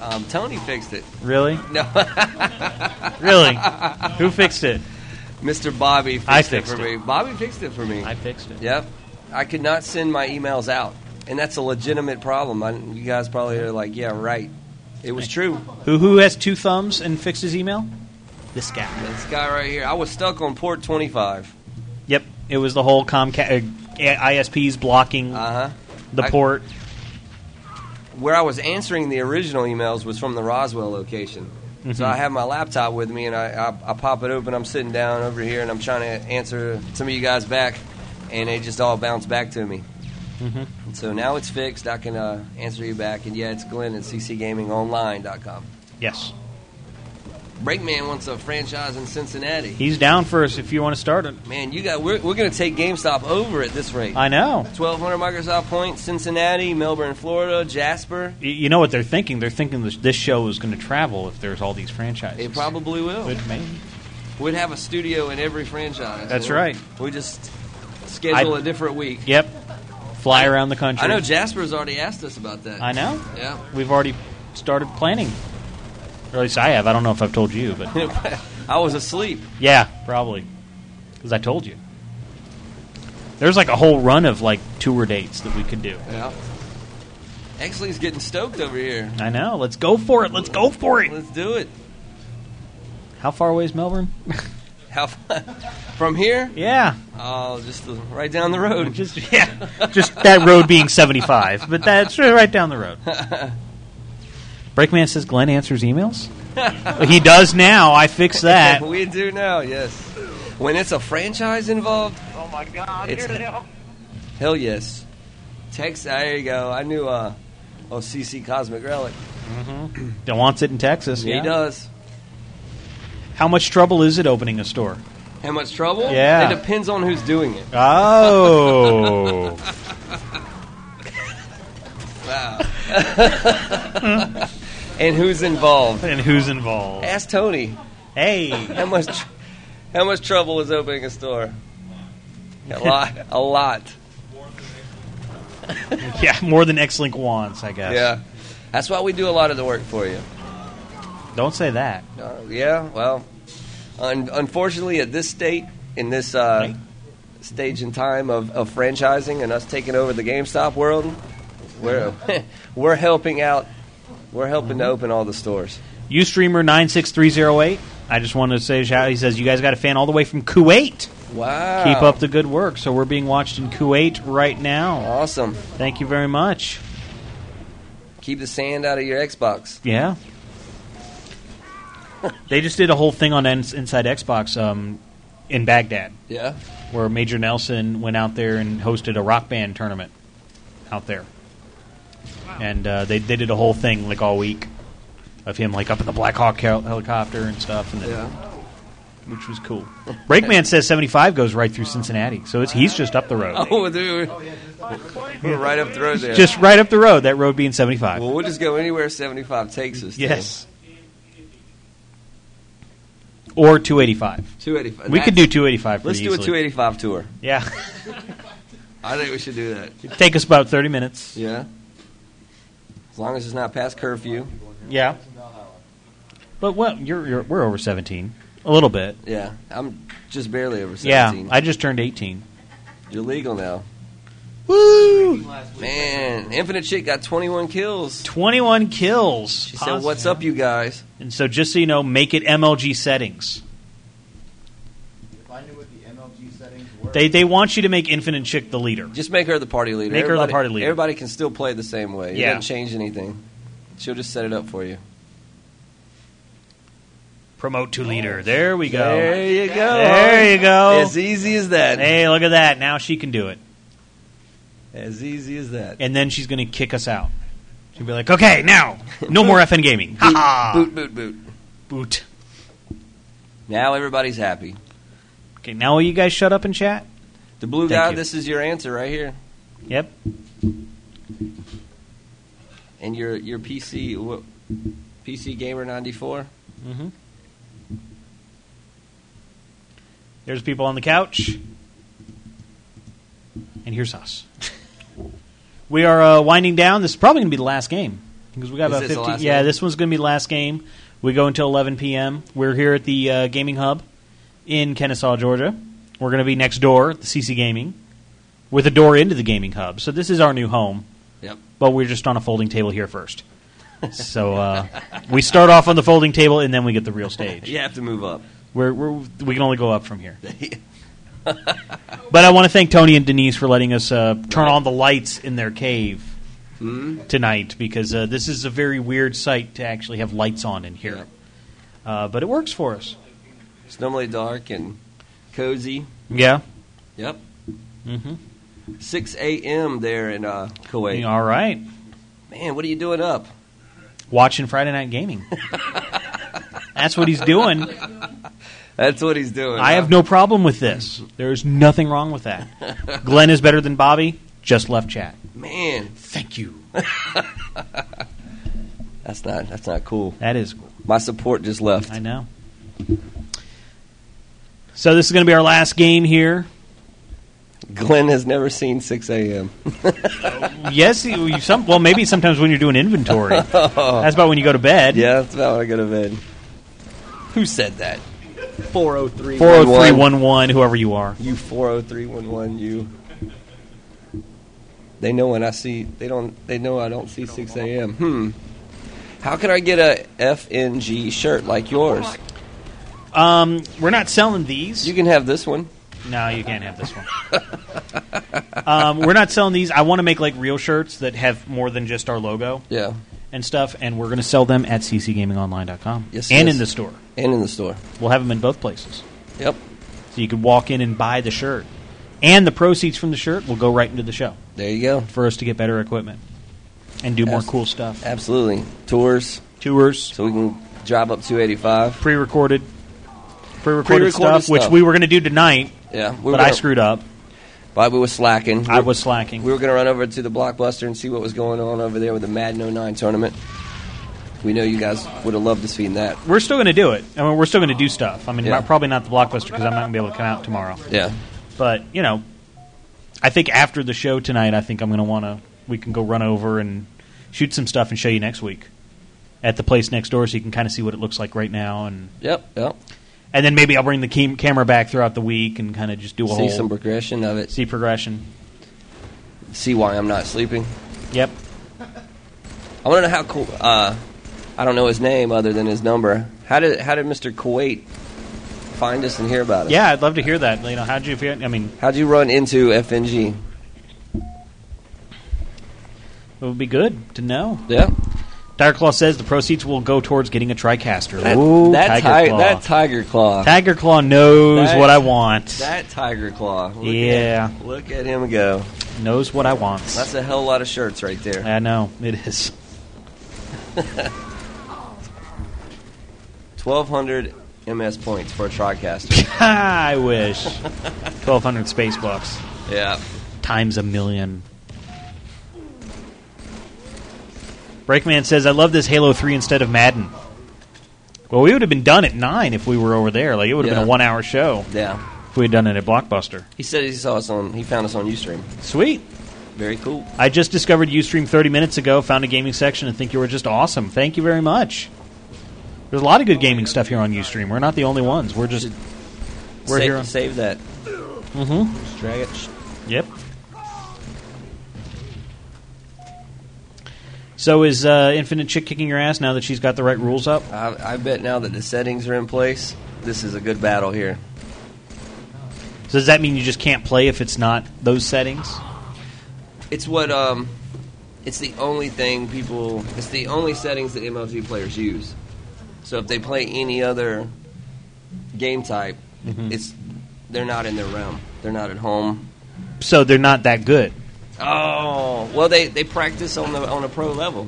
um, Tony fixed it. Really? No. Really? Who fixed it? Mr. Bobby fixed, I fixed it for it. me. Bobby fixed it for me. I fixed it. Yep. I could not send my emails out, and that's a legitimate problem. I, you guys probably are like, yeah, right. It was true. Who who has two thumbs and fixed his email? This guy. This guy right here. I was stuck on port 25. Yep. It was the whole Comcast uh, ISPs blocking Uh-huh. the I- port. Where I was answering the original emails was from the Roswell location. So Mhm. I have my laptop with me, and I, I, I pop it open. I'm sitting down over here, and I'm trying to answer some of you guys back, and they just all bounce back to me. Mm-hmm. So now it's fixed. I can uh, answer you back. And yeah, it's Glenn at ccgamingonline.com. Yes. Breakman wants a franchise in Cincinnati. He's down for us if you want to start it. Man, you got we're, we're going to take GameStop over at this rate. I know. 1200 Microsoft points, Cincinnati, Melbourne, Florida, Jasper. Y- You know what they're thinking? They're thinking this, this show is going to travel if there's all these franchises. It probably will. Good man. We'd have a studio in every franchise. That's We'll- right. We just schedule I- a different week. Yep. Fly around the country. I know Jasper's already asked us about that. I know. Yeah. We've already started planning. Or at least I have. I don't know if I've told you, but I was asleep. yeah, probably because I told you. There's like a whole run of like tour dates that we could do. Yeah. Exley's getting stoked over here. I know. Let's go for it. Let's go for it. Let's do it. How far away is Melbourne? How from here? Yeah. Oh, just the, right down the road. Just yeah. Just that road being 75, but that's right down the road. Breakman says Glenn answers emails. he does now. I fix that. we do now. Yes. When it's a franchise involved, Oh my God! I'm It's- here to help. hell yes. Text. There you go. I knew. Uh, oh, CC Cosmic Relic. Mm-hmm. wants it in Texas. He does. How much trouble is it opening a store? How much trouble? Yeah. It depends on who's doing it. Oh. Wow. and who's involved? And who's involved? Ask Tony. Hey. How much? tr- How much trouble is opening a store? A lot. A lot. yeah, more than X-Link wants, I guess. Yeah. That's why we do a lot of the work for you. Don't say that. Uh, yeah, well, un- unfortunately, at this state, in this uh, stage and time of, of franchising and us taking over the GameStop world, we're, we're helping out. We're helping Mm-hmm. to open all the stores. Ustreamer 96308. I just wanted to say shout. He says you guys got a fan all the way from Kuwait. Wow. Keep up the good work. So we're being watched in Kuwait right now. Awesome. Thank you very much. Keep the sand out of your Xbox. Yeah. they just did a whole thing on Ins- Inside Xbox um, in Baghdad. Yeah. Where Major Nelson went out there and hosted a rock band tournament out there. And uh, they, they did a whole thing like all week of him like up in the Black Hawk hel- helicopter and stuff. And yeah. Which was cool. Breakman says 75 goes right through Cincinnati. So it's, he's just up the road. Oh, dude. We're right up the road there. Just right up the road, that road being 75. Well, we'll just go anywhere 75 takes us. to. Yes. or 285. 285. We could do That's- 285 pretty Let's do a easily. 285 tour. Yeah. I think we should do that. It'd take us about 30 minutes. Yeah. As long as it's not past curfew. Yeah. But well, you're, you're we're over 17. A little bit. Yeah. I'm just barely over 17. Yeah. I just turned 18. You're legal now. Woo! Man, Infinite Chick got 21 kills. 21 kills. She said, "What's up, you guys?" And so, just so you know, make it MLG settings. If I knew what the MLG settings were, They they want you to make Infinite Chick the leader. Just make her the party leader. Make her the Everybody- party leader. Everybody can still play the same way. It Yeah. doesn't change anything. She'll just set it up for you. Promote to leader. There we go. There you go. There you go. As easy as that. Hey, look at that. Now she can do it. As easy as that. And then she's going to kick us out. She'll be like, okay, now, no more FN gaming. Ha ha. boot, boot, boot. Boot. Now everybody's happy. Okay, now will you guys shut up and chat? The blue Thank guy, you. this is your answer right here. Yep. And your your PC what, PC gamer 94. Mm-hmm. There's people on the couch. And here's us. we are uh, winding down. This is probably going to be the last game. Because we got Is about this the 15. last yeah, game? this one's going to be the last game. We go until 11 p.m. We're here at the uh, Gaming Hub in Kennesaw, Georgia. We're going to be next door at the CC Gaming with a door into the Gaming Hub. So this is our new home. Yep. But we're just on a folding table here first. so uh, we start off on the folding table and then we get the real stage. You have to move up. We're, we're, we can only go up from here. but I want to thank Tony and Denise for letting us uh, turn on the lights in their cave Hmm? tonight because uh, this is a very weird sight to actually have lights on in here. Uh, but it works for us. It's normally dark and cozy. Yeah. Yep. Mm-hmm. 6 a.m. there in uh, Kuwait. All right. Man, what are you doing up? Watching Friday Night Gaming. That's what he's doing. That's what he's doing. I huh? have no problem with this. There is nothing wrong with that. Glenn is better than Bobby. Just left chat. Man, thank you. That's not that's not cool. That is cool. My support just left. I know. So this is going to be our last game here. Glenn has never seen 6 a.m. Yes, you, some, well, maybe sometimes when you're doing inventory. That's about when you go to bed. Yeah, that's about when I go to bed. Who said that? 403. 40311, whoever you are. You 40311, you. They know when I see. They don't. They know I don't see 6 a.m. Hmm. How can I get a FNG shirt like yours? Um, we're not selling these. You can have this one. No, you can't have this one. um, we're not selling these. I want to make like real shirts that have more than just our logo. Yeah. And stuff, and we're going to sell them at ccgamingonline.com. Yes, and yes. in the store. And in the store. We'll have them in both places. Yep. So you can walk in and buy the shirt. And the proceeds from the shirt will go right into the show. There you go. For us to get better equipment and do more Abs- cool stuff. Absolutely. Tours. Tours. So we can drive up 285. Pre-recorded. Pre-recorded, Pre-recorded stuff, which stuff. we were going to do tonight. Yeah, but I screwed up. Bobby was slacking. I was slacking. We were going to run over to the Blockbuster and see what was going on over there with the Madden 09 tournament. We know you guys would have loved to see that. We're still going to do it. I mean, we're still going to do stuff. I mean, Yeah. probably not the blockbuster because I'm not going to be able to come out tomorrow. Yeah. But you know, I think after the show tonight, I think I'm going to want to. We can go run over and shoot some stuff and show you next week at the place next door, so you can kind of see what it looks like right now. And Yep, yep. and then maybe I'll bring the cam- camera back throughout the week and kind of just do a see whole some progression of it. see progression. See why I'm not sleeping. Yep. I want to know how cool. Uh, I don't know his name other than his number. How did how did Mr. Kuwait find us and hear about us? Yeah, I'd love to hear that. You know, how'd you feel? I mean, How'd you run into FNG? It would be good to know. Yeah. Tiger Claw says the proceeds will go towards getting a TriCaster. That, Ooh, that, Tiger ti- Claw. that tiger claw. Tiger Claw knows That- what I want. That tiger claw. Look Yeah. At, look at him go. knows what I want. That's a hell lot of shirts right there. I know it is. Twelve hundred MS points for a TriCaster. I wish. Twelve hundred space bucks yeah. times a million. Breakman says, "I love this Halo Three instead of Madden." Well, we would have been done at nine if we were over there. Like it would have been Yeah. a one-hour show. Yeah. If we had done it at Blockbuster. He said he saw us on. He found us on UStream. Sweet. Very cool. I just discovered UStream 30 minutes ago. Found a gaming section and think you were just awesome. Thank you very much. There's a lot of good gaming stuff here on UStream. We're not the only ones. We're just we're save, here. On, Save that. Mhm. Just drag it. Yep. So is uh, Infinite Chick kicking your ass now that she's got the right rules up? I, I bet now that the settings are in place, this is a good battle here. So does that mean you just can't play if it's not those settings? It's what um, it's the only thing people. It's the only settings that MLG players use. So if they play any other game type, Mhm. it's they're not in their realm. They're not at home. So they're not that good. Oh well, they they practice on the on a pro level.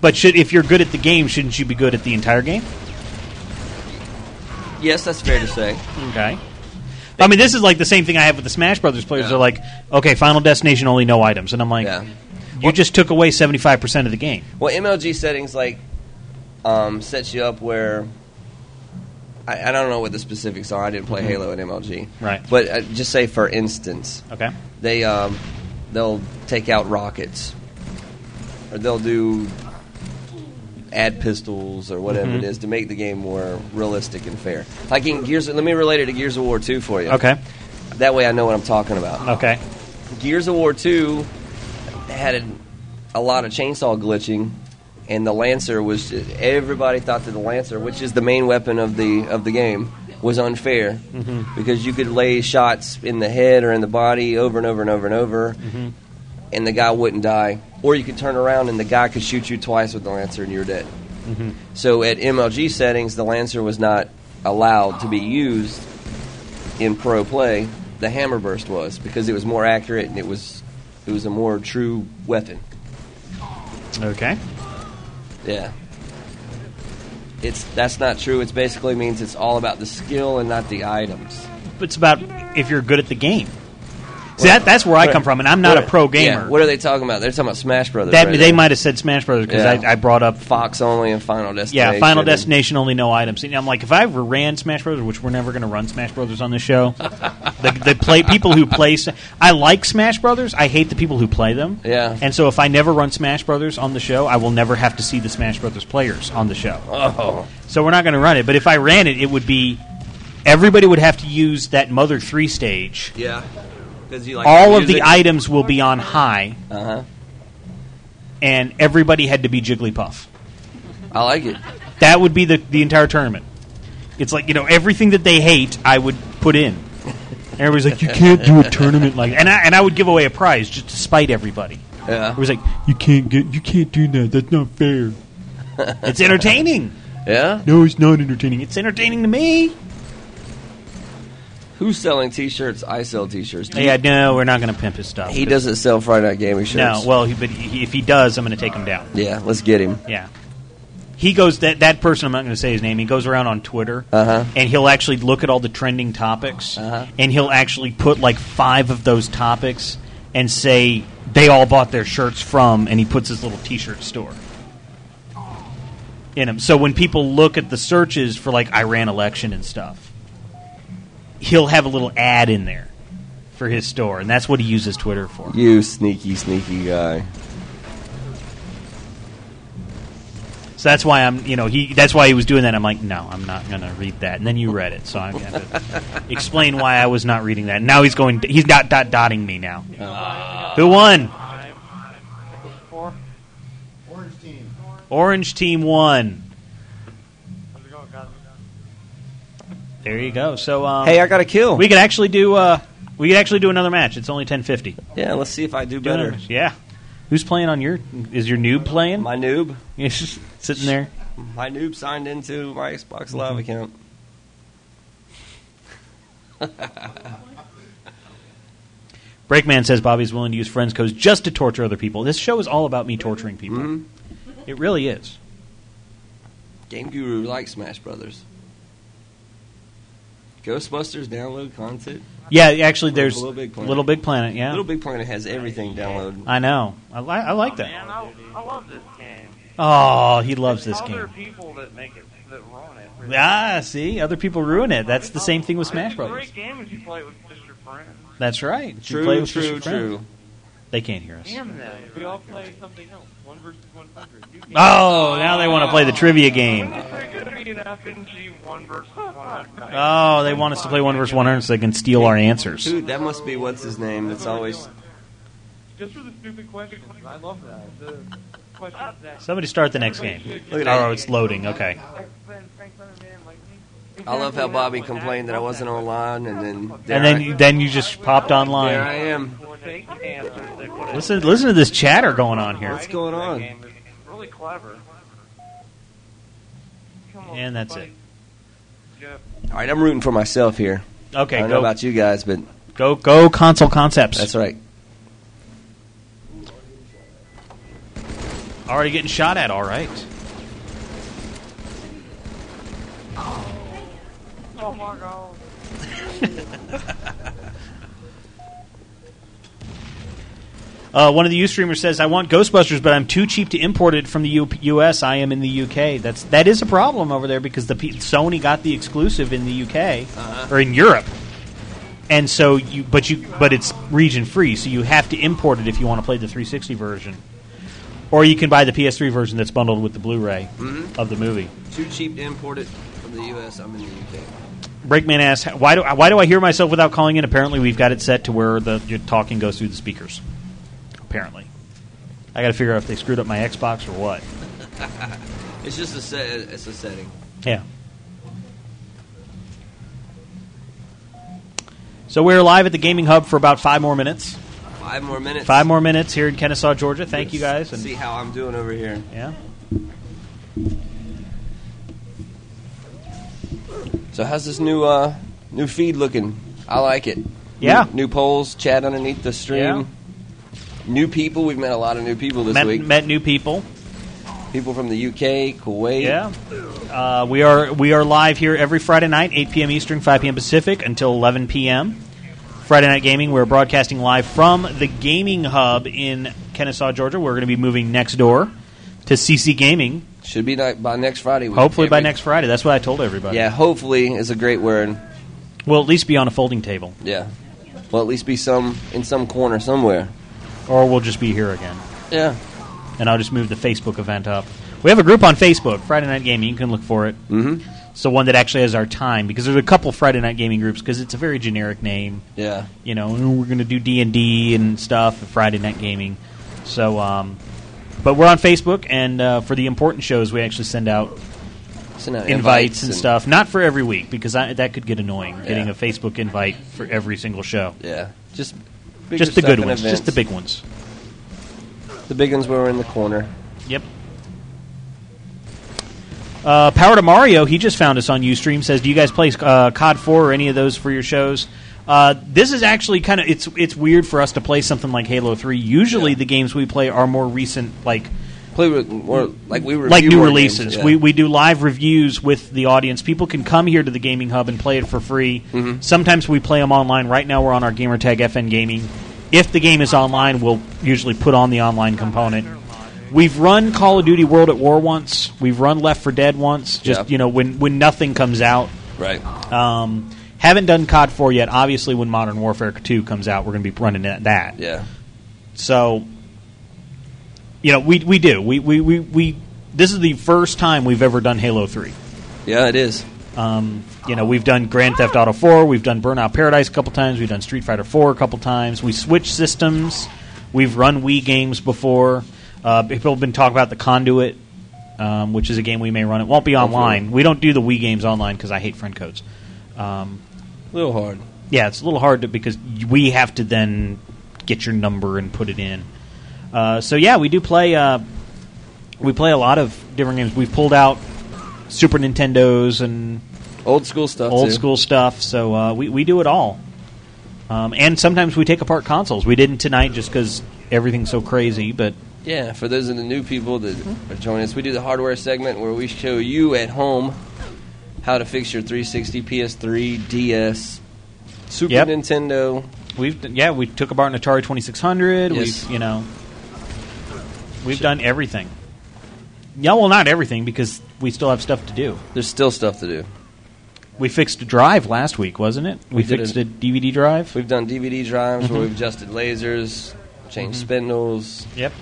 But should if you're good at the game, shouldn't you be good at the entire game? Yes, that's fair to say. Okay. I mean, this is like the same thing I have with the Smash Brothers players. They're like, okay, Final Destination only no items, and I'm like, you just took away seventy five percent of the game. Well, MLG settings like um, sets you up where I, I don't know what the specifics are. I didn't play Mhm. Halo at MLG, Right. But uh, just say for instance, Okay. they um, they'll take out rockets, or they'll do add pistols or whatever Mhm. it is to make the game more realistic and fair. Like in Gears, let me relate it to Gears of War Two for you. Okay. That way, I know what I'm talking about. Okay. Gears of War 2 had a, a lot of chainsaw glitching, and the Lancer was everybody thought that the Lancer, which is the main weapon of the of the game, was unfair Mhm. because you could lay shots in the head or in the body over and over and over and over, Mhm. and the guy wouldn't die, or you could turn around and the guy could shoot you twice with the Lancer and you're dead. Mhm. So at MLG settings, the Lancer was not allowed to be used in pro play. The Hammer Burst was because it was more accurate and it was it was a more true weapon. Okay. Yeah. It's that's not true. It basically means it's all about the skill and not the items. It's about if you're good at the game. See, that, that's where I come from, and I'm not a pro gamer. Yeah, What are they talking about? They're talking about Smash Brothers. That, right they there. might have said Smash Brothers because Yeah. I, I brought up Fox only and Final Destination. Yeah, Final and- Destination only no items. And I'm like, if I ever ran Smash Brothers, which we're never going to run Smash Brothers on this show, the, the play people who play. S- I like Smash Brothers. I hate the people who play them. Yeah. And so if I never run Smash Brothers on the show, I will never have to see the Smash Brothers players on the show. Oh. So we're not going to run it. But if I ran it, it would be everybody would have to use that Mother Three stage. Yeah. 'Cause you like All of the music. items will be on high. Uh huh. And everybody had to be Jigglypuff. I like it. That would be the the entire tournament. It's like you know everything that they hate, I would put in. And everybody's like, you can't do a tournament like, and I and I would give away a prize just to spite everybody. Yeah. It was like you can't get, you can't do that. That's not fair. it's entertaining. Yeah. No, it's not entertaining. It's entertaining to me. Who's selling T-shirts? I sell T-shirts. Do you- Yeah, no, we're not going to pimp his stuff. He doesn't sell Friday Night Gaming No, shirts. well, he, but he, if he does, I'm going to take him down. Yeah, let's get him. Yeah. He goes that that person. I'm not going to say his name. He goes around on Twitter, Uh-huh. and he'll actually look at all the trending topics, and he'll actually put like five of those topics and say they all bought their shirts from, and he puts his little T-shirt store in him. So when people look at the searches for like Iran election and stuff, he'll have a little ad in there for his store, and that's what he uses Twitter for. You sneaky, sneaky guy. So that's why I'm, you know, he. That's why he was doing that. I'm like, no, I'm not going to read that. And then you read it, so I have to explain why I was not reading that. Now he's going. He's dot dot dotting me now. Who won? Four. Orange team. Orange team won. There you go. So um, Hey, I got a kill. We could actually do. Uh, we could actually do another match. It's only ten fifty. Yeah, let's see if I do better. Yeah. Who's playing on your? Is your noob playing? My noob. sitting there. My noob signed into my Xbox Mm-hmm. Live account. Breakman says Bobby's willing to use friends codes just to torture other people. This show is all about me torturing people. Mm-hmm. It really is. Game Guru likes Smash Brothers. Ghostbusters download content. Yeah, actually, there's Little Big Planet. Little Big Planet, yeah. Little Big Planet has everything download. Oh, I know. I, li- I like that. Man, I, I love this game. Oh, he loves this Other game. people that make it that ruin it. really. Ah, see, other people ruin it. That's the same thing with Smash It's a Brothers. Great game if you play it with just your friends. That's right. You True, play with true, your friends. true. They can't hear us. Damn that! We all play something else. One versus one hundred. You can't- Oh, now they want to play the trivia game. Oh, they want us to play one versus one hundred so they can steal our answers. Dude, that must be what's his name. That's always Just for the stupid questions. I love that. The questions that. Somebody start the next game. Look at that. Oh, it's loading. Okay. I love how Bobby complained that I wasn't online, and then And then you- then you just popped there I online. am. Listen, listen to this chatter going on here. What's going on? Really clever. And that's it. All right, I'm rooting for myself here. Okay, I don't go. know about you guys, but Go go console concepts. that's right. Already getting shot at. All right. Oh my god. Uh, one of the Ustreamers says, "I want Ghostbusters, but I'm too cheap to import it from the U- U.S. I am in the U.K. That's that is a problem over there because the P- Sony got the exclusive in the U.K. Uh-huh. or in Europe, and so you but you but it's region free, so you have to import it if you want to play the 360 version, or you can buy the PS3 version that's bundled with the Blu-ray Mhm. of the movie." Too cheap to import it from the U.S. I'm in the U.K. Breakman asks, "Why do I- why do I hear myself without calling in?" Apparently, we've got it set to where the your talking goes through the speakers. Apparently, I got to figure out if they screwed up my Xbox or what. it's just a set. It's a setting. Yeah. So we're live at the Gaming Hub for about five more minutes. Five more minutes. Five more minutes here in Kennesaw, Georgia. Thank you guys. And See how I'm doing over here. yeah. So how's this new uh, new feed looking? I like it. Yeah. New, new polls, chat underneath the stream. Yeah. New people. We've met a lot of new people this met, week. met new people. People from the UK, Kuwait. Yeah. Uh, we are we are live here every Friday night, 8 p.m. Eastern, 5 p.m. Pacific, until 11 p.m. Friday Night Gaming. We're broadcasting live from the Gaming Hub in Kennesaw, Georgia. We're going to be moving next door to CC Gaming. Should be like by next Friday. we- Hopefully by every- next Friday. That's what I told everybody. Yeah, hopefully is a great word. We'll at least be on a folding table, Yeah. Well, at least be some in some corner somewhere. or we'll just be here again. Yeah. and I'll just move the Facebook event up. We have a group on Facebook, Friday Night Gaming. You can look for it. Mm-hmm. So one that actually has our time because there's a couple Friday Night Gaming groups because it's a very generic name. Yeah. You know, "Ooh, we're going to do D and D and stuff. and Friday Night Gaming. So, um, but we're on Facebook, and uh, for the important shows, we actually send out Send out invites, invites and, and- stuff. Not for every week because I, that could get annoying getting Yeah. a Facebook invite for every single show. Yeah. Just bigger Just the stuff good and ones, events. just the big ones. The big ones were in the corner. Yep. Uh, Power to Mario, he just found us on Ustream. Says, "Do you guys play uh, COD 4 or any of those for your shows?" Uh, this is actually kind of it's it's weird for us to play something like Halo 3. Usually, the games we play are more recent, like Play with more like we were like new releases. We we do live reviews with the audience. People can come here to the gaming hub and play it for free. Mhm. Sometimes we play them online. Right now, we're on our gamertag FN Gaming. If the game is online, we'll usually put on the online component. We've run Call of Duty World at War once. We've run Left for Dead once. Just Yeah. you know, when when nothing comes out, right. um, haven't done COD 4 yet. Obviously, when Modern Warfare 2 comes out, we're going to be running that. that. Yeah. So, you know, we we do. We, we, we, we This is the first time we've ever done Halo 3. Yeah, it is. Um, you know, we've done Grand Theft Auto 4, we've done Burnout Paradise a couple times, we've done Street Fighter 4 a couple times, we switched systems, we've run Wii games before. Uh, people have been talking about the Conduit, um, which is a game we may run. It won't be Hopefully. online. We don't do the Wii games online because I hate friend codes. Um, A little hard. yeah, it's a little hard to, because we have to then get your number and put it in. Uh, so yeah, we do play. Uh, we play a lot of different games. We've pulled out Super Nintendos and Old school stuff. old too. school stuff. So uh, we we do it all, um, and sometimes we take apart consoles. We didn't tonight just because everything's so crazy. But Yeah, for those of the new people that are joining us, we do the hardware segment where we show you at home how to fix your 360, PS3, DS, Super Yep. Nintendo. we've d- yeah we took apart an Atari twenty six hundred. Yes. We've you know we've done everything. Yeah, well, not everything because we still have stuff to do. There's still stuff to do. We fixed a drive last week, wasn't it? We, did fixed a DVD drive. We've done DVD drives Mhm. where we've adjusted lasers, changed Mhm. spindles. Yep.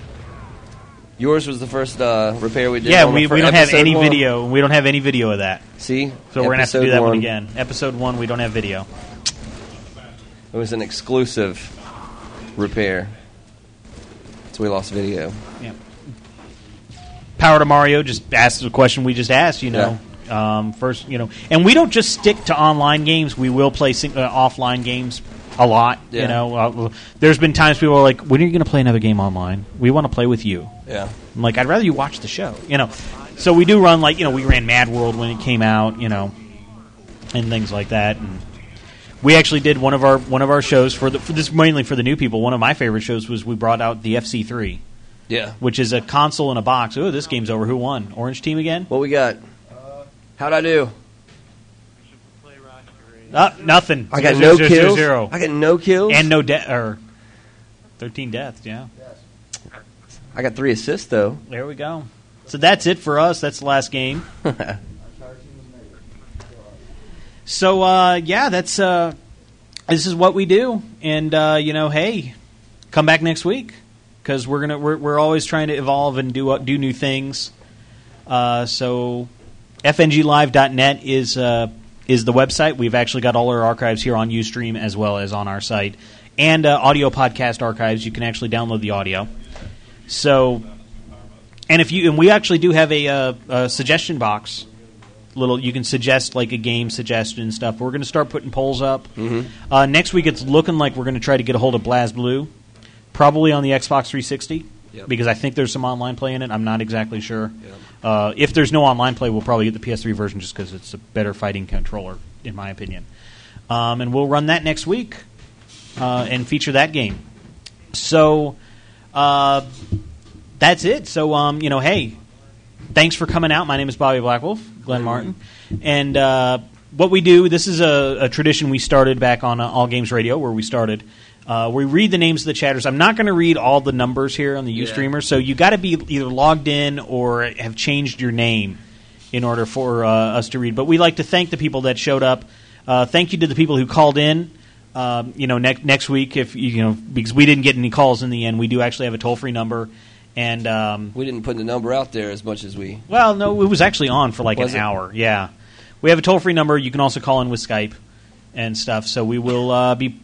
Yours was the first uh, repair we did. Yeah, on we, the fir- we don't have episode any one. video. We don't have any video of that. See, so we're gonna have to do Episode that one. one. again. Episode one, we don't have video. It was an exclusive repair. So we lost video. Power to Mario just asked the question we just asked. You know, um, first, you know, and we don't just stick to online games. We will play sing- uh, offline games a lot. Yeah. You know, uh, there's been times people are like, "When are you going to play another game online? We want to play with you." Yeah. I'm like, I'd rather you watch the show. You know, so we do run like you know we ran Mad World when it came out. You know, and things like that. And we actually did one of our one of our shows for the for this mainly for the new people. One of my favorite shows was we brought out the FC3. Yeah. Which is a console in a box. Oh, this game's over. Who won? Orange team again? What we got? How'd I do? Uh, nothing. I got Zero, no zero, zero, kills. zero. I got no kills. And no death. Or thirteen deaths. Yeah. I got three assists though. There we go. So that's it for us. That's the last game. so uh, yeah, that's uh, this is what we do, and uh, you know, hey, come back next week because we're gonna we're, we're always trying to evolve and do do new things. Uh, so fnglive.net is uh, is the website. We've actually got all our archives here on UStream as well as on our site and uh, audio podcast archives. You can actually download the audio. So and if you and we actually do have a, uh, a suggestion box. Little, you can suggest like a game suggestion and stuff. We're going to start putting polls up. Uh, next week, it's looking like we're going to try to get a hold of BlazBlue, probably on the Xbox 360, Yep. because I think there's some online play in it. I'm not exactly sure. Uh, if there's no online play, we'll probably get the PS3 version just because it's a better fighting controller, in my opinion. Um, and we'll run that next week uh, and feature that game. So uh, that's it. So um, you know, hey, thanks for coming out. My name is Bobby Blackwolf, Glenn Martin, and uh, what we do. This is a, a tradition we started back on uh, All Games Radio, where we started. Uh, we read the names of the chatters. I'm not going to read all the numbers here on the Yeah. UStreamer, so you got to be either logged in or have changed your name in order for uh, us to read. But we like to thank the people that showed up. Uh, thank you to the people who called in. Um, you know, ne- next week, if you know, because we didn't get any calls in the end, we do actually have a toll free number. And um, we didn't put the number out there as much as we. Well, no, it was actually on for like Was an it? hour. Yeah, we have a toll free number. You can also call in with Skype and stuff. So we will uh, be.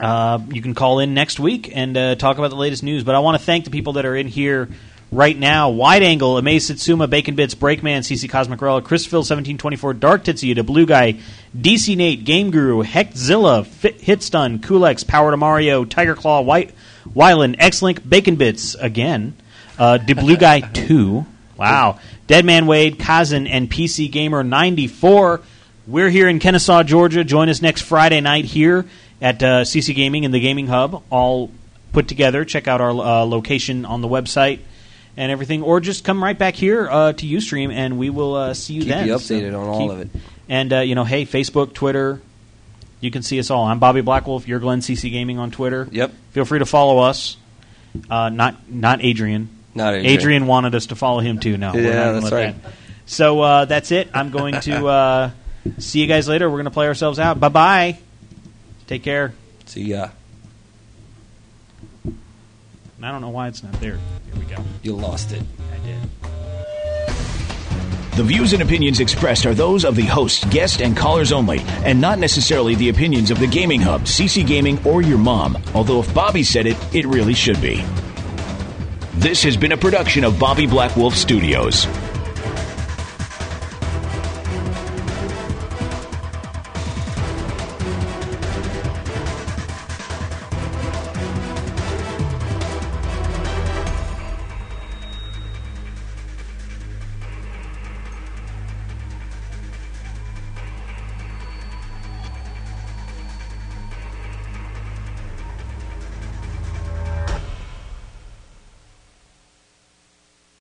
Uh, you can call in next week and uh, talk about the latest news. But I want to thank the people that are in here right now: Wide Angle, Amaze Satsuma, Bacon Bits, Breakman, CC Cosmic Relic, Chrisville seventeen twenty four, Dark Titsuya, Blue Guy, DC Nate, Game Guru, Hectzilla, Fit, Hitstun, Kulex, Power to Mario, Tiger Claw, White, Wyland, X Link, Bacon Bits again, uh, De Blue Guy two. Wow. Dead Man Wade, Kazan, and PC Gamer 94. We're here in Kennesaw, Georgia. Join us next Friday night here at uh, CC Gaming and the Gaming Hub, all put together. Check out our uh, location on the website and everything, or just come right back here uh, to UStream and we will uh, see you Keep then. you updated on all of it. And, uh, you know, hey, Facebook, Twitter, you can see us all. I'm Bobby Blackwolf. You're Glenn CC Gaming on Twitter. Yep. Feel free to follow us. Uh, not not Adrian. Not Adrian. wanted us to follow him too. No, we're Yeah, not gonna that's let right. that. So uh, that's it. I'm going to uh, see you guys later. We're going to play ourselves out. Bye bye. Take care. See ya. I don't know why it's not there. Here we go. You lost it. I did. The views and opinions expressed are those of the host, guest, and callers only, and not necessarily the opinions of the Gaming Hub, CC Gaming, or your mom. Although if Bobby said it, it really should be. This has been a production of Bobby Black Wolf Studios.